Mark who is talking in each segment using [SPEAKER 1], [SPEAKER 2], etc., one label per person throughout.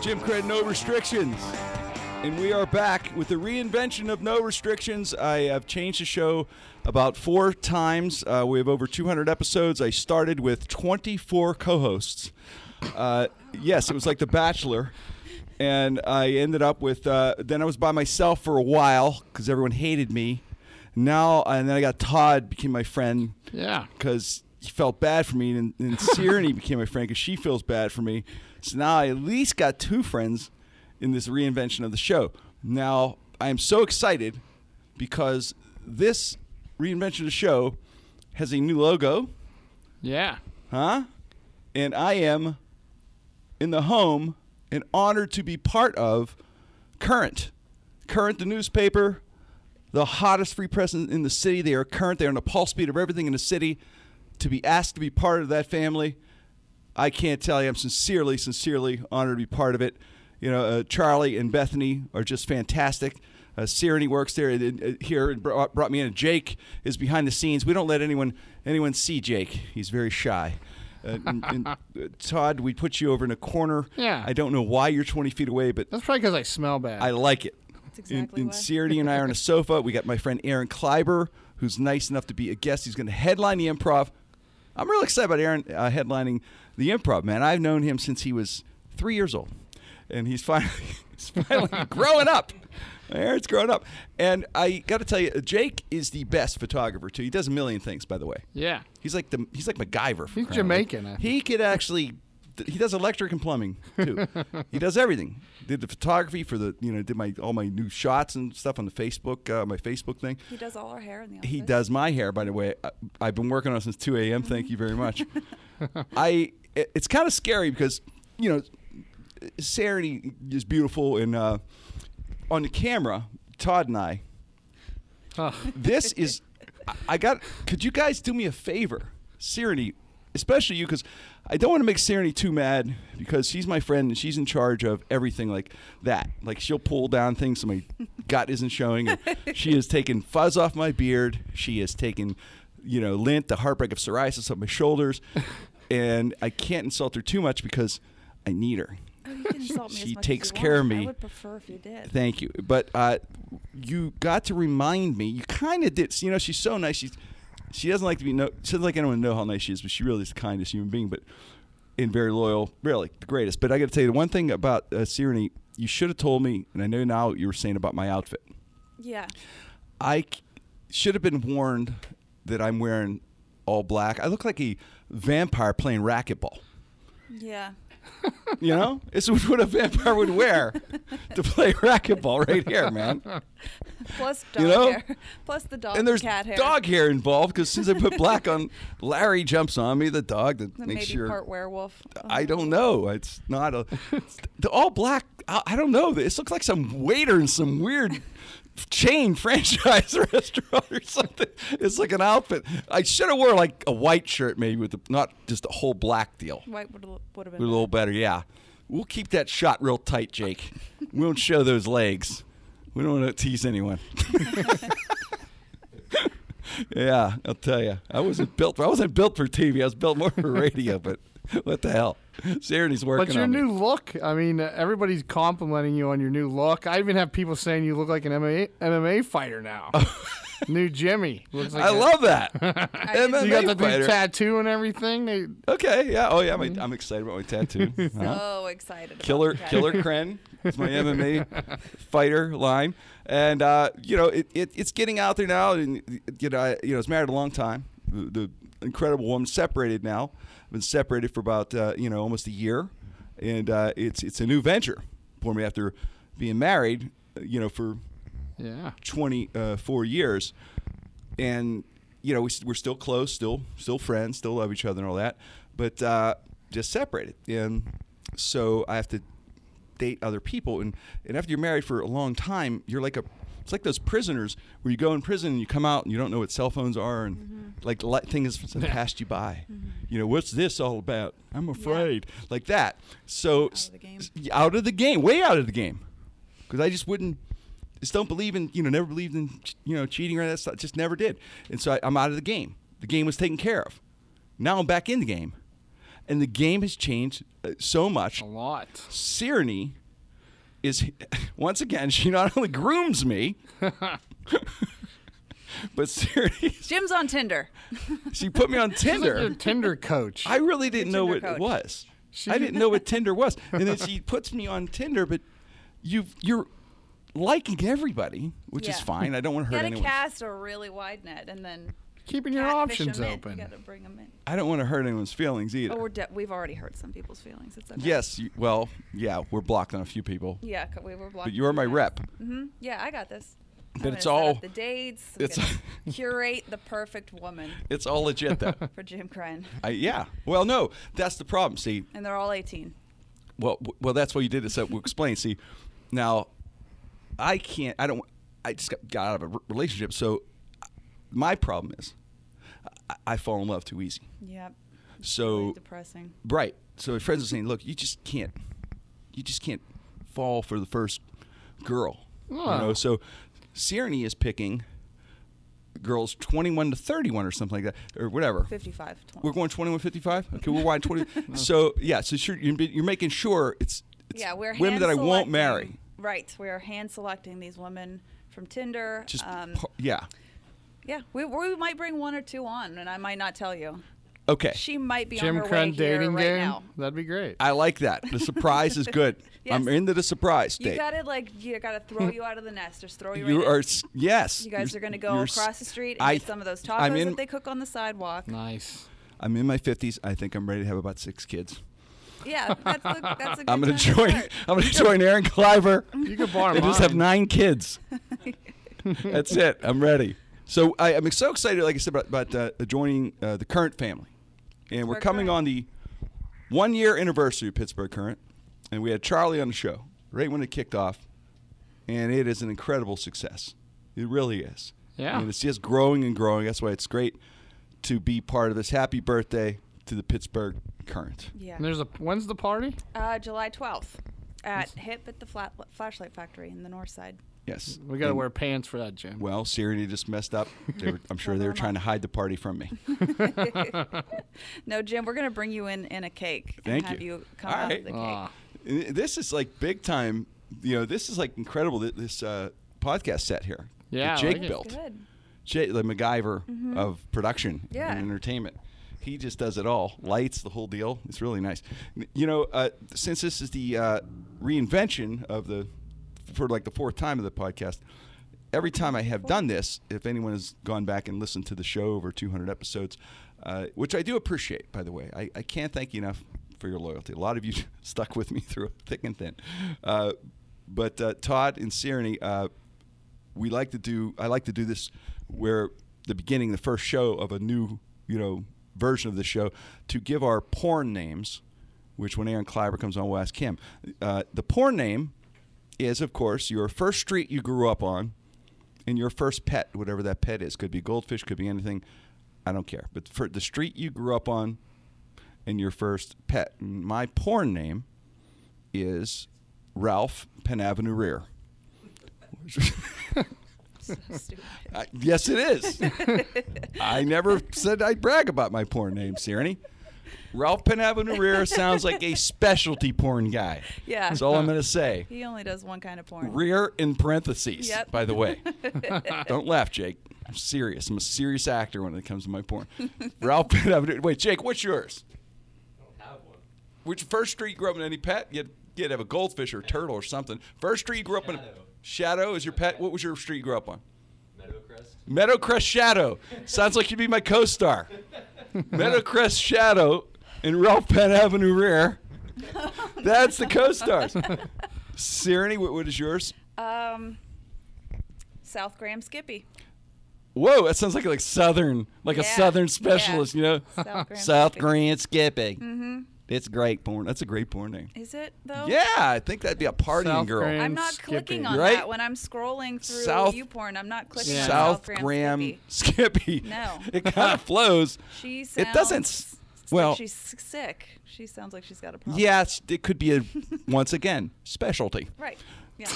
[SPEAKER 1] Jim Cred No Restrictions. And we are back with the reinvention of No Restrictions. I have changed the show about four times. Uh, we have over 200 episodes. I started with 24 co hosts. Uh, yes, it was like The Bachelor. And I ended up with, uh, then I was by myself for a while because everyone hated me. Now, and then I got Todd, became my friend
[SPEAKER 2] Yeah.
[SPEAKER 1] because he felt bad for me, and, and Sirenny became my friend because she feels bad for me. So now I at least got two friends in this reinvention of the show. Now I am so excited because this reinvention of the show has a new logo,
[SPEAKER 2] Yeah.
[SPEAKER 1] huh? And I am in the home and honored to be part of Current. Current, the newspaper, the hottest free press in, in the city. They are current. They are on the pulse beat of everything in the city. To be asked to be part of that family, I can't tell you. I'm sincerely, sincerely honored to be part of it. You know, uh, Charlie and Bethany are just fantastic. Uh, Sirenny works there and, and, uh, here and brought, brought me in. Jake is behind the scenes. We don't let anyone anyone see Jake. He's very shy. Uh, and- and, uh, Todd, we put you over in a corner.
[SPEAKER 2] Yeah.
[SPEAKER 1] I don't know why you're 20 feet away, but
[SPEAKER 2] That's probably because I smell bad.
[SPEAKER 1] I like it.
[SPEAKER 3] That's exactly
[SPEAKER 1] and, and
[SPEAKER 3] why.
[SPEAKER 1] Sierra and I are on a sofa. We got my friend Aaron Kleiber, who's nice enough to be a guest. He's going to headline the improv. I'm really excited about Aaron uh, headlining the improv, man. I've known him since he was three years old, and he's finally, he's finally growing up. Aaron's growing up. And I got to tell you, Jake is the best photographer, too. He does a million things, by the way.
[SPEAKER 2] yeah.
[SPEAKER 1] He's like the he's like MacGyver. For crying
[SPEAKER 2] He's
[SPEAKER 1] out loud.
[SPEAKER 2] Jamaican, I think.
[SPEAKER 1] He could actually. th- He does electric and plumbing too. he does everything. Did the photography for the you know did my all my new shots and stuff on the Facebook uh, my Facebook thing.
[SPEAKER 3] He does all our hair in the office.
[SPEAKER 1] He does my hair by the way. I, I've been working on it since 2 a.m. Thank you very much. I it- it's kind of scary because you know Serenity is beautiful and uh, on the camera Todd and I
[SPEAKER 2] Ugh.
[SPEAKER 1] this is I- I got could you guys do me a favor Serenity especially you because I don't want to make Serenity too mad because she's my friend and she's in charge of everything like that like she'll pull down things so my gut isn't showing and she has taken fuzz off my beard she has taken you know lint the heartbreak of psoriasis off my shoulders and I can't insult her too much because I need her
[SPEAKER 3] Oh, you can insult me as
[SPEAKER 1] she
[SPEAKER 3] much as
[SPEAKER 1] takes
[SPEAKER 3] you
[SPEAKER 1] care of
[SPEAKER 3] want.
[SPEAKER 1] me.
[SPEAKER 3] I would prefer if you did.
[SPEAKER 1] Thank you. But uh, you got to remind me. You kind of did. You know, she's so nice. She's she doesn't like to be no. She doesn't like anyone to know how nice she is, but she really is the kindest human being. But and very loyal, really the greatest. But I got to tell you, the one thing about uh, Sirenny, you should have told me, and I know now what you were saying about my outfit.
[SPEAKER 3] yeah.
[SPEAKER 1] I c- should have been warned that I'm wearing all black. I look like a vampire playing racquetball.
[SPEAKER 3] Yeah.
[SPEAKER 1] You know, this is what a vampire would wear to play racquetball right here, man.
[SPEAKER 3] Plus dog
[SPEAKER 1] You know?
[SPEAKER 3] hair. Plus the dog
[SPEAKER 1] and there's
[SPEAKER 3] cat hair.
[SPEAKER 1] dog hair involved because since I put black on, Larry jumps on me, the dog that
[SPEAKER 3] Then
[SPEAKER 1] makes
[SPEAKER 3] maybe
[SPEAKER 1] sure.
[SPEAKER 3] part werewolf. Uh-huh.
[SPEAKER 1] I don't know. It's not a. it's the all black. I, I don't know. This looks like some waiter in some weird chain franchise restaurant or something. It's like an outfit. I should have wore like a white shirt maybe with the, not just a whole black deal.
[SPEAKER 3] White would would have
[SPEAKER 1] A
[SPEAKER 3] been.
[SPEAKER 1] little
[SPEAKER 3] better.
[SPEAKER 1] better, yeah. We'll keep that shot real tight, Jake. we won't show those legs. We don't want to tease anyone. yeah, I'll tell you. I wasn't built. For, I wasn't built for TV. I was built more for radio. But what the hell? Serenity's working
[SPEAKER 2] But your
[SPEAKER 1] on me.
[SPEAKER 2] new look, I mean, uh, everybody's complimenting you on your new look. I even have people saying you look like an MMA, MMA fighter now. new Jimmy. Looks like
[SPEAKER 1] I
[SPEAKER 2] a-
[SPEAKER 1] love that.
[SPEAKER 3] didn't-
[SPEAKER 1] MMA
[SPEAKER 2] You got the
[SPEAKER 1] fighter.
[SPEAKER 2] new tattoo and everything. They,
[SPEAKER 1] okay, yeah. Oh yeah, my, I'm excited about my tattoo. Uh-huh.
[SPEAKER 3] So Oh, excited. about
[SPEAKER 1] Killer
[SPEAKER 3] that.
[SPEAKER 1] Killer Kren is my MMA fighter line, and uh, you know it, it, it's getting out there now. And you know, I, you know, I was married a long time. The, the incredible woman separated now. Been separated for about uh, you know almost a year, and uh, it's it's a new venture for me after being married. uh, You know for
[SPEAKER 2] yeah.
[SPEAKER 1] 24 uh, years and you know we, s- we're still close still still friends still love each other and all that but uh, just separated and so i have to date other people and, and after you're married for a long time you're like a it's like those prisoners where you go in prison and you come out and you don't know what cell phones are and
[SPEAKER 3] Mm-hmm.
[SPEAKER 1] like li- things have passed you by you know what's this all about i'm afraid like that so
[SPEAKER 3] Out of the game.
[SPEAKER 1] s- y- out of the game way out of the game because I just wouldn't just don't believe in you know never believed in you know cheating or that stuff just never did and so I, I'm out of the game the game was taken care of now I'm back in the game and the game has changed uh, so much.
[SPEAKER 2] A lot.
[SPEAKER 1] Sireney is once again she not only grooms me, but Sireney
[SPEAKER 3] Jim's on Tinder.
[SPEAKER 1] she put me on
[SPEAKER 2] She's like
[SPEAKER 1] Tinder.
[SPEAKER 2] your Tinder coach.
[SPEAKER 1] I really didn't know what
[SPEAKER 3] Tinder
[SPEAKER 1] it
[SPEAKER 3] coach.
[SPEAKER 1] was.
[SPEAKER 2] She-
[SPEAKER 1] I didn't know what Tinder was, and then she puts me on Tinder. But you you're liking everybody, which is
[SPEAKER 3] Yeah.
[SPEAKER 1] fine. I don't want to hurt
[SPEAKER 3] Gotta
[SPEAKER 1] anyone.
[SPEAKER 3] cast a really wide net and then
[SPEAKER 2] Keeping your
[SPEAKER 3] catfish
[SPEAKER 2] options
[SPEAKER 3] 'em in.
[SPEAKER 2] open.
[SPEAKER 3] You gotta bring 'em in.
[SPEAKER 1] I don't want to hurt anyone's feelings either.
[SPEAKER 3] Oh, we're de- we've already hurt some people's feelings. It's okay.
[SPEAKER 1] yes, you, well, yeah, we're blocked on a few people,
[SPEAKER 3] Yeah, 'cause we were blocked.
[SPEAKER 1] but you're my rep.
[SPEAKER 3] hmm Yeah, I got this.
[SPEAKER 1] But
[SPEAKER 3] I'm gonna
[SPEAKER 1] it's
[SPEAKER 3] set up
[SPEAKER 1] all-
[SPEAKER 3] the dates.
[SPEAKER 1] it's-
[SPEAKER 3] It's curate the perfect woman
[SPEAKER 1] It's all legit though.
[SPEAKER 3] for Jim Crenn,
[SPEAKER 1] I, yeah. Well, no, that's the problem. See,
[SPEAKER 3] and they're all 18.
[SPEAKER 1] Well, w- well, that's what you did. Is that we'll explain. See, now I can't. I don't. I just got, got out of a re- relationship, so my problem is I, I fall in love too easy.
[SPEAKER 3] Yep.
[SPEAKER 1] So
[SPEAKER 3] depressing.
[SPEAKER 1] right. So my friends are saying, look, you just can't. You just can't fall for the first girl. You
[SPEAKER 2] Oh.
[SPEAKER 1] know. So Sirenny is picking girls twenty-one to thirty-one or something like that, or whatever.
[SPEAKER 3] 55. 20.
[SPEAKER 1] We're going twenty-one fifty-five. Okay, we're wide twenty. so yeah, so sure, you're, you're making sure it's, it's
[SPEAKER 3] yeah, we're
[SPEAKER 1] women that I won't
[SPEAKER 3] hand-selecting-
[SPEAKER 1] marry.
[SPEAKER 3] Right. We are hand selecting these women from Tinder.
[SPEAKER 1] Just
[SPEAKER 3] um,
[SPEAKER 1] par- yeah.
[SPEAKER 3] yeah, we, we might bring one or two on, and I might not tell you.
[SPEAKER 1] Okay,
[SPEAKER 3] She might be
[SPEAKER 2] Jim
[SPEAKER 3] on her
[SPEAKER 2] Crenn
[SPEAKER 3] way here
[SPEAKER 2] dating
[SPEAKER 3] right
[SPEAKER 2] game.
[SPEAKER 3] now.
[SPEAKER 2] That'd be great.
[SPEAKER 1] I like that. The surprise is good.
[SPEAKER 3] Yes.
[SPEAKER 1] I'm into the surprise
[SPEAKER 3] You
[SPEAKER 1] date.
[SPEAKER 3] gotta like, you gotta throw you out of the nest, just throw you.
[SPEAKER 1] You
[SPEAKER 3] right
[SPEAKER 1] are
[SPEAKER 3] in.
[SPEAKER 1] s- yes.
[SPEAKER 3] You guys
[SPEAKER 1] You're-
[SPEAKER 3] are gonna go
[SPEAKER 1] you're s-
[SPEAKER 3] across the street and
[SPEAKER 1] I-
[SPEAKER 3] get some of those
[SPEAKER 1] I'm
[SPEAKER 3] tacos
[SPEAKER 1] in-
[SPEAKER 3] that they cook on the sidewalk.
[SPEAKER 2] Nice.
[SPEAKER 1] I'm in my fifties. I think I'm ready to have about six kids.
[SPEAKER 3] Yeah, that's a, that's a good
[SPEAKER 1] I'm gonna
[SPEAKER 3] time
[SPEAKER 1] join.
[SPEAKER 3] start.
[SPEAKER 1] I'm gonna join Aaron Cliver.
[SPEAKER 2] You could borrow
[SPEAKER 1] I just have
[SPEAKER 2] mine.
[SPEAKER 1] nine kids. That's it. I'm ready. So I, I'm so excited, like I said, about, about uh, joining uh, the current family, and we're
[SPEAKER 3] Pittsburgh
[SPEAKER 1] coming
[SPEAKER 3] Current.
[SPEAKER 1] on the one year anniversary of Pittsburgh Current, and we had Charlie on the show right when it kicked off, and it is an incredible success. It really is.
[SPEAKER 2] Yeah.
[SPEAKER 1] and it's just growing and growing. That's why it's great to be part of this. Happy birthday to the Pittsburgh Current.
[SPEAKER 3] Yeah.
[SPEAKER 2] And there's a when's the party?
[SPEAKER 3] Uh, July 12th at HIP at the flat, Flashlight Factory in the north side.
[SPEAKER 1] Yes,
[SPEAKER 2] We gotta
[SPEAKER 1] And-
[SPEAKER 2] wear pants for that, Jim.
[SPEAKER 1] Well, Serenity just messed up. They were, I'm sure they were trying to hide the party from me.
[SPEAKER 3] No, Jim, we're going to bring you in in a cake and
[SPEAKER 1] Thank
[SPEAKER 3] have
[SPEAKER 1] you.
[SPEAKER 3] you, come
[SPEAKER 1] All
[SPEAKER 3] out
[SPEAKER 1] right.
[SPEAKER 3] of the cake.
[SPEAKER 2] Ah,
[SPEAKER 1] This is like big time. You know, this is like incredible. th- This uh, podcast set here. that
[SPEAKER 2] Yeah, I
[SPEAKER 1] Jake
[SPEAKER 2] like it.
[SPEAKER 1] built.
[SPEAKER 3] Good.
[SPEAKER 1] Jake, the MacGyver of production
[SPEAKER 3] Yeah.
[SPEAKER 1] and entertainment. He just does it all. Lights, the whole deal. It's really nice. N- You know, uh, since this is the uh, reinvention of the for like the fourth time of the podcast, every time I have done this, if anyone has gone back and listened to the show over 200 episodes, uh, which I do appreciate, by the way, I, I can't thank you enough for your loyalty. A lot of you stuck with me through thick and thin. Uh, but uh, Todd and Sirenny, uh, we like to do I like to do this where the beginning, the first show of a new, you know, version of the show to give our porn names, which when Aaron Kleiber comes on, we'll ask him. Uh, the porn name is, of course, your first street you grew up on and your first pet, whatever that pet is. Could be goldfish, could be anything. I don't care. But for the street you grew up on and your first pet. And my porn name is Ralph Penn Avenue Rear.
[SPEAKER 3] So stupid.
[SPEAKER 1] I, yes, it is. I never said I'd brag about my porn name, Sirenny. Ralph Penavanurir sounds like a specialty porn guy.
[SPEAKER 3] Yeah.
[SPEAKER 1] That's all I'm going to say.
[SPEAKER 3] He only does one kind of porn.
[SPEAKER 1] Rear in parentheses,
[SPEAKER 3] Yep.
[SPEAKER 1] by the way. Don't laugh, Jake. I'm serious. I'm a serious actor when it comes to my porn. Ralph Penavanurir. Wait, Jake, what's yours? Which first street you grew up in any pet? You'd, you'd have a goldfish or a turtle or something. First street you grew up in.
[SPEAKER 4] Shadow.
[SPEAKER 1] Shadow is your pet. What was your street you grew up on?
[SPEAKER 4] Meadowcrest.
[SPEAKER 1] Meadowcrest Shadow. Sounds like you'd be my co-star. Meadowcrest Shadow and Ralph Penn Avenue Rear. That's the co-stars. Sirenny, what, what is yours?
[SPEAKER 3] Um, South Graham Skippy.
[SPEAKER 1] Whoa, that sounds like like southern, like a
[SPEAKER 3] Yeah,
[SPEAKER 1] southern
[SPEAKER 3] yeah.
[SPEAKER 1] specialist, you know?
[SPEAKER 3] South Graham.
[SPEAKER 1] South
[SPEAKER 3] Skippy.
[SPEAKER 1] Grand Skipping.
[SPEAKER 3] Mhm.
[SPEAKER 1] It's great porn. That's a great porn name.
[SPEAKER 3] Is it though?
[SPEAKER 1] Yeah, I think that'd be a partying
[SPEAKER 2] South
[SPEAKER 1] girl.
[SPEAKER 2] Grand-
[SPEAKER 3] I'm not
[SPEAKER 2] Skippy.
[SPEAKER 3] clicking on
[SPEAKER 1] Right?
[SPEAKER 3] that when I'm scrolling through
[SPEAKER 1] South-
[SPEAKER 3] YouPorn. I'm not clicking
[SPEAKER 2] Yeah.
[SPEAKER 3] on
[SPEAKER 1] South
[SPEAKER 3] South
[SPEAKER 1] Graham
[SPEAKER 3] Skippy.
[SPEAKER 1] Skippy.
[SPEAKER 3] No.
[SPEAKER 1] It kind of flows.
[SPEAKER 3] She sounds.
[SPEAKER 1] It doesn't s- well-
[SPEAKER 3] Like she's sick. She sounds like she's got a problem.
[SPEAKER 1] Yes, it could be a once again specialty.
[SPEAKER 3] Right. Yeah.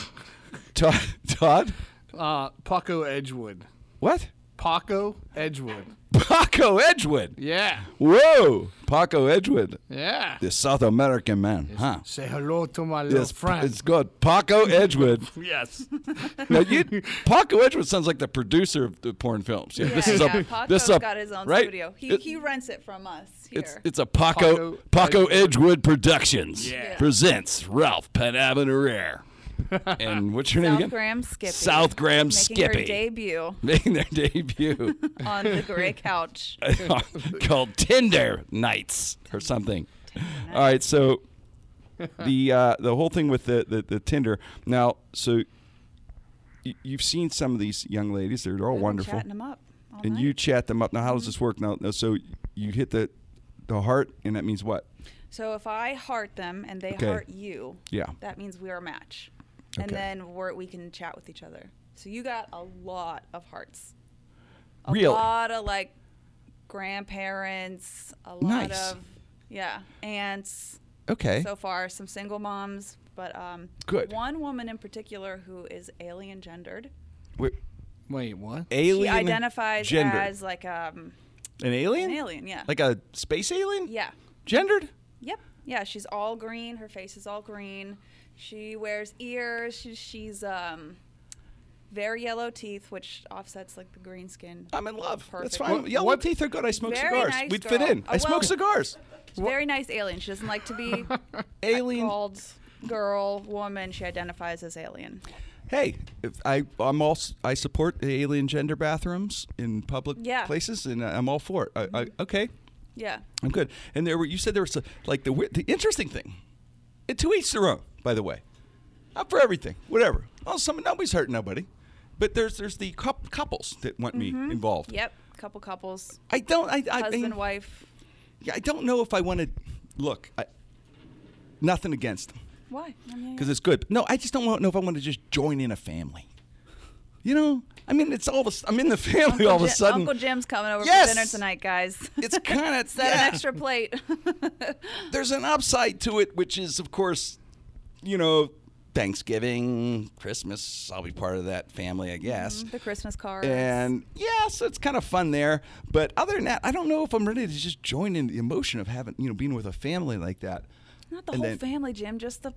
[SPEAKER 1] Todd, Todd,
[SPEAKER 2] uh, Pucko Edgewood.
[SPEAKER 1] what?
[SPEAKER 2] Paco Edgewood.
[SPEAKER 1] Paco Edgewood.
[SPEAKER 2] Yeah,
[SPEAKER 1] Whoa, Paco Edgewood,
[SPEAKER 2] yeah.
[SPEAKER 1] the South American man, huh?
[SPEAKER 2] Say hello to my little
[SPEAKER 1] Yes,
[SPEAKER 2] friend.
[SPEAKER 1] it's good. Paco Edgewood.
[SPEAKER 2] yes.
[SPEAKER 1] Now you, Paco Edgewood sounds like the producer of the porn films. Yeah, this is
[SPEAKER 3] yeah,
[SPEAKER 1] a
[SPEAKER 3] Paco's
[SPEAKER 1] this is a,
[SPEAKER 3] got his own
[SPEAKER 1] right?
[SPEAKER 3] studio. He
[SPEAKER 1] It-
[SPEAKER 3] he rents it from us here.
[SPEAKER 1] it's it's a Paco Paco,
[SPEAKER 2] Paco
[SPEAKER 1] Edgewood Productions
[SPEAKER 2] Yeah.
[SPEAKER 1] presents Ralph Panabanarere. and what's your name
[SPEAKER 3] South
[SPEAKER 1] again?
[SPEAKER 3] Graham Skippy.
[SPEAKER 1] South Graham
[SPEAKER 3] making
[SPEAKER 1] Skippy.
[SPEAKER 3] her debut
[SPEAKER 1] Making their debut
[SPEAKER 3] on the gray couch.
[SPEAKER 1] called Tinder Nights or something. All right, so the uh, the whole thing with the, the, the Tinder. Now, so y- you've seen some of these young ladies; they're all
[SPEAKER 3] We've been
[SPEAKER 1] wonderful.
[SPEAKER 3] Chatting him up. all
[SPEAKER 1] and
[SPEAKER 3] night. Mm-hmm.
[SPEAKER 1] you chat them up. Now, how does this work? Now, now, so you hit the the heart, and that means what?
[SPEAKER 3] So if I heart them and they
[SPEAKER 1] Okay.
[SPEAKER 3] heart you,
[SPEAKER 1] Yeah.
[SPEAKER 3] that means we are a match, and
[SPEAKER 1] Okay.
[SPEAKER 3] then we're, we can chat with each other. So you got a lot of hearts. A
[SPEAKER 1] Really?
[SPEAKER 3] lot of like grandparents. A lot
[SPEAKER 1] Nice.
[SPEAKER 3] of yeah aunts.
[SPEAKER 1] Okay.
[SPEAKER 3] so far some single moms but um,
[SPEAKER 1] Good.
[SPEAKER 3] one woman in particular who is alien gendered
[SPEAKER 1] Wait,
[SPEAKER 2] Wait, what?
[SPEAKER 1] alien
[SPEAKER 3] she identifies
[SPEAKER 1] gendered.
[SPEAKER 3] as like um,
[SPEAKER 1] an alien,
[SPEAKER 3] an alien yeah
[SPEAKER 1] like a space alien,
[SPEAKER 3] yeah
[SPEAKER 1] gendered.
[SPEAKER 3] yep yeah she's all green her face is all green she wears ears she, she's um, very yellow teeth which offsets like the green skin
[SPEAKER 1] I'm in love. That's
[SPEAKER 3] Perfect.
[SPEAKER 1] fine.
[SPEAKER 2] What-
[SPEAKER 1] Yellow
[SPEAKER 2] what-
[SPEAKER 1] teeth are good. I smoke
[SPEAKER 3] Very
[SPEAKER 1] cigars.
[SPEAKER 3] nice
[SPEAKER 1] We'd
[SPEAKER 3] girl.
[SPEAKER 1] fit in.
[SPEAKER 3] Oh,
[SPEAKER 1] I smoke
[SPEAKER 3] well-
[SPEAKER 1] cigars.
[SPEAKER 3] She's a very nice alien she doesn't like to be
[SPEAKER 1] Alien.
[SPEAKER 3] called girl woman she identifies as alien
[SPEAKER 1] Hey, if I I'm all s- I support the alien gender bathrooms in public
[SPEAKER 3] Yeah. Mm-hmm.
[SPEAKER 1] places, and I'm all for it. I, I, okay,
[SPEAKER 3] yeah
[SPEAKER 1] I'm good. And there were you said there was a, like the wi- the interesting thing. It to each their own, by the way. I'm for everything, whatever. Oh, some nobody's hurting nobody, but there's there's the coup couples that want me involved.
[SPEAKER 3] Mm-hmm. yep couple couples
[SPEAKER 1] I don't. I I,
[SPEAKER 3] husband
[SPEAKER 1] I,
[SPEAKER 3] wife
[SPEAKER 1] I don't know if I want to look. I, nothing against them.
[SPEAKER 3] Why? I mean,
[SPEAKER 1] because it's good. No, I just don't want, know if I want to just join in a family. You know, I mean, it's all of a, s- I'm in the family
[SPEAKER 3] Uncle
[SPEAKER 1] all of a
[SPEAKER 3] Jim-
[SPEAKER 1] sudden.
[SPEAKER 3] Uncle Jim's coming over
[SPEAKER 1] Yes!
[SPEAKER 3] for dinner tonight, guys.
[SPEAKER 1] It's kind of
[SPEAKER 3] Set an extra plate.
[SPEAKER 1] There's an upside to it, which is, of course, you know, Thanksgiving, Christmas. I'll be part of that family, I guess.
[SPEAKER 3] Mm-hmm. the Christmas cards.
[SPEAKER 1] And yeah, so it's kind of fun there. But other than that, I don't know if I'm ready to just join in the emotion of having, you know, being with a family like that.
[SPEAKER 3] not the
[SPEAKER 1] and
[SPEAKER 3] whole
[SPEAKER 1] then-
[SPEAKER 3] family, Jim. Just the,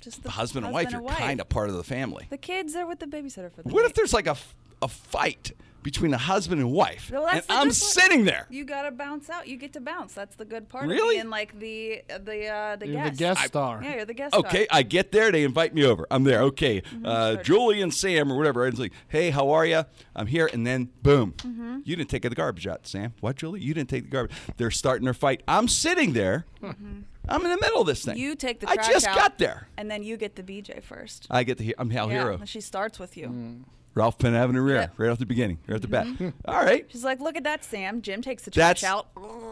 [SPEAKER 3] just the
[SPEAKER 1] Husband, and wife, you're kind of part of the family.
[SPEAKER 3] The kids are with the babysitter for the
[SPEAKER 1] What if
[SPEAKER 3] night.
[SPEAKER 1] there's like a, f- a fight between a husband and wife,
[SPEAKER 3] Well,
[SPEAKER 1] and
[SPEAKER 3] that's the
[SPEAKER 1] I'm
[SPEAKER 3] good part.
[SPEAKER 1] sitting there?
[SPEAKER 3] You gotta bounce out. You get to bounce. That's the good part.
[SPEAKER 1] Really?
[SPEAKER 3] Of being like the the uh, the
[SPEAKER 2] You're the
[SPEAKER 3] guest.
[SPEAKER 2] guest star.
[SPEAKER 3] Yeah, you're the guest.
[SPEAKER 1] Okay, I get there. They invite me over. I'm there. Okay, uh,
[SPEAKER 3] Mm-hmm, sure.
[SPEAKER 1] Julie and Sam or whatever. It's like, hey, how are you? I'm here. And then boom,
[SPEAKER 3] Mm-hmm.
[SPEAKER 1] you didn't take the garbage out, Sam. What, Julie? You didn't take the garbage. They're starting their fight. I'm sitting there. I'm in the middle of this
[SPEAKER 3] Star.
[SPEAKER 1] thing.
[SPEAKER 3] Mm-hmm. You take the.
[SPEAKER 1] I
[SPEAKER 3] trash
[SPEAKER 1] just
[SPEAKER 3] out,
[SPEAKER 1] got there.
[SPEAKER 3] And then you get the BJ first.
[SPEAKER 1] I get to. Hear, I'm Hal
[SPEAKER 3] yeah,
[SPEAKER 1] Hero.
[SPEAKER 3] and She starts with you.
[SPEAKER 2] Mm.
[SPEAKER 1] Ralph Penn Avenue Rear,
[SPEAKER 3] Yeah.
[SPEAKER 1] right off the beginning, right off the
[SPEAKER 3] Mm-hmm.
[SPEAKER 1] bat. All right.
[SPEAKER 3] She's like, look at that, Sam. Jim takes the trash
[SPEAKER 1] That's
[SPEAKER 3] out.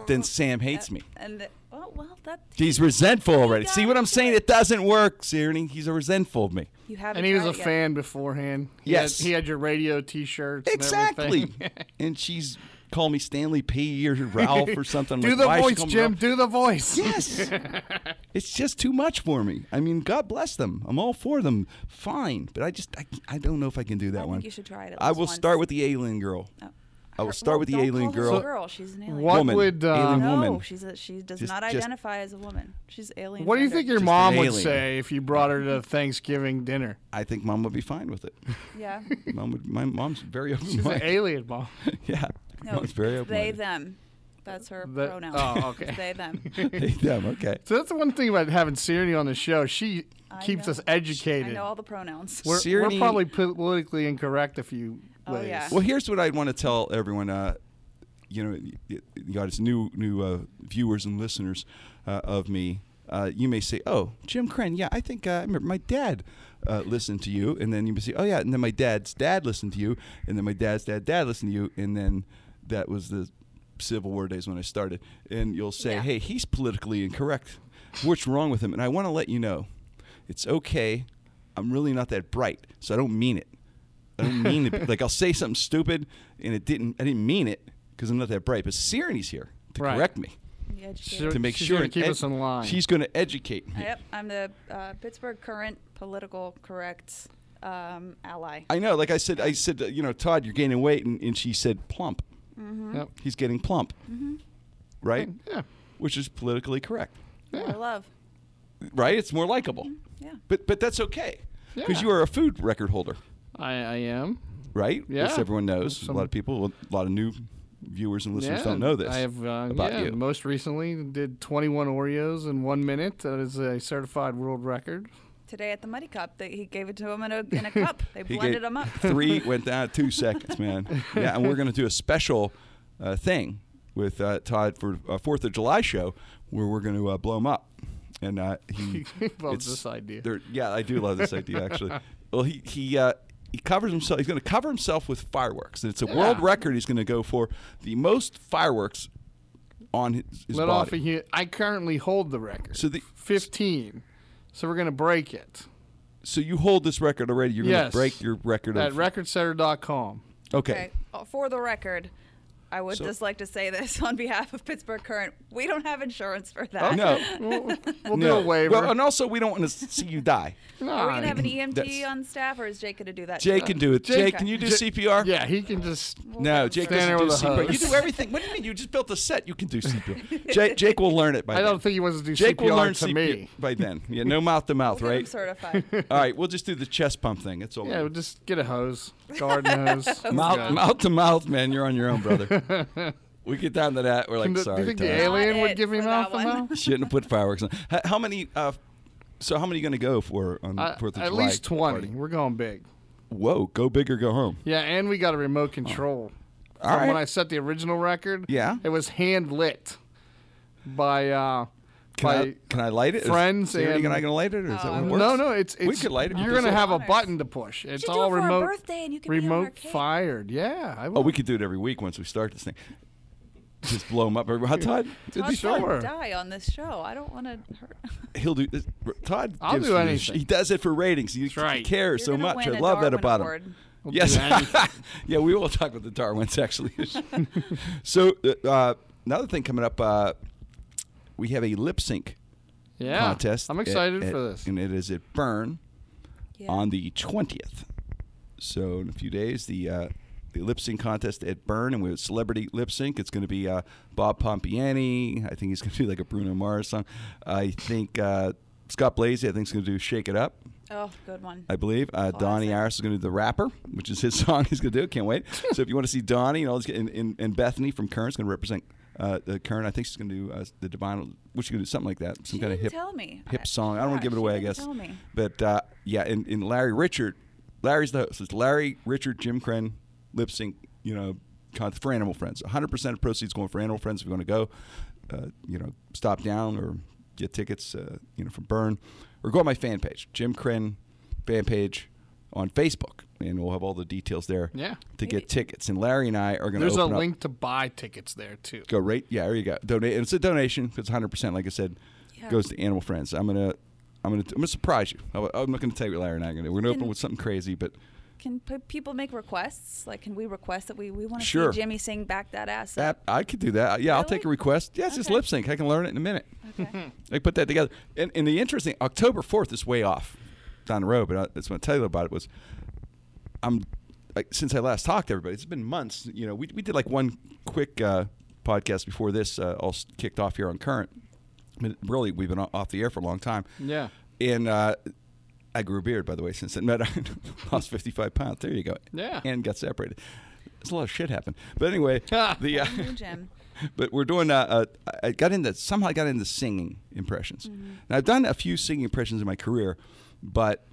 [SPEAKER 1] then Sam hates me.
[SPEAKER 3] And the, oh well, that
[SPEAKER 1] He's resentful already.
[SPEAKER 3] got
[SPEAKER 1] See what I'm
[SPEAKER 3] into
[SPEAKER 1] saying?
[SPEAKER 3] it.
[SPEAKER 1] It doesn't work, Sirini. He's a resentful of me.
[SPEAKER 3] you haven't.
[SPEAKER 2] And he was
[SPEAKER 3] tried
[SPEAKER 2] a
[SPEAKER 3] it yet.
[SPEAKER 2] fan beforehand. He had-
[SPEAKER 1] Yes.
[SPEAKER 2] he had your radio T-shirts. and
[SPEAKER 1] Exactly.
[SPEAKER 2] everything.
[SPEAKER 1] and she's called me Stanley P or Ralph or something.
[SPEAKER 2] Do
[SPEAKER 1] Like,
[SPEAKER 2] the
[SPEAKER 1] why is she
[SPEAKER 2] voice,
[SPEAKER 1] calling me
[SPEAKER 2] Jim.
[SPEAKER 1] Ralph?
[SPEAKER 2] Do the voice.
[SPEAKER 1] Yes. it's just too much for me. I mean, God bless them. I'm all for them. Fine, but I just I, I don't know if I can do that
[SPEAKER 3] I
[SPEAKER 1] one.
[SPEAKER 3] think you should try it. At
[SPEAKER 1] I
[SPEAKER 3] least
[SPEAKER 1] will
[SPEAKER 3] once.
[SPEAKER 1] start with the alien girl. I will
[SPEAKER 3] Her-
[SPEAKER 1] start
[SPEAKER 3] well,
[SPEAKER 1] with the
[SPEAKER 3] don't
[SPEAKER 1] alien
[SPEAKER 3] call her
[SPEAKER 1] girl.
[SPEAKER 3] a girl. She's an alien.
[SPEAKER 2] What
[SPEAKER 1] Woman.
[SPEAKER 2] would uh,
[SPEAKER 1] Alien
[SPEAKER 3] No,
[SPEAKER 1] woman.
[SPEAKER 3] she's a, she does
[SPEAKER 1] Just-
[SPEAKER 3] not
[SPEAKER 1] just-
[SPEAKER 3] identify as a woman. She's alien.
[SPEAKER 2] What do you
[SPEAKER 3] gendered.
[SPEAKER 2] think your
[SPEAKER 1] Just
[SPEAKER 2] mom
[SPEAKER 1] an
[SPEAKER 2] would
[SPEAKER 1] alien.
[SPEAKER 2] say if you brought her to Thanksgiving dinner?
[SPEAKER 1] I think mom would be fine with it.
[SPEAKER 3] Yeah.
[SPEAKER 1] mom would. My mom's very open
[SPEAKER 2] She's an
[SPEAKER 1] minded.
[SPEAKER 2] alien mom.
[SPEAKER 1] yeah.
[SPEAKER 3] No,
[SPEAKER 1] mom's very
[SPEAKER 3] it's
[SPEAKER 1] open
[SPEAKER 3] they
[SPEAKER 1] minded.
[SPEAKER 3] them. That's her
[SPEAKER 2] The-
[SPEAKER 3] pronoun.
[SPEAKER 2] oh, okay.
[SPEAKER 3] It's they them.
[SPEAKER 1] They them. Okay.
[SPEAKER 2] So that's the one thing about having Sirini on the show. She
[SPEAKER 3] I
[SPEAKER 2] keeps
[SPEAKER 3] know.
[SPEAKER 2] us
[SPEAKER 3] I
[SPEAKER 2] educated.
[SPEAKER 3] know all the pronouns.
[SPEAKER 2] We're, we're
[SPEAKER 1] Sirini-
[SPEAKER 2] probably politically incorrect a few
[SPEAKER 3] Oh,
[SPEAKER 2] ways.
[SPEAKER 3] yeah.
[SPEAKER 1] Well, here's what I want to tell everyone. Uh, you know, y- y- the audience, new new uh, viewers and listeners uh, of me. Uh, you may say, "Oh, Jim Crane, yeah, I think uh, I remember my dad uh, listened to you," and then you may say, "Oh yeah," and then my dad's dad listened to you, and then my dad's dad dad listened to you, and then that was the Civil War days when I started. And you'll say,
[SPEAKER 3] Yeah.
[SPEAKER 1] "Hey, he's politically incorrect. What's wrong with him?" And I want to let you know, it's okay. I'm really not that bright, so I don't mean it. I don't mean to be, like I'll say something stupid and it didn't I didn't mean it because I'm not that bright. But Sireni's here to
[SPEAKER 2] Right.
[SPEAKER 1] correct me
[SPEAKER 3] The educated.
[SPEAKER 2] Sure.
[SPEAKER 1] to make
[SPEAKER 2] She's
[SPEAKER 1] sure
[SPEAKER 2] gonna
[SPEAKER 1] and
[SPEAKER 2] keep us in line.
[SPEAKER 1] She's going to educate me.
[SPEAKER 3] Yep, I'm the uh, Pittsburgh Current political correct um, ally.
[SPEAKER 1] I know. Like I said, I said, uh, you know, Todd, you're gaining weight, and, and she said plump.
[SPEAKER 3] Mm-hmm.
[SPEAKER 2] Yep.
[SPEAKER 1] He's getting plump,
[SPEAKER 2] Mm-hmm.
[SPEAKER 1] right?
[SPEAKER 2] Yeah.
[SPEAKER 1] Which is politically correct,
[SPEAKER 3] More love.
[SPEAKER 1] right? It's more likable,
[SPEAKER 3] Yeah.
[SPEAKER 1] but but that's okay because
[SPEAKER 2] Mm-hmm. Yeah.
[SPEAKER 1] you are a food record holder,
[SPEAKER 2] I, I am.
[SPEAKER 1] right?
[SPEAKER 2] Yeah.
[SPEAKER 1] Which everyone knows.
[SPEAKER 2] Some-
[SPEAKER 1] a lot of people, a lot of new viewers and listeners
[SPEAKER 2] yeah,
[SPEAKER 1] don't know this
[SPEAKER 2] I have uh,
[SPEAKER 1] about
[SPEAKER 2] yeah,
[SPEAKER 1] you.
[SPEAKER 2] Most recently, did 21 Oreos in one minute. That is a certified world record.
[SPEAKER 3] Today at the Muddy Cup, they, he gave it to him in a, in a cup. They
[SPEAKER 1] He
[SPEAKER 3] blended
[SPEAKER 1] gave-
[SPEAKER 3] them up.
[SPEAKER 1] Three went down to two seconds, man. Yeah, and we're going to do a special uh, thing with uh, Todd for a Fourth of July show where we're going to uh, blow him up. And uh, he
[SPEAKER 2] He
[SPEAKER 1] it's-
[SPEAKER 2] loves this idea.
[SPEAKER 1] they're- Yeah, I do love this idea actually. Well, he he. Uh, he covers himself. He's going to cover himself with fireworks. It's a world
[SPEAKER 2] Yeah.
[SPEAKER 1] record. He's going to go for the most fireworks on his, his
[SPEAKER 2] Let
[SPEAKER 1] body.
[SPEAKER 2] off a hu- I currently hold the record.
[SPEAKER 1] So the-
[SPEAKER 2] 15. So we're gonna break it.
[SPEAKER 1] so you hold this record already. You're going
[SPEAKER 2] Yes.
[SPEAKER 1] to break your record.
[SPEAKER 2] At
[SPEAKER 1] of,
[SPEAKER 2] recordsetter.com.
[SPEAKER 3] Okay. uh, For the record, I would
[SPEAKER 1] So-
[SPEAKER 3] just like to say this on behalf of Pittsburgh Current. We don't have insurance for that.
[SPEAKER 1] Oh, no.
[SPEAKER 2] We'll, we'll do
[SPEAKER 1] no.
[SPEAKER 2] a waiver.
[SPEAKER 1] Well, and also we don't want to see you die.
[SPEAKER 3] Are we going to have an e- EMT
[SPEAKER 1] That's-
[SPEAKER 3] on staff, or is Jake going to do that?
[SPEAKER 1] Jay can do it. Jay,
[SPEAKER 2] Jay-
[SPEAKER 1] can you do
[SPEAKER 2] Jay-
[SPEAKER 1] CPR?
[SPEAKER 2] yeah, he can just.
[SPEAKER 1] No, Jake
[SPEAKER 2] Stand
[SPEAKER 1] doesn't do
[SPEAKER 2] there with a
[SPEAKER 1] CPR. You
[SPEAKER 2] hose.
[SPEAKER 1] do everything. What do you mean? You just built a set. You can do CPR. Jake, Jake will learn it by
[SPEAKER 2] I
[SPEAKER 1] then.
[SPEAKER 2] don't think he wants to do
[SPEAKER 1] Jake
[SPEAKER 2] CPR
[SPEAKER 1] will learn
[SPEAKER 2] to
[SPEAKER 1] CPR
[SPEAKER 2] me.
[SPEAKER 1] by then. Yeah, no mouth to mouth,
[SPEAKER 3] We'll get him
[SPEAKER 1] right?
[SPEAKER 3] certified.
[SPEAKER 1] All right, we'll just do the chest pump thing. That's all. we
[SPEAKER 2] Yeah, we'll
[SPEAKER 1] do.
[SPEAKER 2] just get a hose, garden hose. We're
[SPEAKER 1] mouth,
[SPEAKER 2] good.
[SPEAKER 1] mouth to mouth, man. You're on your own, brother. we get down to that. We're like,
[SPEAKER 2] Can the- do
[SPEAKER 1] sorry,
[SPEAKER 2] you think
[SPEAKER 1] Todd.
[SPEAKER 2] the alien
[SPEAKER 3] Not
[SPEAKER 2] would
[SPEAKER 3] it
[SPEAKER 2] give me
[SPEAKER 3] for
[SPEAKER 2] mouth
[SPEAKER 3] that
[SPEAKER 2] to
[SPEAKER 3] one.
[SPEAKER 2] mouth?
[SPEAKER 1] shouldn't have put fireworks on. How, how many? Uh, so how many going to go for on
[SPEAKER 2] Uh,
[SPEAKER 1] Fourth of
[SPEAKER 2] at
[SPEAKER 1] July?
[SPEAKER 2] least 20.
[SPEAKER 1] party?
[SPEAKER 2] We're going big.
[SPEAKER 1] Whoa, go big or go home.
[SPEAKER 2] Yeah, and we got a remote control.
[SPEAKER 1] All
[SPEAKER 2] From
[SPEAKER 1] right.
[SPEAKER 2] When I set the original record,
[SPEAKER 1] Yeah.
[SPEAKER 2] it was hand lit by uh,
[SPEAKER 1] Can,
[SPEAKER 2] by
[SPEAKER 1] I, can I light it? Is-
[SPEAKER 2] friends
[SPEAKER 1] is Sarah,
[SPEAKER 2] and- Oh.
[SPEAKER 1] and I going to light it, or is that what works?
[SPEAKER 2] no, no, it's it's
[SPEAKER 1] We could light it.
[SPEAKER 2] You're
[SPEAKER 1] We
[SPEAKER 2] gonna
[SPEAKER 1] could-
[SPEAKER 2] have a
[SPEAKER 3] Honors.
[SPEAKER 2] button to push. It's
[SPEAKER 3] do
[SPEAKER 2] all
[SPEAKER 3] it for our
[SPEAKER 2] remote.
[SPEAKER 3] birthday and you can be on our
[SPEAKER 2] remote
[SPEAKER 3] cake.
[SPEAKER 2] fired. Yeah, I
[SPEAKER 1] Oh,
[SPEAKER 2] will.
[SPEAKER 1] we could do it every week once we start this thing. Just blow him up. Huh, Todd? It'd
[SPEAKER 3] Todd's
[SPEAKER 1] fun.
[SPEAKER 2] Sure.
[SPEAKER 3] gonna die on this show. I don't want to hurt.
[SPEAKER 1] He'll do. This. Todd.
[SPEAKER 2] I'll
[SPEAKER 1] gives
[SPEAKER 2] do
[SPEAKER 1] me the sh-
[SPEAKER 2] anything.
[SPEAKER 1] He does it for ratings. He, he
[SPEAKER 2] right.
[SPEAKER 1] cares
[SPEAKER 3] You're
[SPEAKER 1] so
[SPEAKER 3] gonna
[SPEAKER 1] much.
[SPEAKER 3] win
[SPEAKER 1] I
[SPEAKER 3] a
[SPEAKER 1] love that
[SPEAKER 3] Darwin
[SPEAKER 1] about
[SPEAKER 3] Award.
[SPEAKER 1] him. yes.
[SPEAKER 2] do anything.
[SPEAKER 1] yeah, we will talk with the Darwins actually. so uh, uh, another thing coming up, uh, we have a lip sync
[SPEAKER 2] yeah,
[SPEAKER 1] contest.
[SPEAKER 2] I'm
[SPEAKER 1] at-
[SPEAKER 2] excited
[SPEAKER 1] at-
[SPEAKER 2] for this.
[SPEAKER 1] and it is at Burn.
[SPEAKER 3] Yeah.
[SPEAKER 1] on the 20th. So in a few days, the uh, the lip sync contest at Burn, and we have celebrity lip sync. It's going to be uh, Bob Pompiani. I think he's going to do like a Bruno Mars song. I think uh, Scott Blasey. I think is going to do Shake It Up.
[SPEAKER 3] oh, good one.
[SPEAKER 1] I believe uh, Donnie Iris is going to do the rapper, which is his song. He's going to do. it. Can't wait. so if you want to see Donnie and all this, and, and, and Bethany from Kern is going to represent. Uh, the Kern, I think she's going to do uh, the Divine. What's she going to do? Something like that. Some
[SPEAKER 3] She
[SPEAKER 1] kind of
[SPEAKER 3] didn't
[SPEAKER 1] hip
[SPEAKER 3] tell me. I-
[SPEAKER 1] hip song. I don't want to
[SPEAKER 3] yeah,
[SPEAKER 1] give it
[SPEAKER 3] she
[SPEAKER 1] away. I
[SPEAKER 3] didn't
[SPEAKER 1] guess.
[SPEAKER 3] tell me.
[SPEAKER 1] But uh, yeah, and, and Larry Richard, Larry's the host. It's Larry Richard, Jim Crenn, lip sync. You know, con- for Animal Friends. 100 percent of proceeds going for Animal Friends. If you want to go, uh, you know, stop down or get tickets. Uh, you know, from Burn, or go on my fan page, Jim Crenn fan page on Facebook, and we'll have all the details there.
[SPEAKER 2] Yeah.
[SPEAKER 1] To get tickets, and Larry and I are going to
[SPEAKER 2] There's a
[SPEAKER 1] open up-
[SPEAKER 2] link to buy tickets there too.
[SPEAKER 1] go right. Yeah, there you go. Donate. It's a donation. It's 100. percent Like I said,
[SPEAKER 3] Yeah.
[SPEAKER 1] goes to Animal Friends. I'm gonna, I'm gonna, I'm gonna surprise you. I- I'm not gonna tell you what Larry and I are gonna. do. We're gonna open
[SPEAKER 3] Can-
[SPEAKER 1] with something crazy, but
[SPEAKER 3] Can p- people make requests? Like, can we request that we, we want to
[SPEAKER 1] Sure.
[SPEAKER 3] see Jimmy sing back that ass? up?
[SPEAKER 1] that I could do that. Yeah, I'll take a
[SPEAKER 3] Really?
[SPEAKER 1] request. Yeah, it's just
[SPEAKER 3] Okay.
[SPEAKER 1] lip sync. I can learn it in a minute.
[SPEAKER 3] Okay.
[SPEAKER 1] I put that together. And, and the interesting October 4th is way off down the road, but I, that's what I tell you about it was I'm like since I last talked to everybody, it's been months. You know, we, we did like one quick uh, podcast before this uh, all s- kicked off here on Current. But really, we've been o- off the air for a long time.
[SPEAKER 2] Yeah.
[SPEAKER 1] And uh, I grew a beard, by the way, since then. But I lost 55 pounds. There you go.
[SPEAKER 2] Yeah.
[SPEAKER 1] And got separated. There's a lot of shit happened. But anyway, the.
[SPEAKER 3] Thank
[SPEAKER 1] Uh,
[SPEAKER 3] you, Jim.
[SPEAKER 1] but we're doing. Uh, uh, I got into somehow I got into singing impressions,
[SPEAKER 3] Mm-hmm.
[SPEAKER 1] and I've done a few singing impressions in my career, but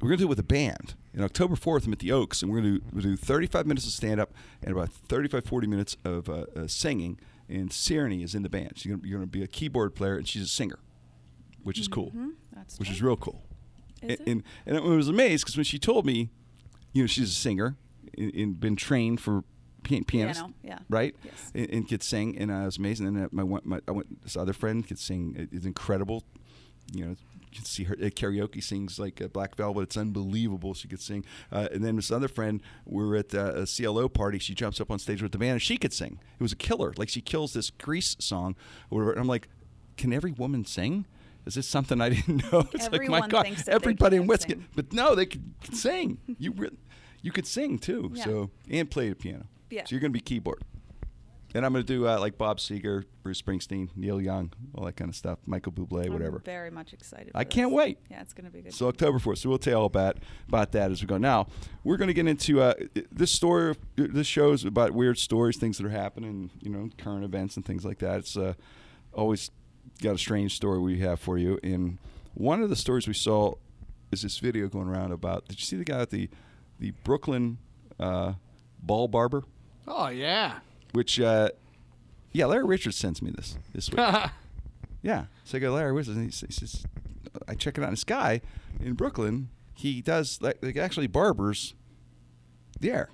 [SPEAKER 1] we're gonna do it with a band. And October fourth, I'm at the Oaks, and we're gonna do, we'll do 35 minutes of stand up and about 35, 40 minutes of uh, uh, singing. And Sirenny is in the band. She's gonna, you're gonna be a keyboard player, and she's a singer, which is cool,
[SPEAKER 3] Mm-hmm. That's
[SPEAKER 1] which
[SPEAKER 3] true.
[SPEAKER 1] is real cool.
[SPEAKER 3] Is
[SPEAKER 1] and,
[SPEAKER 3] it?
[SPEAKER 1] and and I was amazed because when she told me, you know, she's a singer and, and been trained for pian- pianist,
[SPEAKER 3] Piano, yeah.
[SPEAKER 1] right?
[SPEAKER 3] Yes.
[SPEAKER 1] And, and could sing, and I was amazed. And then my, one- my I went this other friend could sing. It- It's incredible, you know. You can see her at karaoke sings like a Black Velvet. It's unbelievable. She could sing. Uh, and then this other friend, we were at uh, a CLO party. She jumps up on stage with the band, and she could sing. It was a killer. Like she kills this Grease song, or whatever. And I'm like, can every woman sing? Is this something I didn't know? It's like my
[SPEAKER 3] Everyone
[SPEAKER 1] God,
[SPEAKER 3] thinks that they
[SPEAKER 1] everybody in
[SPEAKER 3] can't
[SPEAKER 1] West,
[SPEAKER 3] sing.
[SPEAKER 1] but no, they could sing. You re- you could sing too.
[SPEAKER 3] Yeah.
[SPEAKER 1] So and play the piano.
[SPEAKER 3] Yeah.
[SPEAKER 1] So you're going to be keyboard. And I'm going to do uh, like Bob Seger, Bruce Springsteen, Neil Young, all that kind of stuff. Michael Bublé,
[SPEAKER 3] I'm
[SPEAKER 1] whatever.
[SPEAKER 3] very much excited.
[SPEAKER 1] I
[SPEAKER 3] for
[SPEAKER 1] can't
[SPEAKER 3] this.
[SPEAKER 1] wait.
[SPEAKER 3] Yeah, it's gonna be good.
[SPEAKER 1] So October 4th. So we'll tell you all about, about that as we go. Now, we're going to get into uh, this story. This show is about weird stories, things that are happening, you know, current events and things like that. It's uh, always got a strange story we have for you. And one of the stories we saw is this video going around about, did you see the guy at the, the Brooklyn uh, ball barber?
[SPEAKER 2] Oh yeah.
[SPEAKER 1] Which, uh, yeah, Larry Richards sends me this this week. Yeah. So I go, Larry, where's this? And he s- he says, I check it out. This guy in Brooklyn, he does like, like actually barbers the air,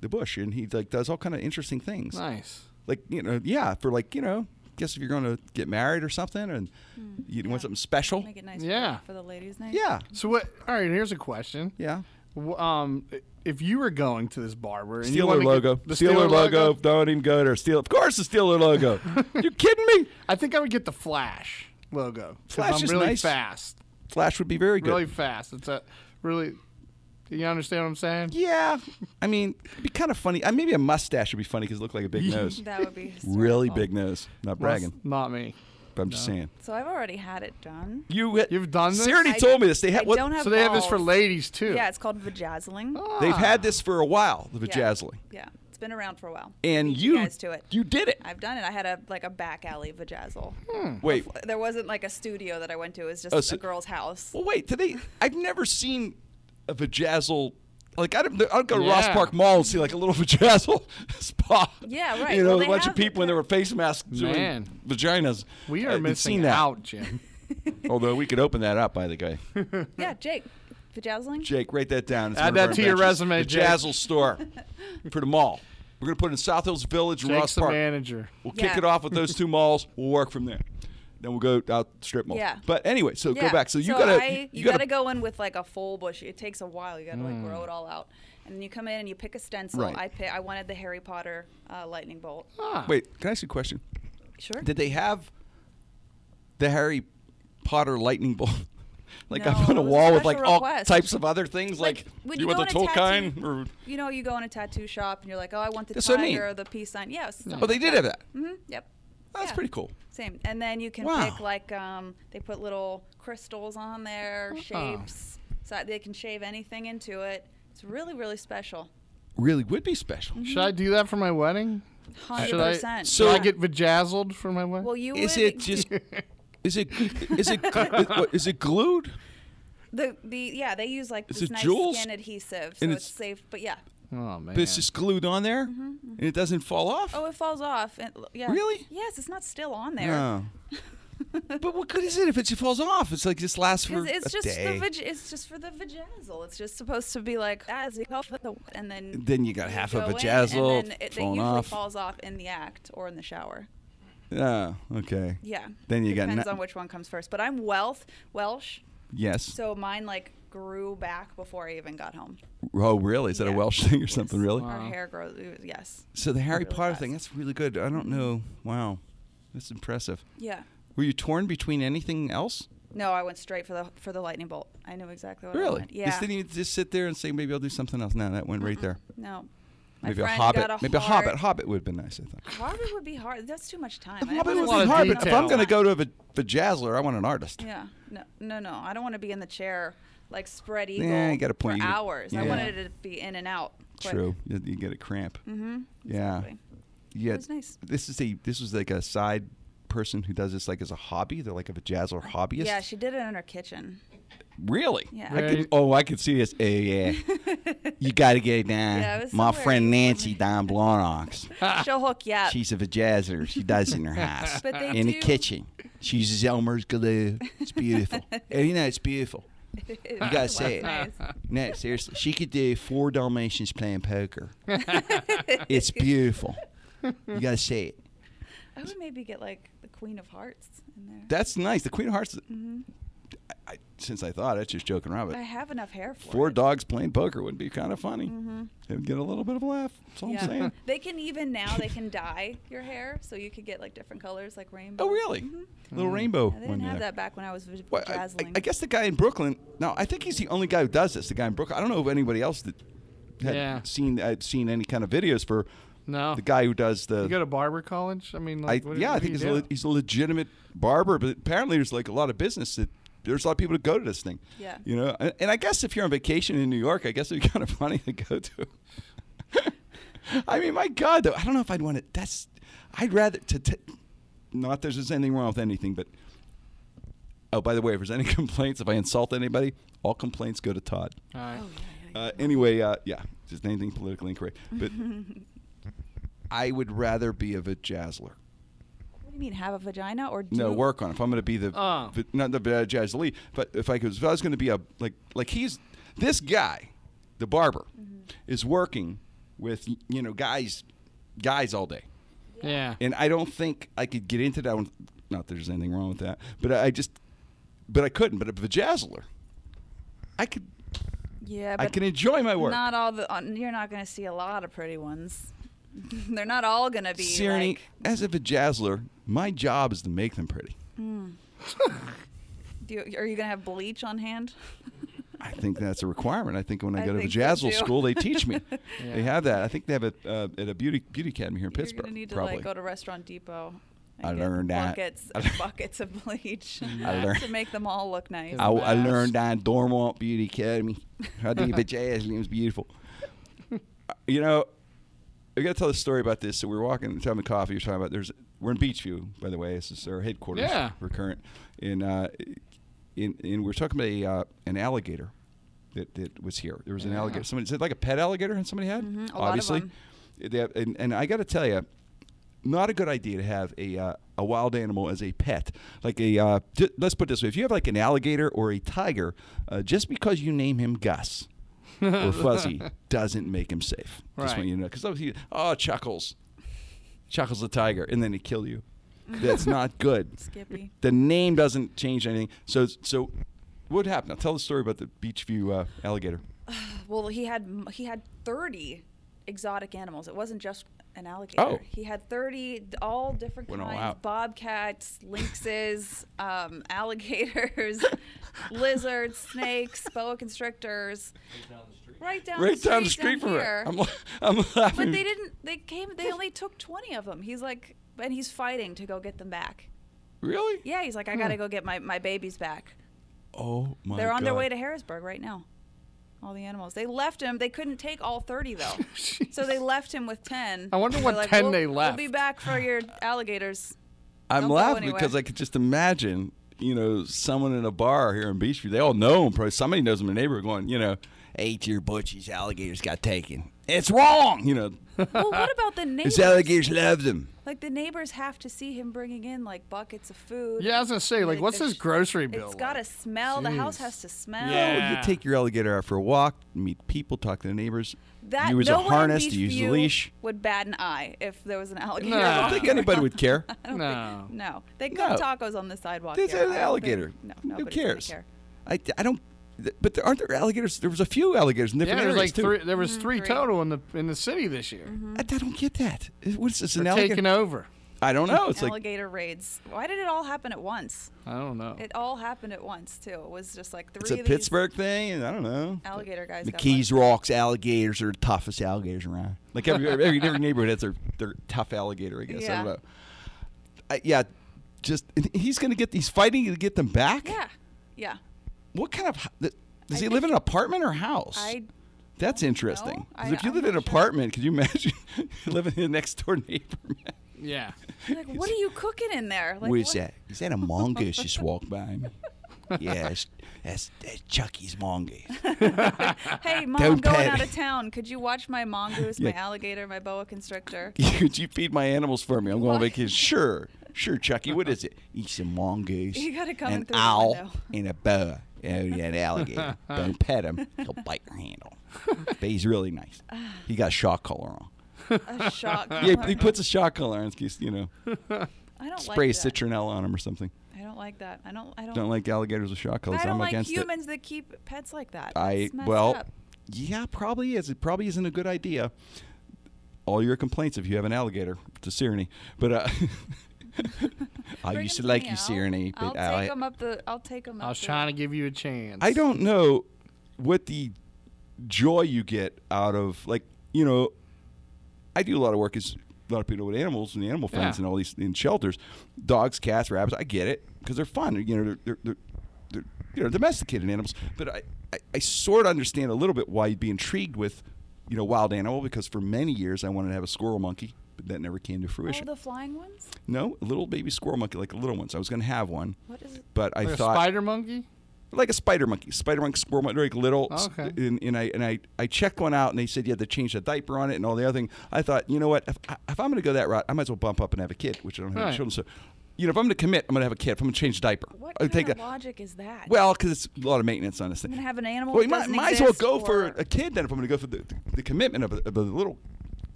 [SPEAKER 1] the bush, and he like does all kind of interesting things.
[SPEAKER 2] nice.
[SPEAKER 1] Like you know, yeah, for like you know, guess if you're going to get married or something, and you
[SPEAKER 3] Hmm. yeah.
[SPEAKER 1] want something special.
[SPEAKER 3] Make it nice.
[SPEAKER 2] Yeah.
[SPEAKER 3] For, for the ladies' night.
[SPEAKER 1] yeah.
[SPEAKER 2] So what? All right. Here's a question.
[SPEAKER 1] Yeah.
[SPEAKER 2] W- Um, if you were going to this barber, and you
[SPEAKER 1] Steeler
[SPEAKER 2] wanted to get-
[SPEAKER 1] logo.
[SPEAKER 2] the
[SPEAKER 1] Steeler logo. Don't even go there. Steeler. Of course, the Steeler logo. you kidding me?
[SPEAKER 2] I think I would get the Flash logo. 'cause
[SPEAKER 1] Flash
[SPEAKER 2] I'm
[SPEAKER 1] is
[SPEAKER 2] really
[SPEAKER 1] nice.
[SPEAKER 2] fast.
[SPEAKER 1] Flash would be very good.
[SPEAKER 2] Really fast. It's a really. Do you understand what I'm saying?
[SPEAKER 1] Yeah. I mean, it'd be kind of funny. Uh, maybe a mustache would be funny because it looked like a big nose.
[SPEAKER 3] That would be. hysterical.
[SPEAKER 1] Really big nose. Not
[SPEAKER 2] Well,
[SPEAKER 1] bragging,
[SPEAKER 2] it's Not me.
[SPEAKER 1] but I'm just saying.
[SPEAKER 3] So I've already had it done.
[SPEAKER 1] You ha-
[SPEAKER 2] You've done this?
[SPEAKER 1] She already
[SPEAKER 3] I-
[SPEAKER 1] told me this. They
[SPEAKER 3] I
[SPEAKER 1] had what,
[SPEAKER 3] don't have
[SPEAKER 2] So they have this for
[SPEAKER 3] balls.
[SPEAKER 2] ladies too.
[SPEAKER 3] Yeah, it's called vajazzling.
[SPEAKER 1] they've had this for a while, the
[SPEAKER 3] Ah. Yeah.
[SPEAKER 1] vajazzling.
[SPEAKER 3] Yeah, it's been around for a while.
[SPEAKER 1] And
[SPEAKER 3] Beat
[SPEAKER 1] you
[SPEAKER 2] you
[SPEAKER 3] guys to it.
[SPEAKER 1] you did it.
[SPEAKER 3] I've done it. I had a like a back alley vajazzle.
[SPEAKER 1] Wait.
[SPEAKER 3] There wasn't like a studio that I went to. It was just
[SPEAKER 1] Hmm. Oh, so-
[SPEAKER 3] a girl's house.
[SPEAKER 1] Well, wait. Today I've never seen a vajazzle like I don't, I don't go to Ross
[SPEAKER 2] Yeah.
[SPEAKER 1] Park Mall and see like a little vajazzle spa.
[SPEAKER 3] Yeah, right.
[SPEAKER 1] You know,
[SPEAKER 3] Well,
[SPEAKER 1] a
[SPEAKER 3] they
[SPEAKER 1] bunch of
[SPEAKER 3] have it
[SPEAKER 1] people in
[SPEAKER 3] there.
[SPEAKER 1] their face masks doing
[SPEAKER 2] Man.
[SPEAKER 1] vaginas.
[SPEAKER 2] We
[SPEAKER 1] I
[SPEAKER 2] are
[SPEAKER 1] hadn't seen
[SPEAKER 2] missing
[SPEAKER 1] that.
[SPEAKER 2] out, Jim.
[SPEAKER 1] Although we could open that up by the way.
[SPEAKER 3] Yeah, Jake, vajazzling.
[SPEAKER 1] Jake, write that down. It's
[SPEAKER 2] Add
[SPEAKER 1] one of
[SPEAKER 2] that
[SPEAKER 1] our
[SPEAKER 2] to your
[SPEAKER 1] inventions.
[SPEAKER 2] resume,
[SPEAKER 1] The
[SPEAKER 2] Jake.
[SPEAKER 1] Jazzle store for the mall. We're gonna put it in South Hills Village and Ross
[SPEAKER 2] Jake's the
[SPEAKER 1] Park.
[SPEAKER 2] manager.
[SPEAKER 1] We'll
[SPEAKER 3] Yeah.
[SPEAKER 1] kick it off with those two malls. We'll work from there. Then we'll go out the strip mall.
[SPEAKER 3] Yeah.
[SPEAKER 1] But anyway, so
[SPEAKER 3] Yeah.
[SPEAKER 1] go back. So you gotta
[SPEAKER 3] I-
[SPEAKER 1] you,
[SPEAKER 3] you,
[SPEAKER 1] gotta, Hmm.
[SPEAKER 3] gotta, go in with like a full bush. It takes a while. You gotta like grow it all out, and then you come in and you pick a stencil.
[SPEAKER 1] Right.
[SPEAKER 3] I pick, I wanted the Harry Potter uh, lightning bolt.
[SPEAKER 2] Ah.
[SPEAKER 1] wait. Can I ask you a question?
[SPEAKER 3] Sure.
[SPEAKER 1] Did they have the Harry Potter lightning bolt? like
[SPEAKER 3] No,
[SPEAKER 1] up on
[SPEAKER 3] it
[SPEAKER 1] a
[SPEAKER 3] was a
[SPEAKER 1] wall with like
[SPEAKER 3] special
[SPEAKER 1] all
[SPEAKER 3] request.
[SPEAKER 1] types of other things? Like,
[SPEAKER 3] Like, when
[SPEAKER 1] do you
[SPEAKER 3] you
[SPEAKER 1] want the
[SPEAKER 3] go on a
[SPEAKER 1] Tolkien?
[SPEAKER 3] tattoo-
[SPEAKER 1] Or,
[SPEAKER 3] you know, you go in a tattoo shop and you're like, oh, I want the
[SPEAKER 1] That's what I
[SPEAKER 3] tiger,
[SPEAKER 1] mean.
[SPEAKER 3] or the peace sign. Yes. Yeah,
[SPEAKER 1] oh, they did have that.
[SPEAKER 3] Mm-hmm. Yep.
[SPEAKER 1] That's
[SPEAKER 3] Yeah.
[SPEAKER 1] pretty cool.
[SPEAKER 3] Same. And then you can
[SPEAKER 1] Wow.
[SPEAKER 3] pick like um, they put little crystals on
[SPEAKER 1] Ah.
[SPEAKER 3] there, shapes, so they can shave anything into it. It's really really special.
[SPEAKER 1] Really would be special.
[SPEAKER 2] Should I do that for my wedding?
[SPEAKER 3] Hundred
[SPEAKER 2] Should I-
[SPEAKER 3] percent.
[SPEAKER 1] So-
[SPEAKER 2] Should I get bejazzled for my wedding?
[SPEAKER 3] Well, you
[SPEAKER 1] Is
[SPEAKER 3] would
[SPEAKER 1] it just? Is it is it what, is it glued?
[SPEAKER 3] The the yeah they use like
[SPEAKER 1] Is
[SPEAKER 3] this
[SPEAKER 1] it
[SPEAKER 3] nice
[SPEAKER 1] jewels?
[SPEAKER 3] skin adhesive, so
[SPEAKER 1] And
[SPEAKER 3] it's,
[SPEAKER 1] it's-
[SPEAKER 3] safe. But yeah,
[SPEAKER 2] oh man.
[SPEAKER 1] But it's just glued on there, and it doesn't fall off.
[SPEAKER 3] Mm-hmm, oh, it falls off. And, l- yeah.
[SPEAKER 1] Really?
[SPEAKER 3] Yes, it's not still on there.
[SPEAKER 1] No. but what good is it if it just falls off? It's like just lasts for
[SPEAKER 3] 'Cause it's
[SPEAKER 1] a
[SPEAKER 3] just
[SPEAKER 1] day.
[SPEAKER 3] the vag- it's just for the vajazzle. It's just supposed to be like as we go for the and then
[SPEAKER 1] Then you got half a
[SPEAKER 3] go in,
[SPEAKER 1] vajazzle
[SPEAKER 3] and then it, it
[SPEAKER 1] falling
[SPEAKER 3] usually
[SPEAKER 1] off.
[SPEAKER 3] falls off in the act or in the shower.
[SPEAKER 1] oh, okay.
[SPEAKER 3] Yeah.
[SPEAKER 1] Then you got
[SPEAKER 3] depends
[SPEAKER 1] na-
[SPEAKER 3] on which one comes first. But I'm Welsh, Welsh,
[SPEAKER 1] Yes.
[SPEAKER 3] so mine like grew back before I even got home.
[SPEAKER 1] oh, really? Is that a
[SPEAKER 3] Yeah.
[SPEAKER 1] Welsh thing or something? Really?
[SPEAKER 3] Our
[SPEAKER 2] Wow.
[SPEAKER 3] hair grows. Yes.
[SPEAKER 1] So the Harry
[SPEAKER 3] Really
[SPEAKER 1] Potter
[SPEAKER 3] fast.
[SPEAKER 1] thing. That's really good. I don't know. Wow, that's impressive.
[SPEAKER 3] Yeah.
[SPEAKER 1] Were you torn between anything else?
[SPEAKER 3] No, I went straight for the for the lightning bolt. I knew exactly what I
[SPEAKER 1] Really?
[SPEAKER 3] wanted.
[SPEAKER 1] You
[SPEAKER 3] Yeah.
[SPEAKER 1] just didn't e even just sit there and say maybe I'll do something else. No, that went right there.
[SPEAKER 3] No. My
[SPEAKER 1] Maybe a
[SPEAKER 3] friend
[SPEAKER 1] Hobbit.
[SPEAKER 3] got a
[SPEAKER 1] maybe
[SPEAKER 3] heart.
[SPEAKER 1] a Hobbit. Hobbit would have been nice. I thought.
[SPEAKER 3] Hobbit would be hard. That's too much time.
[SPEAKER 1] The
[SPEAKER 3] I don't
[SPEAKER 1] Hobbit
[SPEAKER 3] wanna
[SPEAKER 1] would
[SPEAKER 2] lot
[SPEAKER 1] be
[SPEAKER 2] of
[SPEAKER 1] hard, but if I'm
[SPEAKER 2] detail.
[SPEAKER 1] going to go to a va- vajazzler, I want an artist.
[SPEAKER 3] Yeah. No, no, no. I don't want to be in the chair like spread eagle
[SPEAKER 1] Yeah, you got a point.
[SPEAKER 3] for
[SPEAKER 1] You-
[SPEAKER 3] hours. I
[SPEAKER 1] yeah.
[SPEAKER 3] wanted it to be in and out. quick.
[SPEAKER 1] True. You, you get a cramp. Mm-hmm. Yeah.
[SPEAKER 3] Exactly.
[SPEAKER 1] Yeah.
[SPEAKER 3] It was nice.
[SPEAKER 1] This is a this was like a side person who does this like as a hobby. They're like a vajazzler hobbyist.
[SPEAKER 3] Yeah, she did it in her kitchen.
[SPEAKER 1] really.
[SPEAKER 3] Yeah.
[SPEAKER 1] I
[SPEAKER 2] Right.
[SPEAKER 1] could, oh, I could see this. Oh yeah. you got to get it down.
[SPEAKER 3] Yeah, it was
[SPEAKER 1] My
[SPEAKER 3] somewhere-
[SPEAKER 1] friend Nancy down Blonox.
[SPEAKER 3] She'll hook you up.
[SPEAKER 1] She's a vajazzler. She does it in her house
[SPEAKER 3] But they
[SPEAKER 1] in the
[SPEAKER 3] do-
[SPEAKER 1] kitchen. She uses Elmer's glue. It's beautiful. and you know it's beautiful.
[SPEAKER 3] you
[SPEAKER 1] gotta say it.
[SPEAKER 3] Nice.
[SPEAKER 1] No, seriously. She could do four Dalmatians playing poker. it's beautiful. You got to say it.
[SPEAKER 3] I would maybe get like the Queen of Hearts in there. Mm-hmm.
[SPEAKER 1] That's nice. The Queen of Hearts. I, since I thought it's just joking around,
[SPEAKER 3] I
[SPEAKER 1] but
[SPEAKER 3] have enough hair for
[SPEAKER 1] four
[SPEAKER 3] it.
[SPEAKER 1] dogs playing poker would be kind of funny.
[SPEAKER 3] Mm-hmm.
[SPEAKER 1] mm It would get a little bit of a laugh. That's all I'm saying.
[SPEAKER 3] they can even now they can dye your hair, so you could get like different colors, like rainbow.
[SPEAKER 1] Oh, really? Little rainbow.
[SPEAKER 3] Yeah, Mm. they
[SPEAKER 1] one
[SPEAKER 3] didn't have
[SPEAKER 1] there.
[SPEAKER 3] that back when I was v-
[SPEAKER 1] Well, I, I,
[SPEAKER 3] dazzling.
[SPEAKER 1] I guess the guy in Brooklyn. Now, I think he's the only guy who does this. The guy in Brooklyn. I don't know if anybody else that had
[SPEAKER 2] Yeah.
[SPEAKER 1] seen had seen any kind of videos for
[SPEAKER 2] No.
[SPEAKER 1] the guy who does
[SPEAKER 2] You go
[SPEAKER 1] the.
[SPEAKER 2] to barber college? I mean,
[SPEAKER 1] Uh, I,
[SPEAKER 2] like, what,
[SPEAKER 1] yeah, I
[SPEAKER 2] what
[SPEAKER 1] think
[SPEAKER 2] do you
[SPEAKER 1] he's a,
[SPEAKER 2] do?
[SPEAKER 1] le- he's a legitimate barber, but apparently there's like a lot of business that there's a lot of people that go to this thing.
[SPEAKER 3] Yeah.
[SPEAKER 1] you know, and, and I guess if you're on vacation in New York, I guess it'd be kind of funny to go to. I mean, my God, though, I don't know if I'd want to. That's, I'd rather to. t- not that there's anything wrong with anything, but oh, by the way, if there's any complaints, if I insult anybody, all complaints go to Todd.
[SPEAKER 2] All right.
[SPEAKER 1] Uh, anyway, uh, yeah, just anything politically incorrect. But I would rather be a vajazzler.
[SPEAKER 3] what do you mean, have a vagina or do
[SPEAKER 1] No, work on. it. If I'm going to be the
[SPEAKER 2] Oh.
[SPEAKER 1] vi- not the vajazzlee, but if I was, if I was going to be a like like he's this guy, the barber,
[SPEAKER 3] Mm-hmm.
[SPEAKER 1] is working with you know guys guys all day.
[SPEAKER 2] Yeah.
[SPEAKER 1] and I don't think I could get into that one. Not that there's anything wrong with that, but I just, but I couldn't. But a vajazzler, I could,
[SPEAKER 3] Yeah, but
[SPEAKER 1] I can enjoy my work.
[SPEAKER 3] not all the. On, you're not gonna see a lot of pretty ones. They're not all gonna be
[SPEAKER 1] Sigourney,
[SPEAKER 3] like.
[SPEAKER 1] as a vajazzler, my job is to make them pretty.
[SPEAKER 3] Do you, are you gonna have bleach on hand?
[SPEAKER 1] I think that's a requirement. I think when I,
[SPEAKER 3] I
[SPEAKER 1] go to
[SPEAKER 3] think so,
[SPEAKER 1] vajazzle
[SPEAKER 3] too.
[SPEAKER 1] school, they teach me.
[SPEAKER 2] Yeah.
[SPEAKER 1] They have that. I think they have it uh, at a beauty beauty academy here in
[SPEAKER 3] You're
[SPEAKER 1] Pittsburgh.
[SPEAKER 3] gonna need to
[SPEAKER 1] probably.
[SPEAKER 3] like go to Restaurant Depot. and
[SPEAKER 1] I
[SPEAKER 3] get
[SPEAKER 1] learned that.
[SPEAKER 3] buckets
[SPEAKER 1] I
[SPEAKER 3] and
[SPEAKER 1] learned-
[SPEAKER 3] buckets of bleach
[SPEAKER 1] I learned-
[SPEAKER 3] to make them all look nice.
[SPEAKER 1] I, I
[SPEAKER 2] Mask.
[SPEAKER 1] learned that in Dormont Beauty Academy. I did a jazz and it was beautiful. Uh, you know, I got to tell the story about this. So we were walking, and having coffee. You're talking about there's we're in Beachview, by the way. This is our headquarters.
[SPEAKER 2] Yeah.
[SPEAKER 1] for current. And uh, in, in we are talking about a, uh, an alligator that, that was here. There was an
[SPEAKER 2] Yeah.
[SPEAKER 1] alligator. Somebody is it like a pet alligator? And somebody had
[SPEAKER 3] Mhm, a lot of
[SPEAKER 1] obviously.
[SPEAKER 3] them.
[SPEAKER 1] They have- and, and I got to tell you, not a good idea to have a uh, a wild animal as a pet. Like a uh, j- let's put it this way: if you have like an alligator or a tiger, uh, just because you name him Gus or Fuzzy doesn't make him safe. Just
[SPEAKER 2] Right.
[SPEAKER 1] want you to know, because obviously, oh, Chuckles, Chuckles the tiger, and then he kill you. That's not good.
[SPEAKER 3] Skippy.
[SPEAKER 1] The name doesn't change anything. So so, what happened? Now tell the story about the Beachview uh, alligator.
[SPEAKER 3] Well, he had m- he had 30 exotic animals. It wasn't just an alligator.
[SPEAKER 1] Oh.
[SPEAKER 3] He had 30 d- all different
[SPEAKER 1] Went all
[SPEAKER 3] kinds:
[SPEAKER 1] out.
[SPEAKER 3] bobcats, lynxes, um, alligators, lizards, snakes, boa constrictors. Right down the
[SPEAKER 1] Right
[SPEAKER 3] street.
[SPEAKER 1] down the street from
[SPEAKER 3] here.
[SPEAKER 1] her. I'm, la- I'm laughing.
[SPEAKER 3] But they didn't. They came. They only took 20 of them. He's like, and he's fighting to go get them back.
[SPEAKER 1] Really?
[SPEAKER 3] Yeah, he's like, I
[SPEAKER 1] Hmm.
[SPEAKER 3] gotta go get my my babies back.
[SPEAKER 1] Oh my
[SPEAKER 3] They're on their
[SPEAKER 1] God.
[SPEAKER 3] way to Harrisburg right now. All the animals. They left him. They couldn't take all 30 though. so they left him with 10.
[SPEAKER 2] I wonder
[SPEAKER 3] They're
[SPEAKER 2] what 10
[SPEAKER 3] we'll,
[SPEAKER 2] they left."
[SPEAKER 3] We'll be back for your alligators.
[SPEAKER 1] I'm
[SPEAKER 3] Don't go
[SPEAKER 1] laughing
[SPEAKER 3] anywhere.
[SPEAKER 1] because I could just imagine, you know, someone in a bar here in Beachview. They all know him. Probably somebody knows him in the neighborhood going, you know, eight year butchies alligators got taken. It's wrong. You know,
[SPEAKER 3] Well, what about the neighbors?
[SPEAKER 1] his alligators loved him.
[SPEAKER 3] Like the neighbors have to see him bringing in like buckets of food.
[SPEAKER 2] Yeah, I was gonna say, like, what's
[SPEAKER 3] the
[SPEAKER 2] his
[SPEAKER 3] sh-
[SPEAKER 2] grocery bill?
[SPEAKER 3] It's got to
[SPEAKER 2] like?
[SPEAKER 3] smell. The house
[SPEAKER 2] Jeez.
[SPEAKER 3] has to smell.
[SPEAKER 2] Yeah.
[SPEAKER 1] Oh, you take your alligator out for a walk, meet people, talk to the neighbors.
[SPEAKER 3] That
[SPEAKER 1] you use a
[SPEAKER 3] no one in
[SPEAKER 1] harness, you use a
[SPEAKER 3] Beachview
[SPEAKER 1] leash.
[SPEAKER 3] Would bat an eye if there was an alligator.
[SPEAKER 2] No.
[SPEAKER 1] I don't think anybody would care.
[SPEAKER 2] No.
[SPEAKER 3] No, they cook
[SPEAKER 1] No.
[SPEAKER 3] tacos on the sidewalk.
[SPEAKER 1] There's
[SPEAKER 3] here. I
[SPEAKER 1] an
[SPEAKER 3] don't
[SPEAKER 1] alligator.
[SPEAKER 3] Think, no,
[SPEAKER 1] Who
[SPEAKER 3] nobody's gonna
[SPEAKER 1] cares?
[SPEAKER 3] care.
[SPEAKER 1] I, I don't. th- But there aren't there alligators. There was a few alligators in
[SPEAKER 2] Yeah,
[SPEAKER 1] different
[SPEAKER 2] there's
[SPEAKER 1] areas
[SPEAKER 2] like
[SPEAKER 1] too.
[SPEAKER 2] three. There was Mm-hmm. three Mm-hmm.
[SPEAKER 3] three.
[SPEAKER 2] total in the in the city this year.
[SPEAKER 1] I, I don't get that. What's this? An
[SPEAKER 2] They're
[SPEAKER 1] alligator?
[SPEAKER 2] taking over.
[SPEAKER 1] I don't know. It's like
[SPEAKER 3] alligator raids. Why did it all happen at once?
[SPEAKER 2] I don't know.
[SPEAKER 3] It all happened at once too. It was just like three
[SPEAKER 1] It's a
[SPEAKER 3] of these
[SPEAKER 1] Pittsburgh thing, and I don't know.
[SPEAKER 3] alligator guys. got
[SPEAKER 1] McKees Rocks alligators are the toughest alligators around. Like every every, every neighborhood has their, their tough alligator, I guess. I don't
[SPEAKER 3] Yeah.
[SPEAKER 1] know. I, yeah, just and he's gonna get he's fighting to get them back.
[SPEAKER 3] one. Yeah, yeah.
[SPEAKER 1] What kind of h- th- does
[SPEAKER 3] I
[SPEAKER 1] he
[SPEAKER 3] think
[SPEAKER 1] live in an
[SPEAKER 3] he-
[SPEAKER 1] apartment or house?
[SPEAKER 3] I
[SPEAKER 1] That's
[SPEAKER 3] don't know.
[SPEAKER 1] interesting. 'Cause
[SPEAKER 3] I-
[SPEAKER 1] if you
[SPEAKER 3] I'm
[SPEAKER 1] live in an
[SPEAKER 3] not sure.
[SPEAKER 1] apartment, could you imagine living in the next door neighbor? Man?
[SPEAKER 2] yeah.
[SPEAKER 3] like, what are you cooking in there? Like,
[SPEAKER 1] What is
[SPEAKER 3] what-
[SPEAKER 1] that? Is that a mongoose just walked by me? yeah, that's, that's, that's Chucky's mongoose.
[SPEAKER 3] Hey, mom,
[SPEAKER 1] Don't
[SPEAKER 3] I'm going
[SPEAKER 1] pet
[SPEAKER 3] out
[SPEAKER 1] it.
[SPEAKER 3] of town. Could you watch my mongoose, my
[SPEAKER 1] Yeah.
[SPEAKER 3] alligator, my boa constrictor?
[SPEAKER 1] Could you feed my animals for me? I'm going on
[SPEAKER 3] Why?
[SPEAKER 1] vacation. Sure, sure, Chucky. What is it? Eat some mongoose.
[SPEAKER 3] You gotta come in
[SPEAKER 1] an
[SPEAKER 3] through the
[SPEAKER 1] owl
[SPEAKER 3] window.
[SPEAKER 1] and a boa. Oh, yeah, an alligator. Don't pet him. He'll bite your handle. But he's really nice. He got shock collar on.
[SPEAKER 3] A shock.
[SPEAKER 1] Yeah, he puts a shock collar on. in case, You know,
[SPEAKER 3] I don't
[SPEAKER 1] spray
[SPEAKER 3] like that.
[SPEAKER 1] citronella on him or something.
[SPEAKER 3] I don't don't like that. I don't. I don't.
[SPEAKER 1] Don't like alligators with shock collars.
[SPEAKER 3] I don't
[SPEAKER 1] I'm
[SPEAKER 3] like
[SPEAKER 1] against it.
[SPEAKER 3] humans that keep pets like that.
[SPEAKER 1] I
[SPEAKER 3] That's messed
[SPEAKER 1] well,
[SPEAKER 3] up.
[SPEAKER 1] yeah, probably is. It probably isn't a good idea. All your complaints if you have an alligator, it's a Syrenny. But uh, I
[SPEAKER 3] Bring
[SPEAKER 1] used
[SPEAKER 3] 'em
[SPEAKER 1] to like
[SPEAKER 3] me.
[SPEAKER 1] you,
[SPEAKER 3] I'll-
[SPEAKER 1] Syrenny,
[SPEAKER 3] I'll
[SPEAKER 1] but
[SPEAKER 3] take
[SPEAKER 1] I,
[SPEAKER 3] 'em up the. I'll take 'em
[SPEAKER 2] I
[SPEAKER 3] up
[SPEAKER 2] was
[SPEAKER 3] the-
[SPEAKER 2] trying to give you a chance.
[SPEAKER 1] I don't know what the joy you get out of like you know. I do a lot of work as a lot of people with animals and animal friends
[SPEAKER 2] Yeah.
[SPEAKER 1] and all these in shelters, dogs, cats, rabbits. I get it because they're fun. You know, they're they're, they're, they're you know domesticated animals. But I, I I sort of understand a little bit why you'd be intrigued with you know wild animal because for many years I wanted to have a squirrel monkey, but that never came to
[SPEAKER 3] Oh,
[SPEAKER 1] fruition.
[SPEAKER 3] the flying ones.
[SPEAKER 1] no, a little baby squirrel monkey, like the little ones. I was going to have one,
[SPEAKER 3] What is? it?
[SPEAKER 1] but I
[SPEAKER 2] Like a
[SPEAKER 1] thought
[SPEAKER 2] spider monkey.
[SPEAKER 1] like a spider monkey, spider monkey, squirrel monkey, like little. s-
[SPEAKER 2] Oh, Okay.
[SPEAKER 1] And, and I and I, I checked one out, and they said you had to change the diaper on it and all the other thing. I thought, you know what, if, I- if I'm going to go that route, I might as well bump up and have a kid, which I don't have any
[SPEAKER 2] Right.
[SPEAKER 1] children. So, you know, if I'm going to commit, I'm going to have a kid. If I'm going to change the diaper,
[SPEAKER 3] What
[SPEAKER 1] I
[SPEAKER 3] kind
[SPEAKER 1] Oh, take
[SPEAKER 3] of
[SPEAKER 1] a,
[SPEAKER 3] logic is that?
[SPEAKER 1] well because it's a lot of maintenance on this thing.
[SPEAKER 3] I'm gonna have an animal.
[SPEAKER 1] well, you
[SPEAKER 3] that
[SPEAKER 1] might,
[SPEAKER 3] doesn't
[SPEAKER 1] might as well
[SPEAKER 3] exist,
[SPEAKER 1] go for
[SPEAKER 3] or-
[SPEAKER 1] a kid then if I'm going to go for the, the, commitment of a, of a little.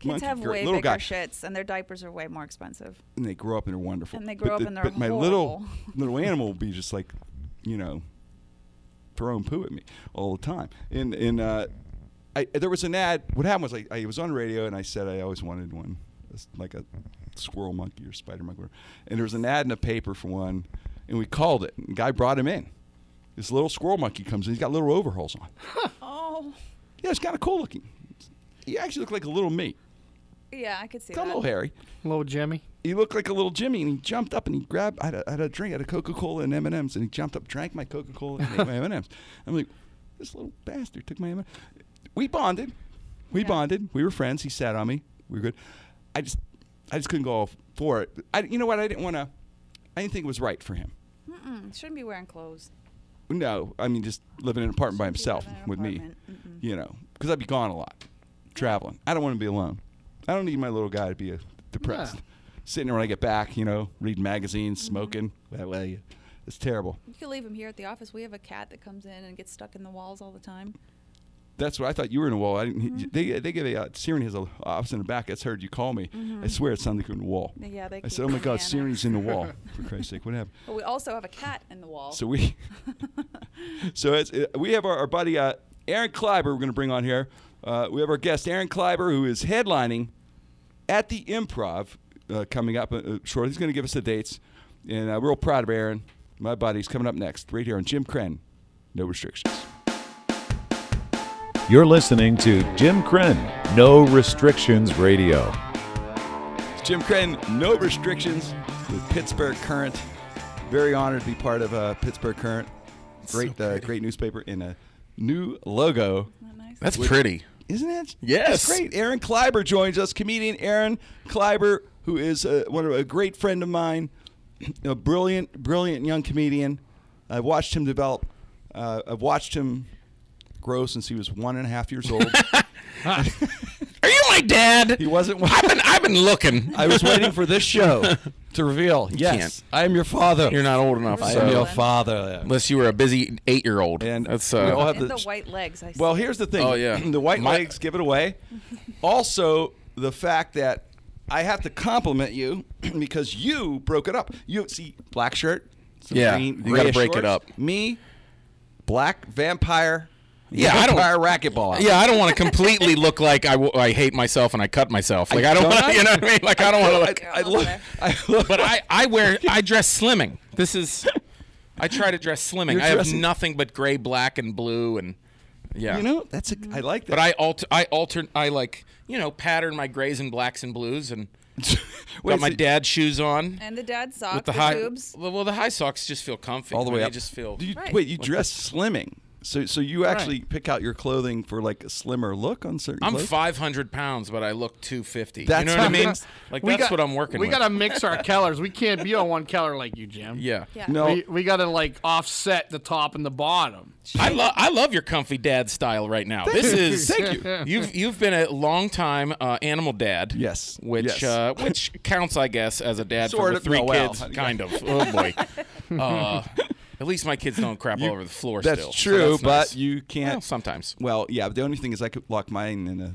[SPEAKER 3] Kids
[SPEAKER 1] monkey
[SPEAKER 3] have
[SPEAKER 1] girl-
[SPEAKER 3] way
[SPEAKER 1] little
[SPEAKER 3] bigger
[SPEAKER 1] guy.
[SPEAKER 3] shits, and their diapers are way more expensive.
[SPEAKER 1] and they grow up and they're wonderful.
[SPEAKER 3] And they
[SPEAKER 1] But
[SPEAKER 3] grow up
[SPEAKER 1] the-
[SPEAKER 3] and they're
[SPEAKER 1] But my little
[SPEAKER 3] horrible.
[SPEAKER 1] little animal will be just like, you know, throwing poo at me all the time. And and uh, I there was an ad. What happened was I, I was on the radio and I said I always wanted one, It's like a squirrel monkey or spider monkey. Whatever. And there was an ad in a paper for one, and we called it. And the guy brought him in. This little squirrel monkey comes in. He's got little overalls on.
[SPEAKER 3] Oh,
[SPEAKER 1] Yeah, it's kind of cool looking. He actually looked like a little me.
[SPEAKER 3] yeah, I could see
[SPEAKER 1] He's a
[SPEAKER 3] that.
[SPEAKER 1] little hairy
[SPEAKER 2] Little Jimmy.
[SPEAKER 1] he looked like a little Jimmy, and he jumped up and he grabbed. I had a, I had a drink, I had a Coca Cola and M and M's, and he jumped up, drank my Coca Cola, and ate my M and M's. I'm like, this little bastard took my M. We bonded, we
[SPEAKER 3] Yeah.
[SPEAKER 1] bonded. We were friends. He sat on me. We were good. I just, I just couldn't go all for it. I, you know what? I didn't want to. I didn't think it was right for him.
[SPEAKER 3] Mm-mm, shouldn't be wearing clothes.
[SPEAKER 1] No, I mean just living in an apartment by
[SPEAKER 3] Shouldn't be
[SPEAKER 1] himself
[SPEAKER 3] living in an
[SPEAKER 1] with me,
[SPEAKER 3] apartment. Mm-mm.
[SPEAKER 1] you know, because I'd be gone a lot, traveling. I don't want to be alone. I don't need my little guy to be uh, depressed,
[SPEAKER 2] Yeah.
[SPEAKER 1] sitting there when I get back, you know, reading magazines,
[SPEAKER 3] Mm-hmm.
[SPEAKER 1] smoking. That way, it's terrible.
[SPEAKER 3] You could leave him here at the office. We have a cat that comes in and gets stuck in the walls all the time.
[SPEAKER 1] That's what I thought you were in a wall. I didn't.
[SPEAKER 3] Mm-hmm.
[SPEAKER 1] They they give a uh, Siren has a office in the back. That's heard you call me. I swear it sounded like you were in a wall.
[SPEAKER 3] Mm-hmm. Yeah, they
[SPEAKER 1] I
[SPEAKER 3] keep
[SPEAKER 1] said, oh my God,
[SPEAKER 3] coming in.
[SPEAKER 1] Siren's in the wall. For Christ's sake, what happened?
[SPEAKER 3] But we also have a cat in the wall.
[SPEAKER 1] So we, so it's, uh, we have our, our buddy uh, Aaron Kleiber. We're going to bring on here. Uh, we have our guest Aaron Kleiber, who is headlining at the Improv uh, coming up uh, uh, shortly. He's going to give us the dates, and uh, we're real proud of Aaron, my buddy. He's coming up next, right here on Jim Crenn. No restrictions.
[SPEAKER 4] You're listening to Jim Crenn, No Restrictions Radio.
[SPEAKER 1] It's Jim Crenn, no restrictions with Pittsburgh Current. Very honored to be part of uh, Pittsburgh Current. Great, uh, great newspaper and a new logo.
[SPEAKER 3] Isn't that nice?
[SPEAKER 5] That's pretty.
[SPEAKER 1] Isn't it?
[SPEAKER 5] Yes.
[SPEAKER 1] That's great. Aaron Kleiber joins us, comedian Aaron Kleiber, who is uh, a, one of a great friend of mine, a brilliant, brilliant young comedian. I've watched him develop. Uh, I've watched him grow since he was one and a half years old.
[SPEAKER 5] Are you my dad?
[SPEAKER 1] he wasn't. one-
[SPEAKER 5] I've been I've been looking.
[SPEAKER 1] I was waiting for this show to reveal. yes,
[SPEAKER 5] can't.
[SPEAKER 1] I am your father.
[SPEAKER 5] You're not old enough.
[SPEAKER 3] I
[SPEAKER 1] I
[SPEAKER 3] So-
[SPEAKER 1] am your
[SPEAKER 3] Ellen.
[SPEAKER 1] father.
[SPEAKER 5] unless you were a busy eight year old.
[SPEAKER 1] And
[SPEAKER 5] that's
[SPEAKER 1] we
[SPEAKER 5] uh,
[SPEAKER 1] all have
[SPEAKER 3] and
[SPEAKER 1] the-
[SPEAKER 3] the white legs. I
[SPEAKER 1] Well,
[SPEAKER 3] see.
[SPEAKER 1] here's the thing.
[SPEAKER 5] Oh, yeah.
[SPEAKER 1] the white
[SPEAKER 5] My-
[SPEAKER 1] legs give it away. also, the fact that I have to compliment you because you broke it up. You see, black shirt. some
[SPEAKER 5] Yeah,
[SPEAKER 1] green,
[SPEAKER 5] you gotta
[SPEAKER 1] grayish
[SPEAKER 5] break it
[SPEAKER 1] shorts.
[SPEAKER 5] up.
[SPEAKER 1] Me, black vampire.
[SPEAKER 5] Yeah, I don't-
[SPEAKER 1] vampire racquetball.
[SPEAKER 5] yeah, I don't want to completely look like I, w- I hate myself and I cut myself. Like I, don't
[SPEAKER 1] don't
[SPEAKER 5] want
[SPEAKER 1] I?
[SPEAKER 5] to, you know what I mean? Like I don't want to look.
[SPEAKER 1] I, I look. I look.
[SPEAKER 5] But I, I wear I dress slimming. This is I try to dress slimming.
[SPEAKER 1] You're
[SPEAKER 5] I have
[SPEAKER 1] dressing-
[SPEAKER 5] nothing but gray, black, and blue, and yeah.
[SPEAKER 1] you know that's a, I like that.
[SPEAKER 5] but I alter I alter I like you know pattern my grays and blacks and blues and
[SPEAKER 1] Wait,
[SPEAKER 5] got my
[SPEAKER 1] so-
[SPEAKER 5] dad's shoes on
[SPEAKER 3] and the dad sock,
[SPEAKER 5] with the
[SPEAKER 3] the,
[SPEAKER 5] high.
[SPEAKER 3] boobs.
[SPEAKER 5] Well, the high socks just feel comfy.
[SPEAKER 1] all the way
[SPEAKER 5] They
[SPEAKER 1] up.
[SPEAKER 5] just feel.
[SPEAKER 1] Do you-
[SPEAKER 3] Right.
[SPEAKER 1] Wait, you dress slimming. So, so you actually pick out your clothing for like a slimmer look on certain.
[SPEAKER 5] I'm
[SPEAKER 1] clothes?
[SPEAKER 5] 500 pounds, but I look 250.
[SPEAKER 1] That's
[SPEAKER 5] you know what I mean?
[SPEAKER 1] what-
[SPEAKER 5] Like
[SPEAKER 2] We
[SPEAKER 5] that's
[SPEAKER 2] got-
[SPEAKER 5] what I'm working
[SPEAKER 2] We
[SPEAKER 5] with.
[SPEAKER 2] gotta mix our colors. We can't be on one color like you, Jim.
[SPEAKER 5] yeah.
[SPEAKER 3] Yeah.
[SPEAKER 1] No,
[SPEAKER 2] We, we gotta like offset the top and the bottom.
[SPEAKER 5] I love I love your comfy dad style right now. this
[SPEAKER 1] you.
[SPEAKER 5] is
[SPEAKER 1] Thank
[SPEAKER 2] you.
[SPEAKER 5] You've you've been a long time uh, animal dad.
[SPEAKER 1] Yes.
[SPEAKER 5] Which
[SPEAKER 1] Yes.
[SPEAKER 5] Uh, which counts, I guess, as a dad
[SPEAKER 1] Sort
[SPEAKER 5] for the
[SPEAKER 1] of.
[SPEAKER 5] three
[SPEAKER 1] Oh, well.
[SPEAKER 5] kids, kind of. Oh boy. Uh, at least my kids don't crap all over the floor.
[SPEAKER 1] That's
[SPEAKER 5] still, so
[SPEAKER 1] true,
[SPEAKER 5] that's
[SPEAKER 1] but
[SPEAKER 5] nice.
[SPEAKER 1] you can't.
[SPEAKER 5] Well, sometimes.
[SPEAKER 1] Well, yeah. But the only thing is, I could lock mine in a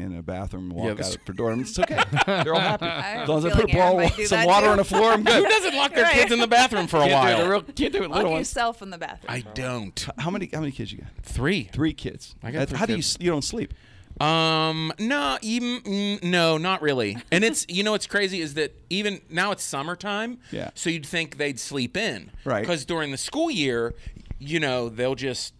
[SPEAKER 1] in a bathroom, walk
[SPEAKER 5] that's-
[SPEAKER 1] out the door. and It's okay. They're all happy.
[SPEAKER 3] have
[SPEAKER 1] As long as I
[SPEAKER 3] a
[SPEAKER 1] put a
[SPEAKER 3] feeling
[SPEAKER 1] ball,
[SPEAKER 3] everybody do
[SPEAKER 1] some
[SPEAKER 3] that
[SPEAKER 1] water
[SPEAKER 3] too.
[SPEAKER 1] on the floor, I'm good.
[SPEAKER 5] Who doesn't lock their kids in the bathroom for a
[SPEAKER 1] Can't do it,
[SPEAKER 5] while?
[SPEAKER 1] the real- can't do it, little
[SPEAKER 3] Lock
[SPEAKER 1] ones.
[SPEAKER 3] yourself in the bathroom.
[SPEAKER 5] I don't.
[SPEAKER 1] How many? How many kids you got?
[SPEAKER 5] Three.
[SPEAKER 1] Three kids.
[SPEAKER 5] I got
[SPEAKER 1] That's-
[SPEAKER 5] three
[SPEAKER 1] how
[SPEAKER 5] kids.
[SPEAKER 1] do you? You don't sleep.
[SPEAKER 5] Um, no, even mm, no, not really. And it's you know what's crazy is that even now it's summertime.
[SPEAKER 1] Yeah.
[SPEAKER 5] So you'd think they'd sleep in,
[SPEAKER 1] Right.
[SPEAKER 5] Because during the school year, you know they'll just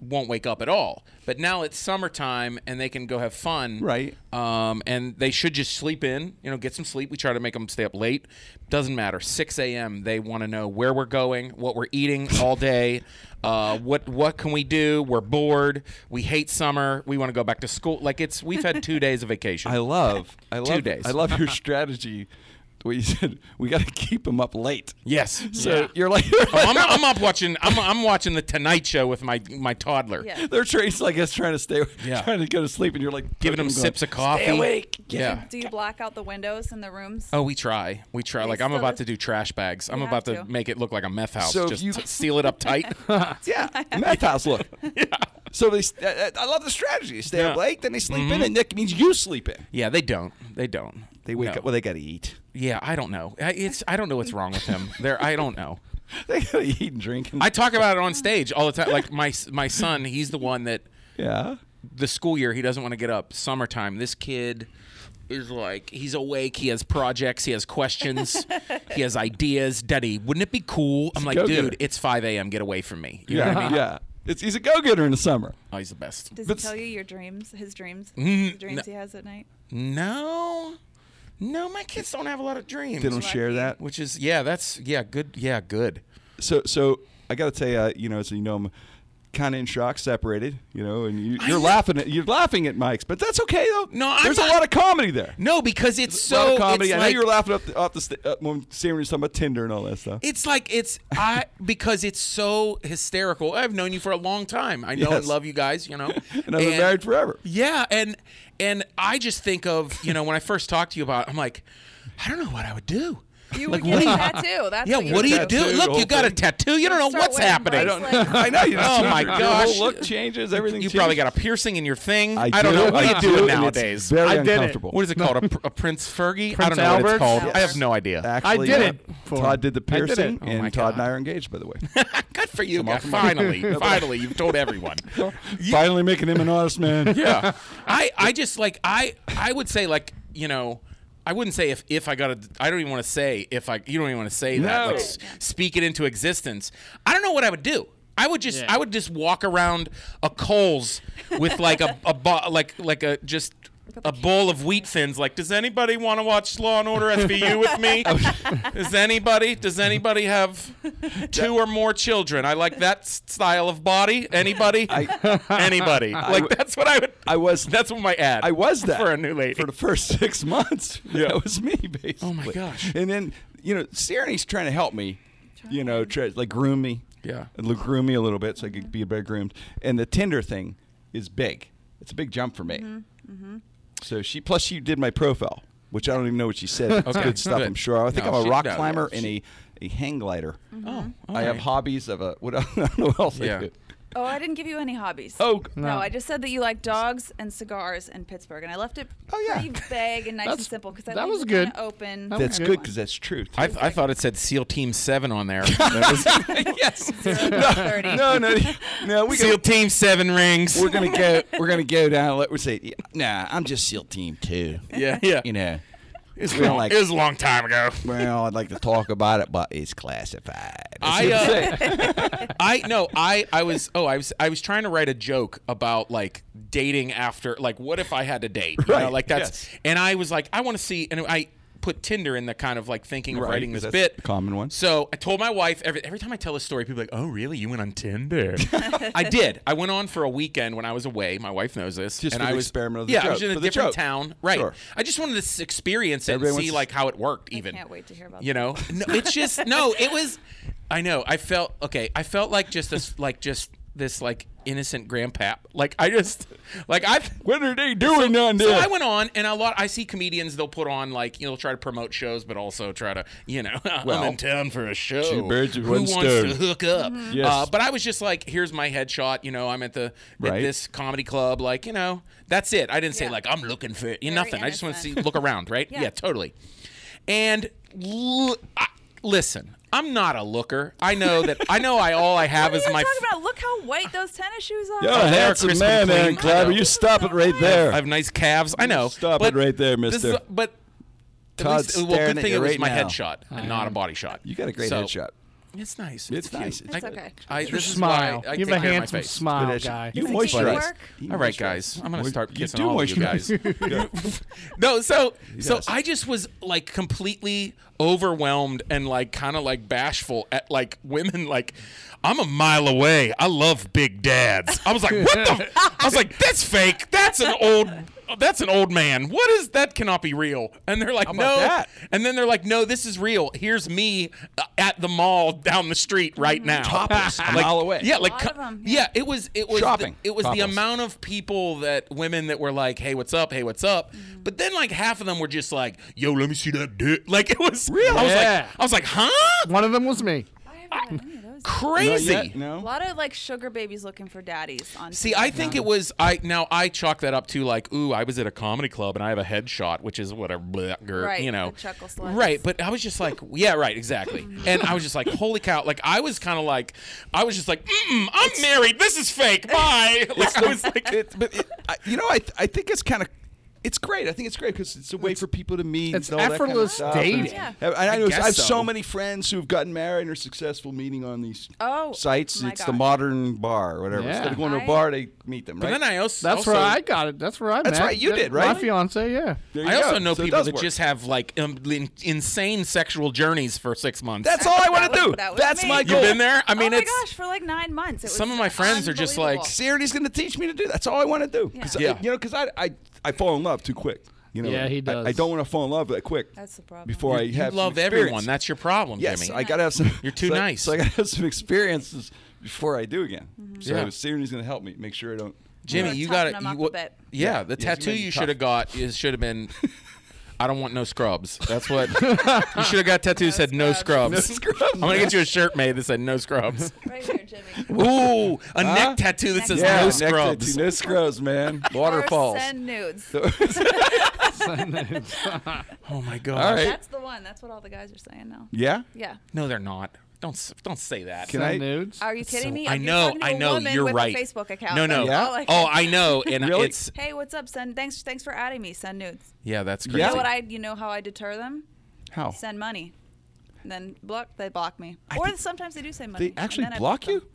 [SPEAKER 5] won't wake up at all. But now it's summertime and they can go have fun,
[SPEAKER 1] Right.
[SPEAKER 5] Um, and they should just sleep in, you know, get some sleep. We try to make them stay up late. Doesn't matter. 6 a.m. They want to know where we're going, what we're eating all day, uh, what what can we do? We're bored. We hate summer. We want to go back to school. Like it's we've had two days of vacation.
[SPEAKER 1] I love. I love.
[SPEAKER 5] days.
[SPEAKER 1] I love your strategy. What you said. We got to keep them up late.
[SPEAKER 5] yes.
[SPEAKER 1] So
[SPEAKER 5] Yeah.
[SPEAKER 1] you're like,
[SPEAKER 5] Oh, I'm, I'm up watching. I'm, I'm watching the Tonight Show with my my toddler.
[SPEAKER 3] Yeah.
[SPEAKER 1] they're trained, I guess, trying to stay,
[SPEAKER 5] Yeah.
[SPEAKER 1] trying to go to sleep, and you're like
[SPEAKER 5] Giving them
[SPEAKER 1] going,
[SPEAKER 5] sips of coffee.
[SPEAKER 1] Stay awake.
[SPEAKER 5] Yeah.
[SPEAKER 3] Do you black out the windows in the rooms?
[SPEAKER 5] Oh, we try. We try.
[SPEAKER 3] We
[SPEAKER 5] like I'm
[SPEAKER 3] still
[SPEAKER 5] about
[SPEAKER 3] do-
[SPEAKER 5] to do trash bags. I'm
[SPEAKER 3] You
[SPEAKER 5] about to
[SPEAKER 3] have to.
[SPEAKER 5] make it look like a meth house.
[SPEAKER 1] So if
[SPEAKER 5] Just
[SPEAKER 1] you-
[SPEAKER 5] seal it up tight.
[SPEAKER 1] Yeah, meth house look. So they, st- uh, uh, I love the strategy. You stay up
[SPEAKER 5] Yeah. Mm-hmm.
[SPEAKER 1] late, then they sleep in, and that means you sleep in.
[SPEAKER 5] yeah, they don't. They don't.
[SPEAKER 1] They wake
[SPEAKER 5] No.
[SPEAKER 1] up. Well, they got to eat.
[SPEAKER 5] Yeah, I don't know. I, it's I don't know what's wrong with him. There, I don't know.
[SPEAKER 1] They got to eat and drink. And,
[SPEAKER 5] I talk about it on stage all the time. Like my my son, he's the one that
[SPEAKER 1] yeah.
[SPEAKER 5] the school year he doesn't want to get up. Summertime, this kid is like he's awake. He has projects. He has questions. he has ideas. Daddy, wouldn't it be cool? I'm like,
[SPEAKER 1] go-getter.
[SPEAKER 5] dude, it's 5 a.m. Get away from me. You know
[SPEAKER 1] Yeah.
[SPEAKER 5] what I mean?
[SPEAKER 1] yeah. It's, he's a go getter in the summer.
[SPEAKER 5] Oh, he's the best.
[SPEAKER 3] Does
[SPEAKER 1] But
[SPEAKER 3] he
[SPEAKER 1] s-
[SPEAKER 3] tell you your dreams? His dreams?
[SPEAKER 5] Mm-hmm.
[SPEAKER 3] the dreams he has at night?
[SPEAKER 5] No, no, my kids don't have a lot of dreams.
[SPEAKER 1] They don't share that.
[SPEAKER 5] Which is yeah, that's yeah, good. Yeah, good.
[SPEAKER 1] So, so I got to tell you, uh, you know, so you know, I'm kind of in shock, separated, you know, and you, you're
[SPEAKER 5] know.
[SPEAKER 1] laughing at you're laughing at Mike's, but that's okay though.
[SPEAKER 5] No, I'm
[SPEAKER 1] there's a
[SPEAKER 5] not-
[SPEAKER 1] lot of comedy there.
[SPEAKER 5] No, because it's
[SPEAKER 1] a lot
[SPEAKER 5] so
[SPEAKER 1] of comedy.
[SPEAKER 5] It's
[SPEAKER 1] I
[SPEAKER 5] like,
[SPEAKER 1] know you were laughing up the, off the sta- uh, when Sam was talking about Tinder and all that stuff.
[SPEAKER 5] It's like it's I because it's so hysterical. I've known you for a long time. I know
[SPEAKER 1] Yes.
[SPEAKER 5] and love you guys. You know,
[SPEAKER 1] and I've been married forever.
[SPEAKER 5] Yeah, and and I just think of you know when I first talked to you about, it, I'm like, I don't know what I would do.
[SPEAKER 3] You
[SPEAKER 5] Like,
[SPEAKER 3] would
[SPEAKER 5] what
[SPEAKER 3] get
[SPEAKER 5] do you-
[SPEAKER 3] a tattoo. That's
[SPEAKER 5] yeah,
[SPEAKER 3] what, you
[SPEAKER 5] what do you
[SPEAKER 3] would
[SPEAKER 5] do?
[SPEAKER 1] do, the
[SPEAKER 5] Look,
[SPEAKER 1] whole
[SPEAKER 5] you got a
[SPEAKER 1] thing.
[SPEAKER 5] tattoo. You don't know
[SPEAKER 3] Start
[SPEAKER 5] what's
[SPEAKER 3] wearing
[SPEAKER 5] happening.
[SPEAKER 1] I don't.
[SPEAKER 3] Bracelet.
[SPEAKER 1] I know you.
[SPEAKER 5] Oh, my
[SPEAKER 1] your
[SPEAKER 5] gosh.
[SPEAKER 1] whole look changes. Everything.
[SPEAKER 5] You probably got
[SPEAKER 1] changes.
[SPEAKER 5] a piercing in your thing. I,
[SPEAKER 1] do,
[SPEAKER 5] don't know what
[SPEAKER 1] I
[SPEAKER 5] you do,
[SPEAKER 1] and it's
[SPEAKER 5] nowadays.
[SPEAKER 1] Very
[SPEAKER 2] I did it.
[SPEAKER 1] uncomfortable.
[SPEAKER 5] What is it called? A, pr- a Prince Fergie? I
[SPEAKER 2] Prince
[SPEAKER 5] don't know what it's
[SPEAKER 2] Albert?
[SPEAKER 5] called. I
[SPEAKER 3] Yes.
[SPEAKER 5] have no idea.
[SPEAKER 1] Actually,
[SPEAKER 2] I did
[SPEAKER 1] uh,
[SPEAKER 2] it for
[SPEAKER 1] Todd
[SPEAKER 2] him.
[SPEAKER 1] did the
[SPEAKER 5] I did it.
[SPEAKER 1] piercing,
[SPEAKER 5] Oh, my
[SPEAKER 1] and Todd and I
[SPEAKER 5] God.
[SPEAKER 1] are engaged, by the way.
[SPEAKER 5] Good for you. guy. Finally, finally, you've told everyone.
[SPEAKER 1] Finally making him an honest man.
[SPEAKER 5] yeah. I, I just like I I would say like you know I wouldn't say if if I got a I don't even want to say if I you don't even want to say that
[SPEAKER 1] No.
[SPEAKER 5] like s- speak it into existence. I don't know what I would do. I would just I would just walk around a Coles with like a, a bo- like like a just. A bowl of wheat thins. Like, does anybody want to watch Law and Order SVU with me? Does anybody? Does anybody have two or more children? I like that s- style of body. Anybody? anybody? like, that's what I would.
[SPEAKER 1] I was.
[SPEAKER 5] That's what my ad.
[SPEAKER 1] I was that
[SPEAKER 5] for a new lady.
[SPEAKER 1] for the first six months. that was me basically. Oh
[SPEAKER 5] my gosh.
[SPEAKER 1] And then you know, Sereny's trying to help me. You know, try, like groom me.
[SPEAKER 5] Yeah.
[SPEAKER 1] And look, groom me a little bit so I could be a better groomed. And the Tinder thing is big. It's a big jump for me. So she plus she did my profile, which I don't even know what she said. It's
[SPEAKER 5] Okay,
[SPEAKER 1] good stuff.
[SPEAKER 5] good.
[SPEAKER 1] I'm sure. I think
[SPEAKER 5] No,
[SPEAKER 1] I'm a
[SPEAKER 5] she-
[SPEAKER 1] rock
[SPEAKER 5] no,
[SPEAKER 1] climber
[SPEAKER 5] yeah,
[SPEAKER 1] and
[SPEAKER 5] she-
[SPEAKER 1] a, a hang glider.
[SPEAKER 5] oh,
[SPEAKER 1] I have hobbies of a what I don't know what else I
[SPEAKER 5] Yeah.
[SPEAKER 1] do.
[SPEAKER 3] Oh, I didn't give you any hobbies.
[SPEAKER 1] Oh,
[SPEAKER 3] No. I just said that you like dogs and cigars in Pittsburgh, and I left it
[SPEAKER 1] Oh, yeah.
[SPEAKER 3] pretty vague and nice and
[SPEAKER 2] That's-
[SPEAKER 3] simple because
[SPEAKER 2] that was good.
[SPEAKER 3] Open.
[SPEAKER 2] That was
[SPEAKER 1] that's good because that's true.
[SPEAKER 5] I, I thought it said SEAL Team Seven on there.
[SPEAKER 1] yes.
[SPEAKER 3] Thirty.
[SPEAKER 1] No, no, no. We go,
[SPEAKER 5] SEAL Team Seven rings.
[SPEAKER 1] we're gonna go. We're gonna go down. Let we say, yeah, nah. I'm just SEAL Team Two.
[SPEAKER 5] yeah, yeah.
[SPEAKER 1] You know,
[SPEAKER 5] It's
[SPEAKER 1] we don't
[SPEAKER 5] long-
[SPEAKER 1] like-
[SPEAKER 5] it was a long time ago.
[SPEAKER 1] well, I'd like to talk about it, but it's classified.
[SPEAKER 5] I, uh, I no, I I was oh I was I was trying to write a joke about like dating after like what if I had to date you know
[SPEAKER 1] Right,
[SPEAKER 5] like that's
[SPEAKER 1] yes.
[SPEAKER 5] and I was like I want to see and I put Tinder in the kind of like thinking of
[SPEAKER 1] Right,
[SPEAKER 5] writing this
[SPEAKER 1] 'cause that's
[SPEAKER 5] bit
[SPEAKER 1] a common one.
[SPEAKER 5] So I told my wife every every time I tell a story people are like oh really you went on Tinder I did I went on for a weekend when I was away my wife knows this
[SPEAKER 1] Just
[SPEAKER 5] and
[SPEAKER 1] for
[SPEAKER 5] I
[SPEAKER 1] the
[SPEAKER 5] was
[SPEAKER 1] experiment of the
[SPEAKER 5] yeah I
[SPEAKER 1] joke,
[SPEAKER 5] was in
[SPEAKER 1] for
[SPEAKER 5] a
[SPEAKER 1] the
[SPEAKER 5] different
[SPEAKER 1] joke.
[SPEAKER 5] town right
[SPEAKER 1] Sure.
[SPEAKER 5] I just wanted to experience it
[SPEAKER 1] Everybody
[SPEAKER 5] and
[SPEAKER 1] wants
[SPEAKER 5] see
[SPEAKER 1] to-
[SPEAKER 5] like how it worked even
[SPEAKER 3] can't wait to hear about
[SPEAKER 5] you
[SPEAKER 3] that.
[SPEAKER 5] know no, it's just no. It was. I know. I felt okay. I felt like just this, like just this like innocent grandpap. Like I just like I
[SPEAKER 1] What are they doing on
[SPEAKER 5] so
[SPEAKER 1] there?
[SPEAKER 5] I went on, and a lot. I see comedians. They'll put on like you know, try to promote shows, but also try to you know,
[SPEAKER 1] Well,
[SPEAKER 5] I'm in town for a show.
[SPEAKER 1] two birds with
[SPEAKER 5] Who
[SPEAKER 1] one
[SPEAKER 5] wants
[SPEAKER 1] stone.
[SPEAKER 5] to hook up?
[SPEAKER 3] Mm-hmm.
[SPEAKER 1] Yes.
[SPEAKER 5] Uh, but I was just like, here's my headshot. You know, I'm at the
[SPEAKER 1] Right.
[SPEAKER 5] at this comedy club. Like you know, that's it. I didn't say
[SPEAKER 3] Yeah.
[SPEAKER 5] like I'm looking for you
[SPEAKER 3] Very
[SPEAKER 5] know, nothing. I just want to see
[SPEAKER 3] innocent.
[SPEAKER 5] look around. Right?
[SPEAKER 3] Yeah.
[SPEAKER 5] totally. And l- I- listen, I'm not a looker. I know that. I know. I all I have
[SPEAKER 3] What are
[SPEAKER 5] is
[SPEAKER 3] you
[SPEAKER 5] my.
[SPEAKER 3] talking about? Look how white those tennis shoes are.
[SPEAKER 1] You're
[SPEAKER 5] Oh,
[SPEAKER 1] a
[SPEAKER 5] they are
[SPEAKER 1] handsome
[SPEAKER 5] crisp
[SPEAKER 1] man,
[SPEAKER 5] and clean.
[SPEAKER 1] Aaron Clapper.
[SPEAKER 5] I know.
[SPEAKER 1] You stop it right there.
[SPEAKER 5] I have nice calves. I know.
[SPEAKER 1] Stop
[SPEAKER 5] but
[SPEAKER 1] it right there,
[SPEAKER 5] this is
[SPEAKER 1] mister.
[SPEAKER 5] a- but at
[SPEAKER 1] Todd's
[SPEAKER 5] least- well,
[SPEAKER 1] staring
[SPEAKER 5] good
[SPEAKER 1] at
[SPEAKER 5] thing
[SPEAKER 1] you
[SPEAKER 5] it was
[SPEAKER 1] right
[SPEAKER 5] my
[SPEAKER 1] now.
[SPEAKER 5] headshot,
[SPEAKER 2] Mm.
[SPEAKER 5] and not a body shot.
[SPEAKER 1] you got a great
[SPEAKER 5] So,
[SPEAKER 1] headshot.
[SPEAKER 5] It's nice.
[SPEAKER 1] It's
[SPEAKER 5] cute.
[SPEAKER 1] nice.
[SPEAKER 3] It's okay.
[SPEAKER 5] I, this is
[SPEAKER 2] smile.
[SPEAKER 5] why I
[SPEAKER 2] you have a
[SPEAKER 5] take care of my
[SPEAKER 2] handsome
[SPEAKER 5] face.
[SPEAKER 1] Good
[SPEAKER 2] smile,
[SPEAKER 1] headshot.
[SPEAKER 2] guy.
[SPEAKER 1] You
[SPEAKER 3] Does it
[SPEAKER 1] moisturize.
[SPEAKER 3] work?
[SPEAKER 1] You
[SPEAKER 5] oh, All right,
[SPEAKER 1] moisturize.
[SPEAKER 5] guys. I'm gonna
[SPEAKER 1] Moist-
[SPEAKER 5] start
[SPEAKER 1] you
[SPEAKER 5] kissing
[SPEAKER 1] do
[SPEAKER 5] all of you guys.
[SPEAKER 1] moisturize. Yeah.
[SPEAKER 5] no, so so
[SPEAKER 1] does.
[SPEAKER 5] I just was like completely overwhelmed and like kind of like bashful at like women. Like I'm a mile away. I love big dads. I was like, what the? I was like, that's fake. That's an old. That's an old man. What is that? Cannot be real. And they're like,
[SPEAKER 1] about
[SPEAKER 5] no.
[SPEAKER 1] that?
[SPEAKER 5] And then they're like, no, this is real. Here's me uh, at the mall down the street right now.
[SPEAKER 1] Mm-hmm. Topless, a
[SPEAKER 5] Like-
[SPEAKER 1] mile away.
[SPEAKER 5] Yeah, like
[SPEAKER 3] lot
[SPEAKER 5] co-
[SPEAKER 3] of 'em,
[SPEAKER 5] yeah.
[SPEAKER 3] yeah.
[SPEAKER 5] it was it was
[SPEAKER 1] Shopping.
[SPEAKER 5] The, it was the
[SPEAKER 1] Topless.
[SPEAKER 5] amount of people that women that were like, "Hey, what's up? Hey, what's up?"
[SPEAKER 3] Mm-hmm.
[SPEAKER 5] But then like half of them were just like, "Yo, let me see that dick." Like it was I was
[SPEAKER 2] Yeah.
[SPEAKER 5] like I was like, "Huh?
[SPEAKER 2] One of them was me.
[SPEAKER 3] I haven't had any of those.
[SPEAKER 1] Not
[SPEAKER 5] Crazy."
[SPEAKER 1] yet?
[SPEAKER 3] A
[SPEAKER 1] No.
[SPEAKER 3] lot of like sugar babies looking for daddies on.
[SPEAKER 5] See,
[SPEAKER 3] TV.
[SPEAKER 5] I think it was I now I chalk that up to like, ooh, I was at a comedy club and I have a headshot, which is what a bleh, girl,
[SPEAKER 3] Right,
[SPEAKER 5] you know,
[SPEAKER 3] the chuckle Mm-hmm. sluts.
[SPEAKER 5] right. But I was just like, yeah, right, exactly. And I was just like, holy cow! Like I was kind of like, I was just like, Mm-mm, I'm married. This is fake. Bye. Like I was like,
[SPEAKER 1] It- but it, I, you know, I, th- I think it's kind of. It's great. I think it's great because it's a way for people to meet.
[SPEAKER 2] it's
[SPEAKER 1] and all that kind of
[SPEAKER 2] effortless
[SPEAKER 1] stuff. And-
[SPEAKER 2] dating.
[SPEAKER 3] Yeah.
[SPEAKER 1] And I, know, I
[SPEAKER 5] guess
[SPEAKER 1] have
[SPEAKER 5] so.
[SPEAKER 1] so. many friends who've gotten married and are successful meeting on these
[SPEAKER 3] Oh,
[SPEAKER 1] sites.
[SPEAKER 3] my
[SPEAKER 1] It's the
[SPEAKER 3] gosh.
[SPEAKER 1] modern bar or whatever.
[SPEAKER 2] Yeah.
[SPEAKER 1] Instead of going to a
[SPEAKER 3] I-
[SPEAKER 1] bar, they meet them. Right?
[SPEAKER 5] But then I also
[SPEAKER 2] That's
[SPEAKER 5] also,
[SPEAKER 2] where I got it. That's where I
[SPEAKER 1] That's
[SPEAKER 2] met.
[SPEAKER 1] right, you
[SPEAKER 2] that-
[SPEAKER 1] did, right?
[SPEAKER 2] My fiance, yeah.
[SPEAKER 1] There you
[SPEAKER 5] I also
[SPEAKER 1] go.
[SPEAKER 5] know
[SPEAKER 1] So it
[SPEAKER 5] people
[SPEAKER 1] does
[SPEAKER 5] that
[SPEAKER 1] work.
[SPEAKER 5] just have like um, in- insane sexual journeys for six months.
[SPEAKER 1] That's all I want
[SPEAKER 3] That
[SPEAKER 1] to
[SPEAKER 3] was-
[SPEAKER 1] do.
[SPEAKER 3] that was
[SPEAKER 1] That's
[SPEAKER 3] me.
[SPEAKER 1] my
[SPEAKER 3] You've
[SPEAKER 1] goal.
[SPEAKER 5] You've been there. I mean,
[SPEAKER 3] oh my
[SPEAKER 5] it's
[SPEAKER 3] gosh, for like nine months. It was
[SPEAKER 5] some of my friends are just like,
[SPEAKER 3] unbelievable.
[SPEAKER 1] Sierra's going to teach me to do. That's all I want to do. 'Cause
[SPEAKER 5] Yeah.
[SPEAKER 1] I, you know, because I, I I fall in love too quick. You know.
[SPEAKER 2] Yeah, he
[SPEAKER 1] I-
[SPEAKER 2] does.
[SPEAKER 1] I, don't want to fall in love that quick.
[SPEAKER 3] That's the problem.
[SPEAKER 1] Before I
[SPEAKER 5] you
[SPEAKER 1] have some
[SPEAKER 5] love
[SPEAKER 1] experience.
[SPEAKER 5] everyone. That's your problem,
[SPEAKER 1] Yes,
[SPEAKER 5] Jimmy.
[SPEAKER 1] I gotta have some.
[SPEAKER 5] You're too
[SPEAKER 1] so I-
[SPEAKER 5] nice. Mm-hmm.
[SPEAKER 1] so I gotta have some experiences before I do again. So
[SPEAKER 5] Yeah.
[SPEAKER 1] yeah. Siri's gonna help me make sure I don't.
[SPEAKER 5] Jimmy,
[SPEAKER 3] We're
[SPEAKER 5] you got
[SPEAKER 3] toughing
[SPEAKER 5] it.
[SPEAKER 3] them up a bit.
[SPEAKER 5] Yeah,
[SPEAKER 1] Yeah,
[SPEAKER 5] the
[SPEAKER 1] yes, you
[SPEAKER 5] tattoo
[SPEAKER 1] made me
[SPEAKER 5] you
[SPEAKER 1] tough.
[SPEAKER 5] should have got is should have been. I don't want no scrubs. That's what you should have got. Tattoos said no scrubs.
[SPEAKER 1] No scrubs.
[SPEAKER 5] I'm gonna get you a shirt made that said no scrubs.
[SPEAKER 3] Right here, Jimmy.
[SPEAKER 5] Ooh, a
[SPEAKER 1] Huh?
[SPEAKER 5] neck tattoo that says
[SPEAKER 1] Yeah,
[SPEAKER 5] no
[SPEAKER 1] neck
[SPEAKER 5] scrubs.
[SPEAKER 1] tattoo, no scrubs, man.
[SPEAKER 3] Or
[SPEAKER 1] Waterfalls.
[SPEAKER 3] send nudes.
[SPEAKER 5] Oh my god.
[SPEAKER 1] All right.
[SPEAKER 3] That's the one. That's what all the guys are saying now.
[SPEAKER 1] Yeah.
[SPEAKER 3] Yeah.
[SPEAKER 5] No, they're not. Don't s- don't say that.
[SPEAKER 1] Can
[SPEAKER 2] Some
[SPEAKER 1] I-
[SPEAKER 2] nudes.
[SPEAKER 3] Are you kidding
[SPEAKER 5] So-
[SPEAKER 3] me?
[SPEAKER 5] I
[SPEAKER 3] I'm just
[SPEAKER 5] know,
[SPEAKER 3] talking to
[SPEAKER 5] I
[SPEAKER 3] a
[SPEAKER 5] know,
[SPEAKER 3] woman
[SPEAKER 5] you're
[SPEAKER 3] with a
[SPEAKER 5] right.
[SPEAKER 3] Facebook account.
[SPEAKER 5] No, no.
[SPEAKER 3] That's
[SPEAKER 1] Yeah?
[SPEAKER 3] all I
[SPEAKER 5] Oh,
[SPEAKER 3] can-
[SPEAKER 5] I know. And
[SPEAKER 1] Really?
[SPEAKER 5] it's
[SPEAKER 3] Hey, what's up? Send thanks. Thanks for adding me. Send nudes.
[SPEAKER 5] yeah, that's crazy.
[SPEAKER 1] Yeah.
[SPEAKER 3] You know what I? You know how I deter them?
[SPEAKER 1] How?
[SPEAKER 3] Send money. And then block. They block me.
[SPEAKER 1] I
[SPEAKER 3] or
[SPEAKER 1] think-
[SPEAKER 3] sometimes they do send money.
[SPEAKER 1] They
[SPEAKER 3] and
[SPEAKER 1] actually
[SPEAKER 3] then I
[SPEAKER 1] block you?
[SPEAKER 3] them.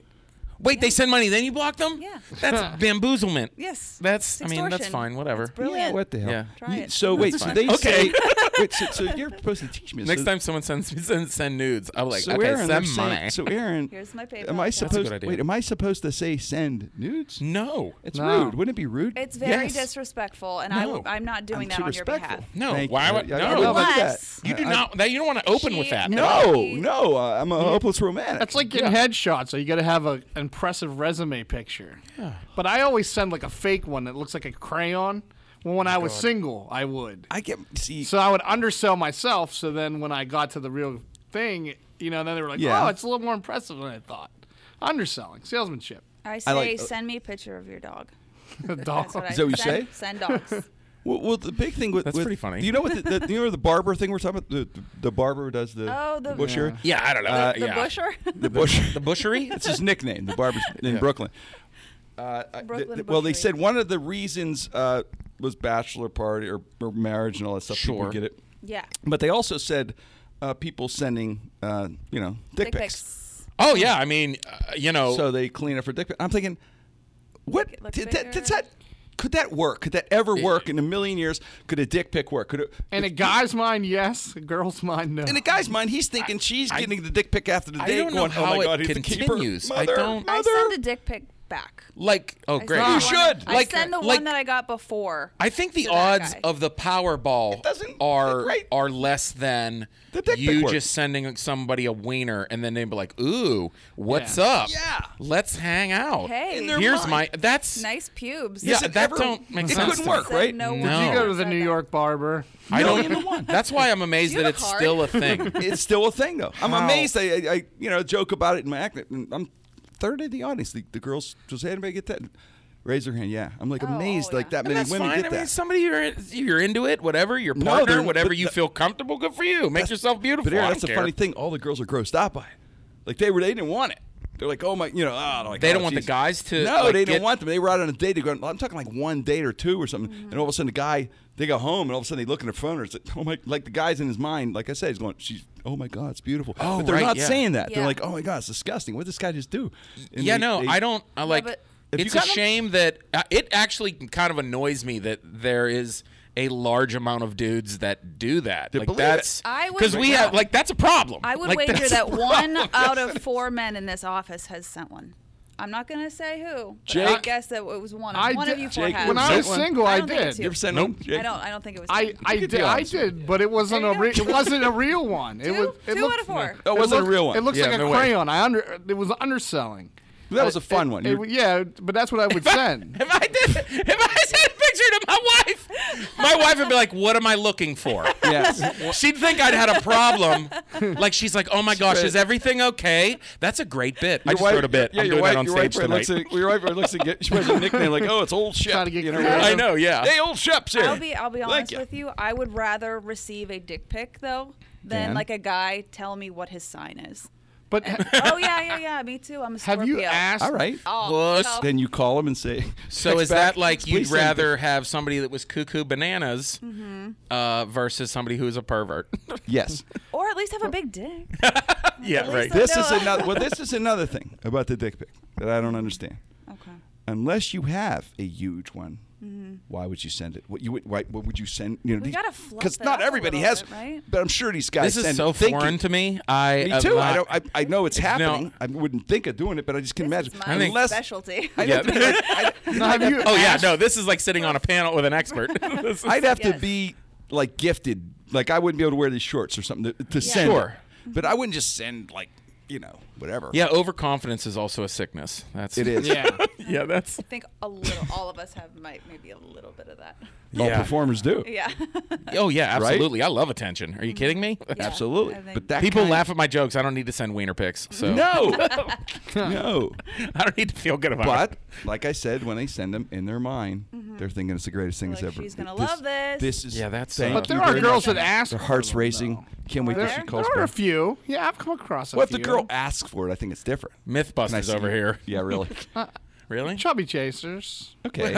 [SPEAKER 5] Wait, they send money, then you block them?
[SPEAKER 3] Yeah.
[SPEAKER 5] That's bamboozlement.
[SPEAKER 3] Yes.
[SPEAKER 5] That's, I mean, that's
[SPEAKER 3] Extortion.
[SPEAKER 5] fine, whatever.
[SPEAKER 3] It's brilliant.
[SPEAKER 1] Yeah, what the hell?
[SPEAKER 5] Yeah.
[SPEAKER 3] Try
[SPEAKER 1] You-
[SPEAKER 3] it.
[SPEAKER 1] So wait, so
[SPEAKER 5] fine.
[SPEAKER 1] they
[SPEAKER 5] Okay.
[SPEAKER 1] say. wait, so, so you're supposed to teach me.
[SPEAKER 5] Next
[SPEAKER 1] so,
[SPEAKER 5] time someone sends me send, send nudes, I'm like,
[SPEAKER 1] so
[SPEAKER 5] okay,
[SPEAKER 1] Aaron, they're
[SPEAKER 5] send
[SPEAKER 1] saying-
[SPEAKER 5] money.
[SPEAKER 1] so Aaron,
[SPEAKER 3] Here's my PayPal
[SPEAKER 1] am I
[SPEAKER 3] account. That's a
[SPEAKER 1] supposed?
[SPEAKER 5] good idea.
[SPEAKER 1] Wait, am I supposed to say send nudes?
[SPEAKER 5] no.
[SPEAKER 1] It's
[SPEAKER 2] No.
[SPEAKER 1] rude. Wouldn't it be rude?
[SPEAKER 3] It's very
[SPEAKER 5] Yes.
[SPEAKER 3] disrespectful, and I
[SPEAKER 5] No.
[SPEAKER 3] w- I'm not doing
[SPEAKER 1] I'm
[SPEAKER 3] that
[SPEAKER 1] too
[SPEAKER 3] on your
[SPEAKER 1] respectful.
[SPEAKER 3] behalf.
[SPEAKER 5] No,
[SPEAKER 1] Thank
[SPEAKER 5] why
[SPEAKER 1] you.
[SPEAKER 5] would-
[SPEAKER 1] I- I
[SPEAKER 5] no.
[SPEAKER 1] wouldn't do
[SPEAKER 3] Unless-
[SPEAKER 1] that.
[SPEAKER 5] You do
[SPEAKER 1] Uh, I- I-
[SPEAKER 5] not, that, you don't want to open
[SPEAKER 3] She-
[SPEAKER 5] with that.
[SPEAKER 1] No,
[SPEAKER 3] Maybe.
[SPEAKER 1] no, uh, I'm a hopeless romantic.
[SPEAKER 2] That's like getting headshots. So you got to have a impressive resume picture. But I always send like a fake one that looks like a crayon. Well, when I was single, I would.
[SPEAKER 1] Oh I get see.
[SPEAKER 2] So I would undersell myself. So then when I got to the real thing, you know, then they were like,
[SPEAKER 1] Yeah.
[SPEAKER 2] "Oh, it's a little more impressive than I thought." Underselling, salesmanship.
[SPEAKER 3] I say,
[SPEAKER 1] like-
[SPEAKER 3] send me a picture of your dog.
[SPEAKER 2] Dog.
[SPEAKER 3] That's what I
[SPEAKER 1] Is that what you
[SPEAKER 3] send,
[SPEAKER 1] say?
[SPEAKER 3] Send dogs.
[SPEAKER 1] well, well, the big thing with
[SPEAKER 5] That's
[SPEAKER 1] with-
[SPEAKER 5] pretty funny.
[SPEAKER 1] Do you know what the, the, do you know the barber thing we're talking about? The the, the barber who does the
[SPEAKER 3] Oh, the-
[SPEAKER 1] busher.
[SPEAKER 5] Yeah, I don't know.
[SPEAKER 1] Uh,
[SPEAKER 3] the
[SPEAKER 5] Uh, yeah.
[SPEAKER 3] busher.
[SPEAKER 1] The busher.
[SPEAKER 5] The bushery?
[SPEAKER 1] It's his nickname, the barber in Brooklyn. Uh, I-
[SPEAKER 3] Brooklyn
[SPEAKER 1] th- th- well, they
[SPEAKER 3] Bushery.
[SPEAKER 1] said one of the reasons uh, was bachelor party or, or marriage and all that stuff.
[SPEAKER 5] Sure.
[SPEAKER 1] People get it,
[SPEAKER 3] yeah.
[SPEAKER 1] but they also said uh, people sending uh, you know dick,
[SPEAKER 3] Dick
[SPEAKER 1] pics.
[SPEAKER 3] pics.
[SPEAKER 5] Oh, yeah. I mean, uh, you know,
[SPEAKER 1] So they clean up for dick pic. I'm thinking, what
[SPEAKER 3] Make it look
[SPEAKER 1] did that, did
[SPEAKER 3] bigger.
[SPEAKER 1] that? Could that work? Could that ever work in a million years? Could a dick pic work? Could it,
[SPEAKER 2] In a guy's mind, yes. A girl's mind, no.
[SPEAKER 1] in a guy's mind, he's thinking she's getting the dick pic after the
[SPEAKER 5] I
[SPEAKER 1] day,
[SPEAKER 5] don't know
[SPEAKER 1] going,
[SPEAKER 5] how
[SPEAKER 1] "Oh my
[SPEAKER 5] it
[SPEAKER 1] god, he's the keeper."
[SPEAKER 5] continues. I
[SPEAKER 1] Mother,
[SPEAKER 5] don't-
[SPEAKER 3] I
[SPEAKER 1] mother.
[SPEAKER 3] send a dick pic back.
[SPEAKER 5] Like, oh
[SPEAKER 3] I
[SPEAKER 5] great,
[SPEAKER 3] send
[SPEAKER 5] you
[SPEAKER 3] the
[SPEAKER 5] should.
[SPEAKER 3] one-
[SPEAKER 5] Like,
[SPEAKER 3] I send the
[SPEAKER 5] like-
[SPEAKER 3] one that I got before.
[SPEAKER 5] I think the
[SPEAKER 3] to that
[SPEAKER 5] odds
[SPEAKER 3] guy.
[SPEAKER 5] of the Powerball
[SPEAKER 1] doesn't
[SPEAKER 5] are
[SPEAKER 1] look right.
[SPEAKER 5] are less than
[SPEAKER 1] The dick pic
[SPEAKER 5] you
[SPEAKER 1] works.
[SPEAKER 5] just sending somebody a wiener and then they'd be like, "Ooh, what's
[SPEAKER 2] Yeah.
[SPEAKER 5] up?
[SPEAKER 1] Yeah.
[SPEAKER 5] let's hang out."
[SPEAKER 3] Hey. In their
[SPEAKER 5] here's my
[SPEAKER 1] mind.
[SPEAKER 5] that's
[SPEAKER 3] nice pubes.
[SPEAKER 5] Yeah,
[SPEAKER 1] Is it
[SPEAKER 5] that
[SPEAKER 1] ever-
[SPEAKER 5] don't make
[SPEAKER 1] it
[SPEAKER 5] sense
[SPEAKER 1] couldn't
[SPEAKER 5] to
[SPEAKER 1] work,
[SPEAKER 5] me.
[SPEAKER 1] right?
[SPEAKER 3] No.
[SPEAKER 5] No.
[SPEAKER 2] Did you go to the
[SPEAKER 3] said
[SPEAKER 2] New
[SPEAKER 3] that.
[SPEAKER 2] York barber?
[SPEAKER 5] I don't.
[SPEAKER 1] Million to one.
[SPEAKER 5] That's why I'm amazed
[SPEAKER 3] Do you have
[SPEAKER 5] that
[SPEAKER 3] a
[SPEAKER 5] it's
[SPEAKER 3] card?
[SPEAKER 5] still a thing.
[SPEAKER 1] it's still a thing though. I'm
[SPEAKER 5] How?
[SPEAKER 1] amazed. I, I, I you know joke about it in my act. and I'm third of the audience. The, the girls does anybody get that? Raise their hand. Yeah, I'm like
[SPEAKER 3] Oh,
[SPEAKER 1] amazed.
[SPEAKER 3] oh,
[SPEAKER 1] Like
[SPEAKER 3] yeah.
[SPEAKER 1] that
[SPEAKER 5] And
[SPEAKER 1] many
[SPEAKER 5] that's
[SPEAKER 1] women
[SPEAKER 5] fine.
[SPEAKER 1] get
[SPEAKER 5] I
[SPEAKER 1] that.
[SPEAKER 5] mean, somebody you're in- you're into it, whatever your
[SPEAKER 1] No,
[SPEAKER 5] partner,
[SPEAKER 1] they're-
[SPEAKER 5] whatever
[SPEAKER 1] but
[SPEAKER 5] you
[SPEAKER 1] the-
[SPEAKER 5] feel comfortable. Good for you. Make
[SPEAKER 1] That's-
[SPEAKER 5] yourself beautiful.
[SPEAKER 1] But Aaron,
[SPEAKER 5] I
[SPEAKER 1] that's the
[SPEAKER 5] don't care.
[SPEAKER 1] funny thing. All the girls are grossed out by it. Like they were, they didn't want it. They're like, oh my, you know, oh, like,
[SPEAKER 5] They
[SPEAKER 1] oh,
[SPEAKER 5] don't want the
[SPEAKER 1] geez.
[SPEAKER 5] guys to,
[SPEAKER 1] No,
[SPEAKER 5] like,
[SPEAKER 1] they don't
[SPEAKER 5] get-
[SPEAKER 1] want them. They were out on a date. They go, I'm talking like one date or two or something. And all of a sudden, the guy, they go home, and all of a sudden, they look in their phone, and it's like, oh my, like the guy's in his mind. Like I said, he's going, she's, oh my god, it's beautiful.
[SPEAKER 5] Oh,
[SPEAKER 1] but they're
[SPEAKER 5] right,
[SPEAKER 1] not
[SPEAKER 5] yeah.
[SPEAKER 1] saying that. They're
[SPEAKER 3] Yeah.
[SPEAKER 1] like, oh my god, it's disgusting. What did this guy just do? And
[SPEAKER 5] yeah,
[SPEAKER 1] they-
[SPEAKER 5] no,
[SPEAKER 1] they-
[SPEAKER 5] I don't. I like.
[SPEAKER 3] but-
[SPEAKER 1] If you
[SPEAKER 5] it's a
[SPEAKER 1] got 'em-
[SPEAKER 5] shame that uh, it actually kind of annoys me that there is a large amount of dudes that do that. Like
[SPEAKER 1] believe it.
[SPEAKER 5] that's
[SPEAKER 3] I would-
[SPEAKER 5] because we have like that's a problem.
[SPEAKER 3] I would
[SPEAKER 5] Like,
[SPEAKER 3] wager
[SPEAKER 5] that's a
[SPEAKER 3] that one
[SPEAKER 5] problem.
[SPEAKER 3] out of four men in this office has sent one. I'm not gonna say who. But I
[SPEAKER 1] Jake-
[SPEAKER 3] guess that it was one.
[SPEAKER 2] I
[SPEAKER 3] one of
[SPEAKER 2] did-
[SPEAKER 3] you four
[SPEAKER 1] Jake,
[SPEAKER 3] has.
[SPEAKER 2] When
[SPEAKER 1] Was
[SPEAKER 2] I
[SPEAKER 1] that
[SPEAKER 2] was
[SPEAKER 1] one?
[SPEAKER 2] single,
[SPEAKER 3] I
[SPEAKER 2] I
[SPEAKER 3] don't think
[SPEAKER 2] did.
[SPEAKER 3] it's
[SPEAKER 1] You ever sent
[SPEAKER 5] Nope.
[SPEAKER 1] one?
[SPEAKER 3] I
[SPEAKER 1] Jake?
[SPEAKER 3] don't. I don't think it was.
[SPEAKER 2] I,
[SPEAKER 3] him.
[SPEAKER 2] I
[SPEAKER 1] could
[SPEAKER 2] did
[SPEAKER 1] be
[SPEAKER 2] I
[SPEAKER 1] honest with
[SPEAKER 2] did, but it wasn't
[SPEAKER 3] There
[SPEAKER 2] a
[SPEAKER 3] you
[SPEAKER 2] re-
[SPEAKER 3] go.
[SPEAKER 2] it wasn't a real one. It
[SPEAKER 3] Two-
[SPEAKER 2] was it
[SPEAKER 3] two
[SPEAKER 2] looked,
[SPEAKER 3] out of four.
[SPEAKER 1] Oh, it
[SPEAKER 2] it
[SPEAKER 1] wasn't a
[SPEAKER 2] looked-
[SPEAKER 1] real one.
[SPEAKER 2] It looks
[SPEAKER 5] Yeah,
[SPEAKER 2] like
[SPEAKER 5] no
[SPEAKER 2] a
[SPEAKER 5] way.
[SPEAKER 2] crayon. I under it was underselling. Uh,
[SPEAKER 1] That was a fun
[SPEAKER 2] It-
[SPEAKER 1] one.
[SPEAKER 2] it-
[SPEAKER 1] You're-
[SPEAKER 2] yeah, but that's what I would send.
[SPEAKER 5] If I did, if I sent a picture to my wife, my wife would be like, "What am I looking for?"
[SPEAKER 1] yes.
[SPEAKER 5] She'd think I'd had a problem. Like she's like, "Oh my gosh, is everything okay?" That's a great bit. I just wrote a bit.
[SPEAKER 1] Yeah,
[SPEAKER 5] I'm
[SPEAKER 1] your
[SPEAKER 5] doing
[SPEAKER 1] wife,
[SPEAKER 5] that on
[SPEAKER 1] your
[SPEAKER 5] stage
[SPEAKER 1] wife
[SPEAKER 5] tonight.
[SPEAKER 1] looks at, your wife looks at, get, she wears a nickname like, oh, it's old Shep.
[SPEAKER 2] Trying to get
[SPEAKER 1] you know,
[SPEAKER 2] creative.
[SPEAKER 5] I know, yeah.
[SPEAKER 1] Hey, "Oh, old Shep's here.
[SPEAKER 3] I'll be. I'll be
[SPEAKER 1] Like
[SPEAKER 3] honest
[SPEAKER 1] ya.
[SPEAKER 3] with you. I would rather receive a dick pic though than
[SPEAKER 1] Dan?
[SPEAKER 3] like a guy tell me what his sign is.
[SPEAKER 2] But
[SPEAKER 3] oh yeah, yeah, yeah. Me too. I'm a Scorpio.
[SPEAKER 2] have you asked?
[SPEAKER 1] All right.
[SPEAKER 3] Oh,
[SPEAKER 5] Puss.
[SPEAKER 3] no.
[SPEAKER 1] Then you call him and say.
[SPEAKER 5] So
[SPEAKER 1] text
[SPEAKER 5] is
[SPEAKER 1] back,
[SPEAKER 5] that like you'd
[SPEAKER 1] "Please send
[SPEAKER 5] rather have somebody that was cuckoo bananas uh, versus somebody who is a pervert?
[SPEAKER 1] this." Yes.
[SPEAKER 3] or at least have a big dick.
[SPEAKER 5] yeah,
[SPEAKER 3] least right. the-
[SPEAKER 1] This is
[SPEAKER 3] No.
[SPEAKER 1] another. Well, this is another thing about the dick pic that I don't understand.
[SPEAKER 3] Okay.
[SPEAKER 1] Unless you have a huge one, why would you send it? What you would? Why, what would you send? You know,
[SPEAKER 3] Mm-hmm. We gotta fluff
[SPEAKER 1] because
[SPEAKER 3] it
[SPEAKER 1] not
[SPEAKER 3] up a
[SPEAKER 1] everybody
[SPEAKER 3] little
[SPEAKER 1] has.
[SPEAKER 3] bit, right?
[SPEAKER 1] But I'm sure these guys.
[SPEAKER 5] This is
[SPEAKER 1] send
[SPEAKER 5] so
[SPEAKER 1] it thinking-
[SPEAKER 5] foreign to me. I
[SPEAKER 1] Me
[SPEAKER 5] am
[SPEAKER 1] too. I
[SPEAKER 5] not-
[SPEAKER 1] don't. I, I know it's happening.
[SPEAKER 5] No.
[SPEAKER 1] I wouldn't think of doing it, but I just can
[SPEAKER 3] This
[SPEAKER 1] imagine.
[SPEAKER 3] is my
[SPEAKER 5] think-
[SPEAKER 1] Unless
[SPEAKER 3] specialty.
[SPEAKER 1] I'd
[SPEAKER 5] Yeah.
[SPEAKER 1] have to be like- I'd-
[SPEAKER 2] Now, have you?
[SPEAKER 5] oh yeah,
[SPEAKER 2] asked-
[SPEAKER 5] no. This is like sitting on a panel with an expert. This is-
[SPEAKER 1] I'd have to
[SPEAKER 3] Yes.
[SPEAKER 1] be like gifted. Like I wouldn't be able to wear these shorts or something to, to send. it.
[SPEAKER 5] Sure.
[SPEAKER 1] But I wouldn't just send like you know whatever.
[SPEAKER 5] yeah, overconfidence is also a sickness. That's
[SPEAKER 1] It is.
[SPEAKER 2] Yeah.
[SPEAKER 5] yeah, that's
[SPEAKER 3] I think a little. All of us have might maybe a little bit of that.
[SPEAKER 1] All
[SPEAKER 5] Yeah.
[SPEAKER 1] performers do.
[SPEAKER 3] Yeah.
[SPEAKER 5] oh yeah, absolutely. I love attention. Are you kidding me?
[SPEAKER 1] Absolutely.
[SPEAKER 3] I think-
[SPEAKER 1] But that
[SPEAKER 5] People
[SPEAKER 1] kind-
[SPEAKER 5] laugh at my jokes. I don't need to send wiener pics. So
[SPEAKER 1] No. no.
[SPEAKER 5] I don't need to feel good about
[SPEAKER 1] But
[SPEAKER 5] it.
[SPEAKER 1] like I said, when they send them in their mind, they're thinking it's the greatest thing that's
[SPEAKER 3] Like,
[SPEAKER 1] ever.
[SPEAKER 3] Mm-hmm. she's gonna love this.
[SPEAKER 1] This is.
[SPEAKER 5] Yeah, that's,
[SPEAKER 1] Thank
[SPEAKER 5] uh,
[SPEAKER 2] But there
[SPEAKER 1] you
[SPEAKER 2] are
[SPEAKER 1] very
[SPEAKER 2] girls
[SPEAKER 1] much.
[SPEAKER 2] that ask.
[SPEAKER 1] Their
[SPEAKER 2] for
[SPEAKER 1] hearts
[SPEAKER 2] them,
[SPEAKER 1] racing.
[SPEAKER 2] though.
[SPEAKER 1] Can't wait till
[SPEAKER 2] There,
[SPEAKER 1] she calls
[SPEAKER 2] there are a
[SPEAKER 1] back.
[SPEAKER 2] few. Yeah, I've come across a
[SPEAKER 1] Well, if
[SPEAKER 2] few.
[SPEAKER 1] the girl asks for it, I think it's different. Can I
[SPEAKER 5] Mythbusters
[SPEAKER 1] see
[SPEAKER 5] over
[SPEAKER 1] you?
[SPEAKER 5] here.
[SPEAKER 1] Yeah, really.
[SPEAKER 5] Really?
[SPEAKER 2] Chubby chasers.
[SPEAKER 1] Okay.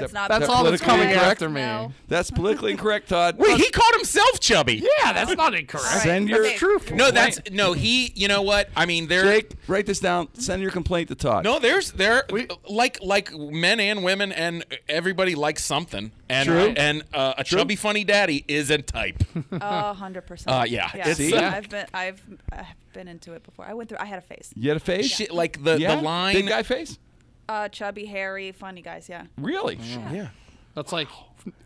[SPEAKER 3] That's not.
[SPEAKER 2] That's all that's
[SPEAKER 1] politically
[SPEAKER 2] coming
[SPEAKER 1] correct?
[SPEAKER 2] after me.
[SPEAKER 3] No.
[SPEAKER 1] That's politically incorrect, Todd.
[SPEAKER 5] Wait, he called himself chubby.
[SPEAKER 2] Yeah, that's not incorrect.
[SPEAKER 3] All right.
[SPEAKER 1] Send your
[SPEAKER 3] Okay.
[SPEAKER 2] Truthful.
[SPEAKER 5] No, that's no. He, you know what? I mean, there.
[SPEAKER 1] Jake, write this down. Send your complaint to Todd.
[SPEAKER 5] No, there's there like like men and women and everybody likes something. And
[SPEAKER 1] True.
[SPEAKER 5] and uh, a chubby funny daddy is a type.
[SPEAKER 3] A hundred percent.
[SPEAKER 5] Uh, yeah.
[SPEAKER 3] Yeah.
[SPEAKER 1] See?
[SPEAKER 3] I've been. I've. I've been into it before. I went through. I had a face.
[SPEAKER 1] You had a face?
[SPEAKER 5] Shit, like the
[SPEAKER 1] yeah?
[SPEAKER 5] the line.
[SPEAKER 1] Big guy face?
[SPEAKER 3] Uh, chubby, hairy, funny guys. Yeah.
[SPEAKER 5] Mm.
[SPEAKER 1] Really?
[SPEAKER 5] Yeah.
[SPEAKER 2] That's like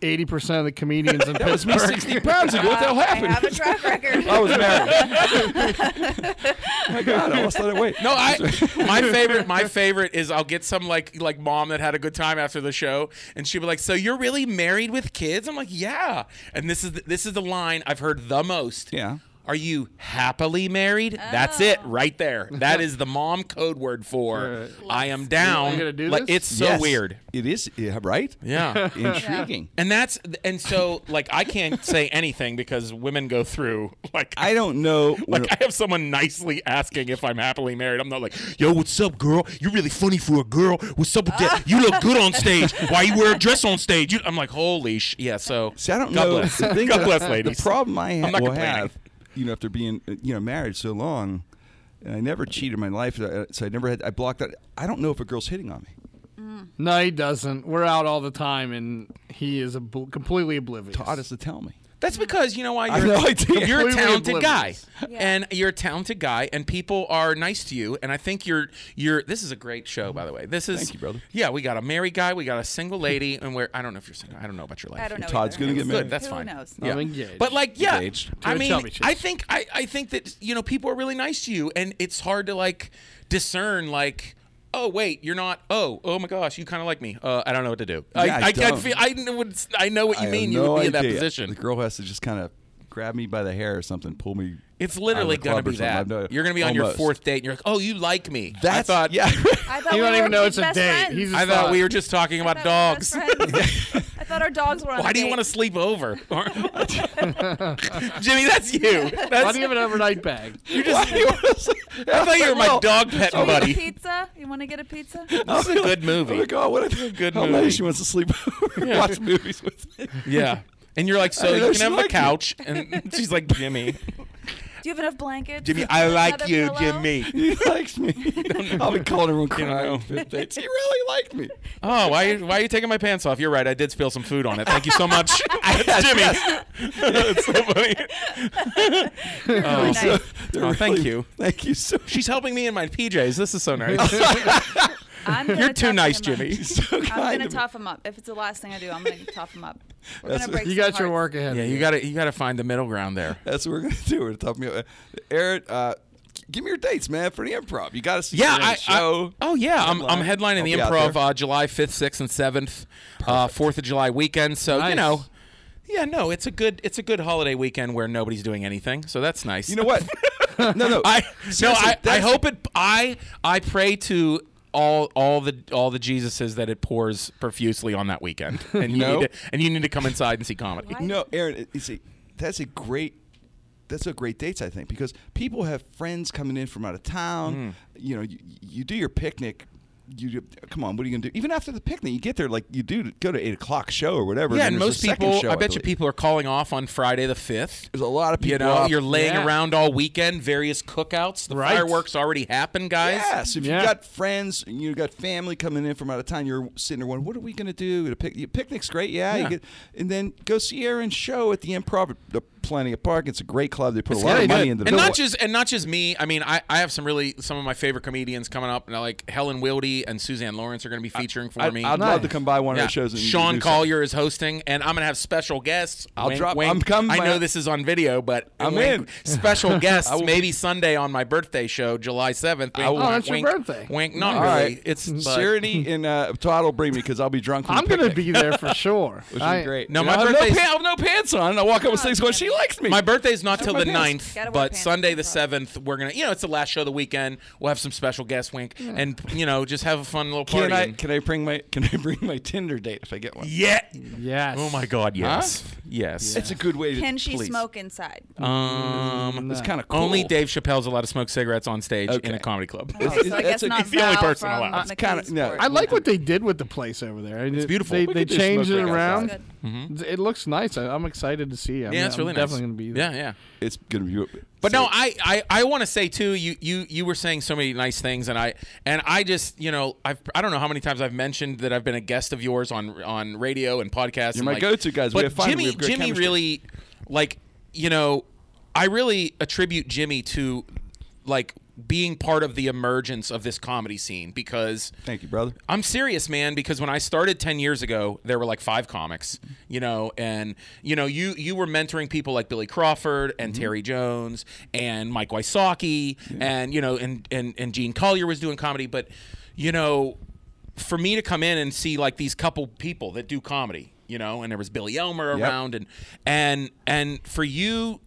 [SPEAKER 2] eighty percent of the comedians in
[SPEAKER 1] That was me
[SPEAKER 2] Pittsburgh.
[SPEAKER 1] 60 pounds ago. What the hell
[SPEAKER 3] Uh,
[SPEAKER 1] happened?
[SPEAKER 3] I have a track record.
[SPEAKER 1] I was married. my God, I lost that weight.
[SPEAKER 5] No, I my favorite my favorite is I'll get some like like mom that had a good time after the show and she'll be like, "So you're really married with kids?" I'm like, "Yeah." And this is the, this is the line I've heard the most.
[SPEAKER 1] Yeah.
[SPEAKER 5] Are you happily married? That's
[SPEAKER 1] Oh.
[SPEAKER 5] it right there. That is the mom code word for I am down.
[SPEAKER 2] You gonna do
[SPEAKER 5] like
[SPEAKER 2] this?
[SPEAKER 5] it's so
[SPEAKER 1] Yes.
[SPEAKER 5] weird.
[SPEAKER 1] It is, yeah, right?
[SPEAKER 5] Yeah.
[SPEAKER 1] Intriguing.
[SPEAKER 5] And that's and so like I can't say anything because women go through like
[SPEAKER 1] I don't know. when-
[SPEAKER 5] like I have someone nicely asking if I'm happily married. I'm not like, yo, what's up, girl? You're really funny for a girl. What's up with that? You look good on stage. Why you wear a dress on stage? You, I'm like, holy sh. Yeah. So
[SPEAKER 1] See, I don't
[SPEAKER 5] God
[SPEAKER 1] know.
[SPEAKER 5] Bless.
[SPEAKER 1] The thing
[SPEAKER 5] God
[SPEAKER 1] that-
[SPEAKER 5] bless, ladies.
[SPEAKER 1] The problem I ha-
[SPEAKER 5] not
[SPEAKER 1] will
[SPEAKER 5] complaining.
[SPEAKER 1] have, you know, after being uh, you know married so long, and I never cheated in my life, uh, so I never had. I blocked out. I don't know if a girl's hitting on me.
[SPEAKER 2] No, he doesn't. We're out all the time, and he is obl- completely oblivious.
[SPEAKER 1] Todd has to tell me.
[SPEAKER 5] That's because you know why
[SPEAKER 1] Mm. I
[SPEAKER 5] you're,
[SPEAKER 1] know I did.
[SPEAKER 5] you're a
[SPEAKER 2] Completely
[SPEAKER 5] talented guy,
[SPEAKER 2] oblivious.
[SPEAKER 3] Yeah.
[SPEAKER 5] and you're a talented guy, and people are nice to you. And I think you're you're. This is a great show, by the way. This is
[SPEAKER 1] Thank you, brother.
[SPEAKER 5] Yeah, we got a married guy, we got a single lady, and we're I don't know if you're single. I don't know about your life.
[SPEAKER 3] I don't know.
[SPEAKER 1] Todd's
[SPEAKER 3] either.
[SPEAKER 1] gonna get
[SPEAKER 5] Good,
[SPEAKER 1] married.
[SPEAKER 5] that's
[SPEAKER 3] Who
[SPEAKER 5] fine.
[SPEAKER 3] knows?
[SPEAKER 5] Yeah.
[SPEAKER 2] I'm engaged.
[SPEAKER 5] But like, yeah,
[SPEAKER 1] Engaged.
[SPEAKER 5] I
[SPEAKER 2] To a
[SPEAKER 5] mean,
[SPEAKER 2] chubby chase.
[SPEAKER 5] I think I, I think that you know people are really nice to you, and it's hard to like discern like. Oh wait, you're not. Oh, oh my gosh, you kind of like me. Uh, I don't know what to do.
[SPEAKER 1] Yeah, I
[SPEAKER 5] I, I, I,
[SPEAKER 1] don't.
[SPEAKER 5] feel, I know what I know what
[SPEAKER 1] I
[SPEAKER 5] you
[SPEAKER 1] have
[SPEAKER 5] mean. You
[SPEAKER 1] no
[SPEAKER 5] would be in that
[SPEAKER 1] idea.
[SPEAKER 5] position.
[SPEAKER 1] The girl has to just kind of grab me by the hair or something, pull me.
[SPEAKER 5] It's literally
[SPEAKER 1] out of the club
[SPEAKER 5] gonna
[SPEAKER 1] or
[SPEAKER 5] be
[SPEAKER 1] something.
[SPEAKER 5] that.
[SPEAKER 1] I've no-
[SPEAKER 5] you're gonna be on your
[SPEAKER 1] almost.
[SPEAKER 5] fourth date, and you're like, "Oh, you like me."
[SPEAKER 1] That's
[SPEAKER 5] I thought.
[SPEAKER 1] yeah.
[SPEAKER 3] I thought
[SPEAKER 2] You
[SPEAKER 3] we
[SPEAKER 2] don't even
[SPEAKER 3] were
[SPEAKER 2] know it's a
[SPEAKER 3] best
[SPEAKER 2] date.
[SPEAKER 3] friends.
[SPEAKER 2] He's a
[SPEAKER 5] I thought
[SPEAKER 2] thought-
[SPEAKER 5] we were just talking
[SPEAKER 3] I
[SPEAKER 5] about
[SPEAKER 3] thought
[SPEAKER 5] dogs.
[SPEAKER 3] we were best friends. I thought our dogs were on
[SPEAKER 5] Why
[SPEAKER 3] a
[SPEAKER 5] do you
[SPEAKER 3] date.
[SPEAKER 5] want to sleep over, Jimmy? That's you.
[SPEAKER 2] Why
[SPEAKER 5] That's
[SPEAKER 2] do you have an overnight bag?
[SPEAKER 1] you just. you
[SPEAKER 5] I thought you were my dog pet
[SPEAKER 3] Should we get
[SPEAKER 5] buddy.
[SPEAKER 3] Pizza? You want to get a pizza?
[SPEAKER 5] This is a good
[SPEAKER 1] Oh
[SPEAKER 5] movie.
[SPEAKER 1] my god! What a
[SPEAKER 5] Good
[SPEAKER 1] How
[SPEAKER 5] movie.
[SPEAKER 1] nice she wants to sleep over, and
[SPEAKER 5] Yeah.
[SPEAKER 1] watch movies with me.
[SPEAKER 5] Yeah. And you're like, so
[SPEAKER 1] didn't know
[SPEAKER 5] you
[SPEAKER 1] she
[SPEAKER 5] can have the
[SPEAKER 1] liked you."
[SPEAKER 5] couch, and she's like, Jimmy,
[SPEAKER 3] Do you have enough blankets?
[SPEAKER 5] I
[SPEAKER 3] Another pillow?
[SPEAKER 1] He likes me. I'll be calling everyone crying. Fifth dates. He really liked me.
[SPEAKER 5] Oh, why, why are you taking my pants off? You're right. I did spill some food on it. Thank you so much. That's Jimmy. That's so funny.
[SPEAKER 3] You're really
[SPEAKER 5] Oh.
[SPEAKER 3] nice.
[SPEAKER 1] They're
[SPEAKER 5] Oh, thank you.
[SPEAKER 1] Thank you so much.
[SPEAKER 5] She's helping me in my PJs. This is so nice.
[SPEAKER 3] I'm gonna
[SPEAKER 5] You're too
[SPEAKER 3] toughen
[SPEAKER 5] nice,
[SPEAKER 3] him up.
[SPEAKER 5] Jimmy.
[SPEAKER 1] So
[SPEAKER 3] I'm
[SPEAKER 1] kind
[SPEAKER 3] gonna
[SPEAKER 1] of you.
[SPEAKER 3] tough him up. If it's the last thing I do, I'm gonna tough him up. We're
[SPEAKER 1] That's-
[SPEAKER 3] gonna break.
[SPEAKER 2] You
[SPEAKER 3] some
[SPEAKER 2] got your work
[SPEAKER 3] hearts.
[SPEAKER 2] ahead.
[SPEAKER 5] Yeah,
[SPEAKER 2] of
[SPEAKER 5] you got to you got to find the middle ground there.
[SPEAKER 1] That's what we're gonna do. We're tough me up. Eric, uh, give me your dates, man, for the improv. You got to see.
[SPEAKER 5] Yeah,
[SPEAKER 1] the
[SPEAKER 5] I,
[SPEAKER 1] show.
[SPEAKER 5] I- oh yeah, I'm, I'm
[SPEAKER 1] Headline.
[SPEAKER 5] headlining the
[SPEAKER 1] I'll be out
[SPEAKER 5] improv
[SPEAKER 1] there.
[SPEAKER 5] uh, July 5th, 6th, and 7th, uh, 4th of July weekend. So you
[SPEAKER 2] Nice.
[SPEAKER 5] know, yeah, no, it's a good it's a good holiday weekend where nobody's doing anything. So that's nice.
[SPEAKER 1] you know what? no, no.
[SPEAKER 5] I no,
[SPEAKER 1] Seriously,
[SPEAKER 5] I, I
[SPEAKER 1] that's-
[SPEAKER 5] hope it. I I pray to all all the all the Jesuses that it pours profusely on that weekend, and you
[SPEAKER 1] No.
[SPEAKER 5] need to, and you need to come inside and see comedy.
[SPEAKER 3] Why?
[SPEAKER 1] No, Aaron, it- you see, that's a great. That's a great dates, I think, because people have friends coming in from out of
[SPEAKER 5] Mm.
[SPEAKER 1] town. You know, you, you do your picnic. You do, come on, what are you gonna do? Even after the picnic, you get there like you do to go to eight o'clock show or whatever.
[SPEAKER 5] Yeah,
[SPEAKER 1] and
[SPEAKER 5] and
[SPEAKER 1] there's
[SPEAKER 5] most
[SPEAKER 1] a second
[SPEAKER 5] people,
[SPEAKER 1] show,
[SPEAKER 5] I bet you
[SPEAKER 1] believe.
[SPEAKER 5] people are calling off on Friday the 5th.
[SPEAKER 1] There's a lot of people.
[SPEAKER 5] You know,
[SPEAKER 1] up.
[SPEAKER 5] you're laying
[SPEAKER 2] Yeah.
[SPEAKER 5] around all weekend, various cookouts. The
[SPEAKER 2] Right.
[SPEAKER 5] fireworks already happen, guys.
[SPEAKER 1] Yes, if
[SPEAKER 2] Yeah.
[SPEAKER 1] you got friends, and you got family coming in from out of town. You're sitting there wondering, what are we going to do? The pic- your picnic's great, yeah.
[SPEAKER 5] Yeah.
[SPEAKER 1] You get, and then go see Aaron's show at the Improv. The Plenty of Park. It's a great club. They put a lot
[SPEAKER 2] gotta
[SPEAKER 1] of
[SPEAKER 2] be
[SPEAKER 1] money
[SPEAKER 2] good.
[SPEAKER 1] into the
[SPEAKER 5] and not just and not just me. I mean, I, I have some really some of my favorite comedians coming up, and I like Helen Wildy and Suzanne Lawrence are going to be featuring for
[SPEAKER 1] I,
[SPEAKER 5] me.
[SPEAKER 1] would love
[SPEAKER 2] Nice.
[SPEAKER 1] to come by one
[SPEAKER 5] Yeah.
[SPEAKER 1] of their shows. And
[SPEAKER 5] Sean
[SPEAKER 1] do something.
[SPEAKER 5] Collier is hosting, and I'm gonna have special guests.
[SPEAKER 1] I'll
[SPEAKER 5] Wink,
[SPEAKER 1] drop-
[SPEAKER 5] wink.
[SPEAKER 1] I'm coming,
[SPEAKER 5] I know
[SPEAKER 1] man.
[SPEAKER 5] this is on video, but
[SPEAKER 1] I'm in.
[SPEAKER 5] Special guests,
[SPEAKER 1] will-
[SPEAKER 5] maybe Sunday on my birthday show, July 7th. Wink,
[SPEAKER 1] will-
[SPEAKER 2] Oh, that's your
[SPEAKER 5] wink,
[SPEAKER 2] birthday.
[SPEAKER 5] Wink, not
[SPEAKER 1] All
[SPEAKER 5] really.
[SPEAKER 1] right,
[SPEAKER 5] It's but-
[SPEAKER 1] Charity and uh, Todd will bring me because I'll be drunk. From
[SPEAKER 2] I'm
[SPEAKER 1] the
[SPEAKER 2] gonna
[SPEAKER 1] picnic,
[SPEAKER 2] be there for sure.
[SPEAKER 1] Which
[SPEAKER 2] I-
[SPEAKER 1] is great.
[SPEAKER 5] No,
[SPEAKER 1] And
[SPEAKER 5] my
[SPEAKER 1] I'll have no,
[SPEAKER 5] birthday's-
[SPEAKER 1] pa- I'll have no pants on. and I walk up with things going, she likes me.
[SPEAKER 5] My birthday's not till
[SPEAKER 1] my
[SPEAKER 5] the
[SPEAKER 1] pants.
[SPEAKER 5] 9th,
[SPEAKER 3] Gotta wear
[SPEAKER 5] but
[SPEAKER 3] pants
[SPEAKER 5] Sunday
[SPEAKER 3] for
[SPEAKER 5] the
[SPEAKER 3] prom.
[SPEAKER 5] 7th, we're going to, you know, it's the last show of the weekend. We'll have some special guests, wink, and, you know, just have a fun little party.
[SPEAKER 1] can I
[SPEAKER 5] and-
[SPEAKER 1] can I bring my can I bring my Tinder date if I get one?
[SPEAKER 5] yeah.
[SPEAKER 2] Yes.
[SPEAKER 5] Oh, my God, yes. Yes.
[SPEAKER 1] It's a good way to.
[SPEAKER 3] Can she
[SPEAKER 1] please.
[SPEAKER 3] smoke inside? Oh,
[SPEAKER 5] Um,
[SPEAKER 1] It's kind of cool.
[SPEAKER 5] only Dave Chappelle's allowed to smoke cigarettes on stage in
[SPEAKER 1] Okay.
[SPEAKER 5] a comedy club.
[SPEAKER 3] Okay, so I
[SPEAKER 1] it's-
[SPEAKER 3] guess
[SPEAKER 1] it's-
[SPEAKER 3] not
[SPEAKER 1] it's the only
[SPEAKER 3] Val
[SPEAKER 5] person
[SPEAKER 3] from
[SPEAKER 5] allowed.
[SPEAKER 1] It's kinda-
[SPEAKER 3] McKee's
[SPEAKER 1] no,
[SPEAKER 3] Sport.
[SPEAKER 2] I like what they did with the place over there. It's
[SPEAKER 5] beautiful.
[SPEAKER 2] They,
[SPEAKER 5] We
[SPEAKER 2] they
[SPEAKER 1] could do
[SPEAKER 2] changed
[SPEAKER 1] smoke
[SPEAKER 2] it
[SPEAKER 1] break
[SPEAKER 2] around.
[SPEAKER 3] outside.
[SPEAKER 2] It looks nice. I, I'm excited to see. I
[SPEAKER 5] Mm-hmm. Yeah, it's really nice.
[SPEAKER 2] definitely gonna be there.
[SPEAKER 5] Yeah, yeah.
[SPEAKER 1] It's gonna be.
[SPEAKER 5] But no, I I, I want to say too. You you you were saying so many nice things, and I and I just you know I've I don't know how many times I've mentioned that I've been a guest of yours on on radio and podcasts. and
[SPEAKER 1] my
[SPEAKER 5] like-
[SPEAKER 1] go-to guys. We
[SPEAKER 5] But
[SPEAKER 1] have fun. We
[SPEAKER 5] Jimmy
[SPEAKER 1] have great
[SPEAKER 5] Jimmy
[SPEAKER 1] chemistry.
[SPEAKER 5] really like you know I really attribute Jimmy to like being part of the emergence of this comedy scene because
[SPEAKER 1] Thank you, brother.
[SPEAKER 5] I'm serious, man, because when I started 10 years ago, there were like five comics, you know, and you know, you you were mentoring people like Billy Crawford and Terry Jones and Mike Wysocki and you know, and and and Gene Collier was doing comedy, but you know, for me to come in and see like these couple people that do comedy, you know, and there was Billy Elmer
[SPEAKER 1] Yep.
[SPEAKER 5] around and and and for you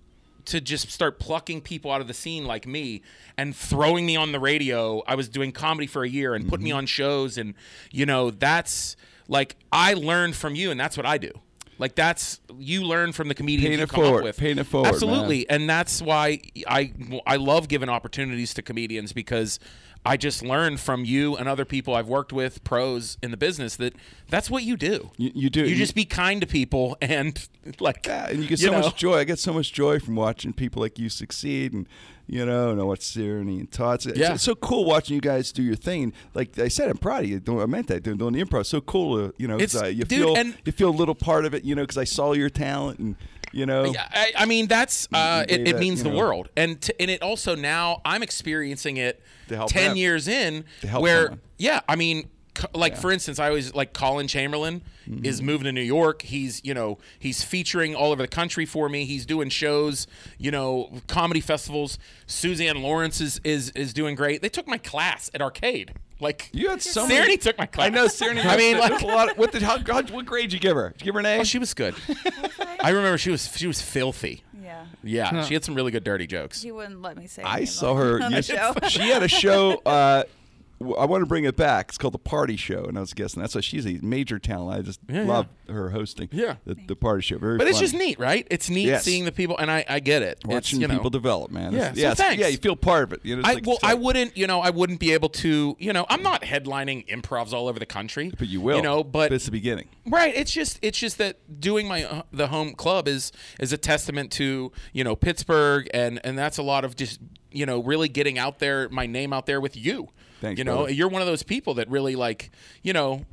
[SPEAKER 5] to just start plucking people out of the scene like me and throwing me on the radio. I was doing comedy for a year and put
[SPEAKER 1] Mm-hmm.
[SPEAKER 5] me on shows and you know, that's like I learned from you and that's what I do. Like that's you learn from the comedians
[SPEAKER 1] Paying
[SPEAKER 5] you
[SPEAKER 1] it
[SPEAKER 5] come
[SPEAKER 1] forward,
[SPEAKER 5] up with.
[SPEAKER 1] paying it forward, man.
[SPEAKER 5] Absolutely and that's why I I love giving opportunities to comedians because I just learned from you and other people I've worked with, pros in the business, that that's what you do.
[SPEAKER 1] You- you do.
[SPEAKER 5] You
[SPEAKER 1] You-
[SPEAKER 5] just be kind to people and like
[SPEAKER 1] Yeah, and you get so
[SPEAKER 5] know.
[SPEAKER 1] much joy. I get so much joy from watching people like you succeed, and you know, and I watch Tyranny and Todd. It's,
[SPEAKER 5] Yeah.
[SPEAKER 1] it's so cool watching you guys do your thing. Like I said, I'm proud of you. Don't- I meant that doing, doing the improv. So cool, to, you know. 'cause,
[SPEAKER 5] It's-
[SPEAKER 1] uh, you
[SPEAKER 5] dude,
[SPEAKER 1] feel
[SPEAKER 5] and-
[SPEAKER 1] you feel a little part of it, you know, because I saw your talent and You know,
[SPEAKER 5] Yeah, I, I mean that's uh,
[SPEAKER 1] Oh. you
[SPEAKER 5] it,
[SPEAKER 1] gave
[SPEAKER 5] it
[SPEAKER 1] that,
[SPEAKER 5] means
[SPEAKER 1] you
[SPEAKER 5] the
[SPEAKER 1] know.
[SPEAKER 5] world, and t- and it also now I'm experiencing it
[SPEAKER 1] To help
[SPEAKER 5] ten
[SPEAKER 1] them.
[SPEAKER 5] years in
[SPEAKER 1] To help
[SPEAKER 5] where
[SPEAKER 1] someone.
[SPEAKER 5] yeah, I mean. c- Like for instance, I always like Colin Chamberlain
[SPEAKER 1] Mm-hmm.
[SPEAKER 5] is moving to New York. He's you know he's featuring all over the country for me. He's doing shows, you know, comedy festivals. Suzanne Lawrence is is, is doing great. They took my class at Arcade. Like
[SPEAKER 1] you had so
[SPEAKER 5] Sigourney
[SPEAKER 1] many.
[SPEAKER 5] took my class.
[SPEAKER 1] I know Sigourney.
[SPEAKER 5] I mean,
[SPEAKER 1] there's
[SPEAKER 5] like-
[SPEAKER 1] a lot. Of, what did how, how, what grade did you give her? Did you give her an A?
[SPEAKER 5] Oh, she was good. I remember she was she was filthy.
[SPEAKER 3] Yeah.
[SPEAKER 5] Yeah, she had some really good dirty jokes.
[SPEAKER 3] He wouldn't let me say. any
[SPEAKER 1] I
[SPEAKER 3] of
[SPEAKER 1] saw
[SPEAKER 3] them
[SPEAKER 1] her.
[SPEAKER 3] on
[SPEAKER 1] yes,
[SPEAKER 3] the show.
[SPEAKER 1] she had a show. Uh, w- I want to bring it back. It's called the Party Show, and I was guessing that's why she's a major talent. I just
[SPEAKER 5] Yeah,
[SPEAKER 1] love her hosting.
[SPEAKER 5] Yeah.
[SPEAKER 1] the, the Party Show. Very,
[SPEAKER 5] But it's
[SPEAKER 1] funny.
[SPEAKER 5] just neat, right? It's neat
[SPEAKER 1] Yes.
[SPEAKER 5] seeing the people, and I, I get it.
[SPEAKER 1] watching
[SPEAKER 5] it's, you know,
[SPEAKER 1] people develop, man.
[SPEAKER 5] Yeah,
[SPEAKER 1] It's-
[SPEAKER 5] so
[SPEAKER 1] yeah, it's-
[SPEAKER 5] thanks.
[SPEAKER 1] yeah. You feel part of it. You know, it's
[SPEAKER 5] I
[SPEAKER 1] like-
[SPEAKER 5] well,
[SPEAKER 1] it's
[SPEAKER 5] I
[SPEAKER 1] like-
[SPEAKER 5] wouldn't, you know, I wouldn't be able to, you know, I'm not headlining improvs all over the country,
[SPEAKER 1] But you will.
[SPEAKER 5] you know, but
[SPEAKER 1] it's the beginning.
[SPEAKER 5] right, it's just, it's just that doing my uh, the home club is is a testament to you know Pittsburgh, and and that's a lot of just you know really getting out there, my name out there with you.
[SPEAKER 1] Thanks,
[SPEAKER 5] you know,
[SPEAKER 1] brother.
[SPEAKER 5] you're one of those people that really like, you know,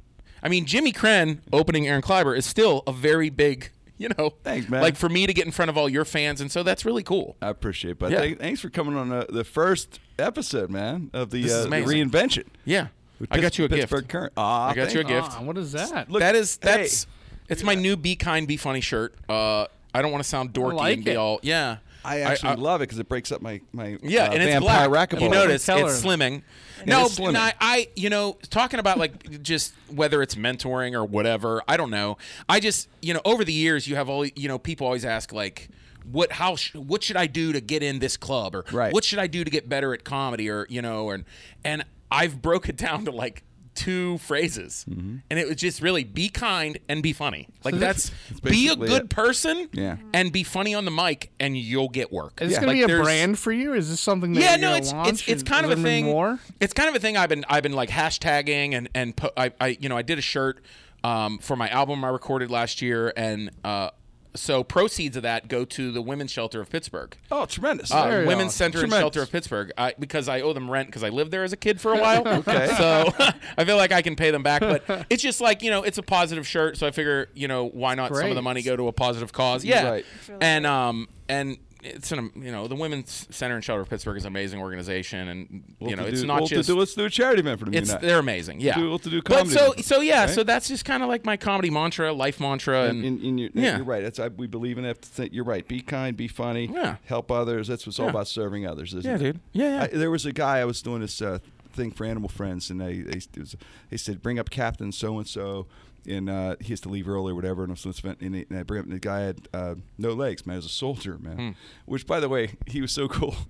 [SPEAKER 5] I mean, Jimmy Crenn opening Aaron Kleiber is still a very big. You know,
[SPEAKER 1] Thanks, man.
[SPEAKER 5] Like for me to get in front of all your fans, and so that's really cool.
[SPEAKER 1] I appreciate, it, but
[SPEAKER 5] Yeah.
[SPEAKER 1] thank- thanks for coming on uh, the first episode, man, of the,
[SPEAKER 5] This is
[SPEAKER 1] uh, the
[SPEAKER 5] amazing.
[SPEAKER 1] reinvention.
[SPEAKER 5] Yeah.
[SPEAKER 1] With
[SPEAKER 5] I got
[SPEAKER 1] Pitts-
[SPEAKER 5] you a
[SPEAKER 1] Pittsburgh
[SPEAKER 5] gift.
[SPEAKER 1] Current. Aw,
[SPEAKER 5] I got you a
[SPEAKER 1] thank-
[SPEAKER 5] gift.
[SPEAKER 2] Ah, what is that?
[SPEAKER 1] Look,
[SPEAKER 5] that is
[SPEAKER 1] hey.
[SPEAKER 5] that's it's my new be kind be funny shirt. Uh I don't want to sound dorky
[SPEAKER 2] like
[SPEAKER 5] and be
[SPEAKER 2] it.
[SPEAKER 5] all yeah.
[SPEAKER 1] I actually love it because it breaks up my my
[SPEAKER 5] yeah,
[SPEAKER 1] uh,
[SPEAKER 5] and it's
[SPEAKER 1] vampire
[SPEAKER 5] black.
[SPEAKER 1] racquetball.
[SPEAKER 5] You notice
[SPEAKER 2] Tell
[SPEAKER 5] it's
[SPEAKER 2] her.
[SPEAKER 5] slimming. no,
[SPEAKER 1] is slimming.
[SPEAKER 5] and I, I, you know, talking about like just whether it's mentoring or whatever. I don't know. I just, you know, over the years, you have all, you know, people always ask like, what, how, sh- what should I do to get in this club, or
[SPEAKER 1] Right.
[SPEAKER 5] what should I do to get better at comedy, or you know, and and I've broke it down to like two phrases,
[SPEAKER 1] Mm-hmm.
[SPEAKER 5] and it was just really be kind and be funny. Like
[SPEAKER 2] that's-
[SPEAKER 5] that's, be a
[SPEAKER 1] basically
[SPEAKER 5] good
[SPEAKER 1] it.
[SPEAKER 5] person,
[SPEAKER 1] Yeah.
[SPEAKER 5] and be funny on the mic, and you'll get work.
[SPEAKER 2] Is this
[SPEAKER 1] Yeah.
[SPEAKER 2] going
[SPEAKER 5] Like,
[SPEAKER 2] to be a
[SPEAKER 5] there's-
[SPEAKER 2] brand for you? Is this something that
[SPEAKER 5] yeah,
[SPEAKER 2] you're
[SPEAKER 5] no,
[SPEAKER 2] gonna
[SPEAKER 5] it's it's
[SPEAKER 2] launch?
[SPEAKER 5] it's
[SPEAKER 2] Is-
[SPEAKER 5] kind
[SPEAKER 2] is
[SPEAKER 5] of a
[SPEAKER 2] there gonna be
[SPEAKER 5] thing.
[SPEAKER 2] More?
[SPEAKER 5] It's kind of a thing. I've been I've been like hashtagging and and po- I, I you know I did a shirt um, for my album I recorded last year and uh, so proceeds of that go to the women's shelter of Pittsburgh.
[SPEAKER 1] Oh, tremendous!
[SPEAKER 5] Uh,
[SPEAKER 2] Very
[SPEAKER 5] Women's
[SPEAKER 2] awesome.
[SPEAKER 5] Center
[SPEAKER 1] Tremendous.
[SPEAKER 5] and Shelter of Pittsburgh, I, because I owe them rent because I lived there as a kid for a while.
[SPEAKER 1] Okay.
[SPEAKER 5] So I feel like I can pay them back, but it's just like you know, it's a positive shirt, so I figure you know why not some of the
[SPEAKER 2] Great.
[SPEAKER 5] money go to a positive cause? Yeah.
[SPEAKER 1] Right.
[SPEAKER 3] really
[SPEAKER 5] And um and it's an you know the Women's Center and Shelter of Pittsburgh is an amazing organization, and you know
[SPEAKER 1] to
[SPEAKER 5] it's
[SPEAKER 1] do,
[SPEAKER 5] not
[SPEAKER 1] well,
[SPEAKER 5] just
[SPEAKER 1] to do, let's do a charity event for them.
[SPEAKER 5] it's they're amazing. Yeah.
[SPEAKER 1] do- we'll to do
[SPEAKER 5] but
[SPEAKER 1] comedy
[SPEAKER 5] so
[SPEAKER 1] with it,
[SPEAKER 5] so yeah,
[SPEAKER 1] right?
[SPEAKER 5] so that's just kind of like my comedy mantra, life mantra, and,
[SPEAKER 1] in, in, in your,
[SPEAKER 5] Yeah.
[SPEAKER 1] you're right. That's I, we believe in it. You're right. Be kind, be funny,
[SPEAKER 5] Yeah.
[SPEAKER 1] help others. That's what's all
[SPEAKER 5] Yeah.
[SPEAKER 1] about serving others, isn't
[SPEAKER 5] Yeah,
[SPEAKER 1] it?
[SPEAKER 5] dude. Yeah, yeah.
[SPEAKER 1] I, there was a guy I was doing this uh, thing for Animal Friends, and they they, it was, they said bring up Captain so and so, and uh, he has to leave early or whatever. And I'm supposed to and, they- and I bring up and the guy had uh, no legs, man. He was a soldier, man. Which, by the way, he was so cool.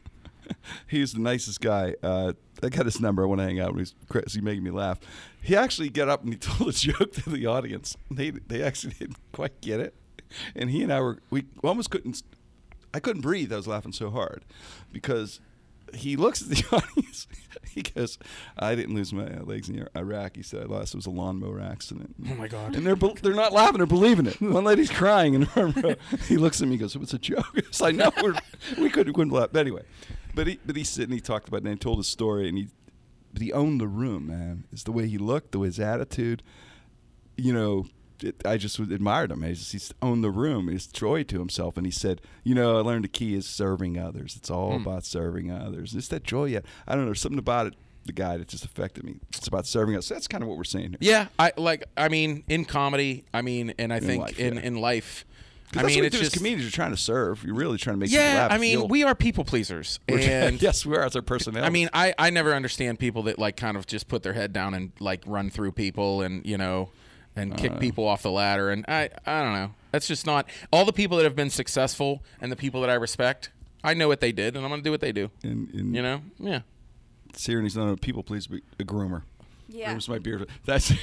[SPEAKER 1] he was the nicest guy. Uh, I got his number. I want to hang out. with him. He's, he's making me laugh. He actually got up and he told a joke to the audience. They they actually didn't quite get it, and he and I were we almost couldn't. I couldn't breathe. I was laughing so hard because he looks at the audience. He goes, "I didn't lose my uh, legs in Iraq." He said, "I lost. It was a lawnmower accident." Oh my god! And they're bel- they're not laughing; they're believing it. One lady's crying in the front row. He looks at me, and goes, "It was a joke." So I know we're, we couldn't couldn't laugh. But anyway, but he but he sit and he talked about it and he told his story and he but he owned the room, man. It's the way he looked, the way his attitude. You know, it, I just was- admired him. He just he's owned the room. He's joy to himself, and he said, "You know, I learned the key is serving others. It's all
[SPEAKER 5] Hmm.
[SPEAKER 1] about serving others. It's that joy. Yet I don't know. There's something about it. The guy that just affected me. It's about serving us. So that's kind of what we're saying here.
[SPEAKER 5] Yeah, I like. I mean, in comedy, I mean, and I think
[SPEAKER 1] life,
[SPEAKER 5] in
[SPEAKER 1] yeah.
[SPEAKER 5] in life,
[SPEAKER 1] 'Cause
[SPEAKER 5] I
[SPEAKER 1] that's
[SPEAKER 5] mean,
[SPEAKER 1] what
[SPEAKER 5] it's
[SPEAKER 1] we do
[SPEAKER 5] just
[SPEAKER 1] as comedians. You're trying to serve. You're really trying to make people
[SPEAKER 5] yeah.
[SPEAKER 1] laugh.
[SPEAKER 5] I mean, we are people pleasers, and
[SPEAKER 1] yes, we are. It's our personality.
[SPEAKER 5] I mean, I I never understand people that like kind of just put their head down and like run through people and you know, and
[SPEAKER 1] Uh.
[SPEAKER 5] kick people off the ladder. And I I don't know. That's just not all the people that have been successful and the people that I respect. I know what they did, and I'm gonna do what they do.
[SPEAKER 1] and, and
[SPEAKER 5] You know? Yeah.
[SPEAKER 1] Sirene's not a people pleaser, but a groomer.
[SPEAKER 3] Yeah.
[SPEAKER 1] Grooms my beard. That's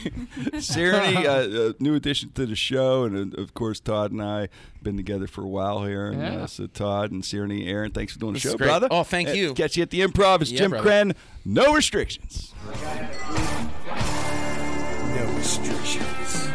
[SPEAKER 1] Sirene, uh, uh, new addition to the show, and uh, of course Todd and I been together for a while here. And,
[SPEAKER 2] Yeah.
[SPEAKER 1] uh, so Todd and Sirene, Aaron, thanks for doing
[SPEAKER 5] This
[SPEAKER 1] the
[SPEAKER 5] is
[SPEAKER 1] show,
[SPEAKER 5] great.
[SPEAKER 1] brother.
[SPEAKER 5] Oh, thank
[SPEAKER 1] And
[SPEAKER 5] you.
[SPEAKER 1] Catch you at the Improv. It's
[SPEAKER 5] Yeah,
[SPEAKER 1] Jim
[SPEAKER 5] brother.
[SPEAKER 1] Crenn. No restrictions.
[SPEAKER 6] no restrictions.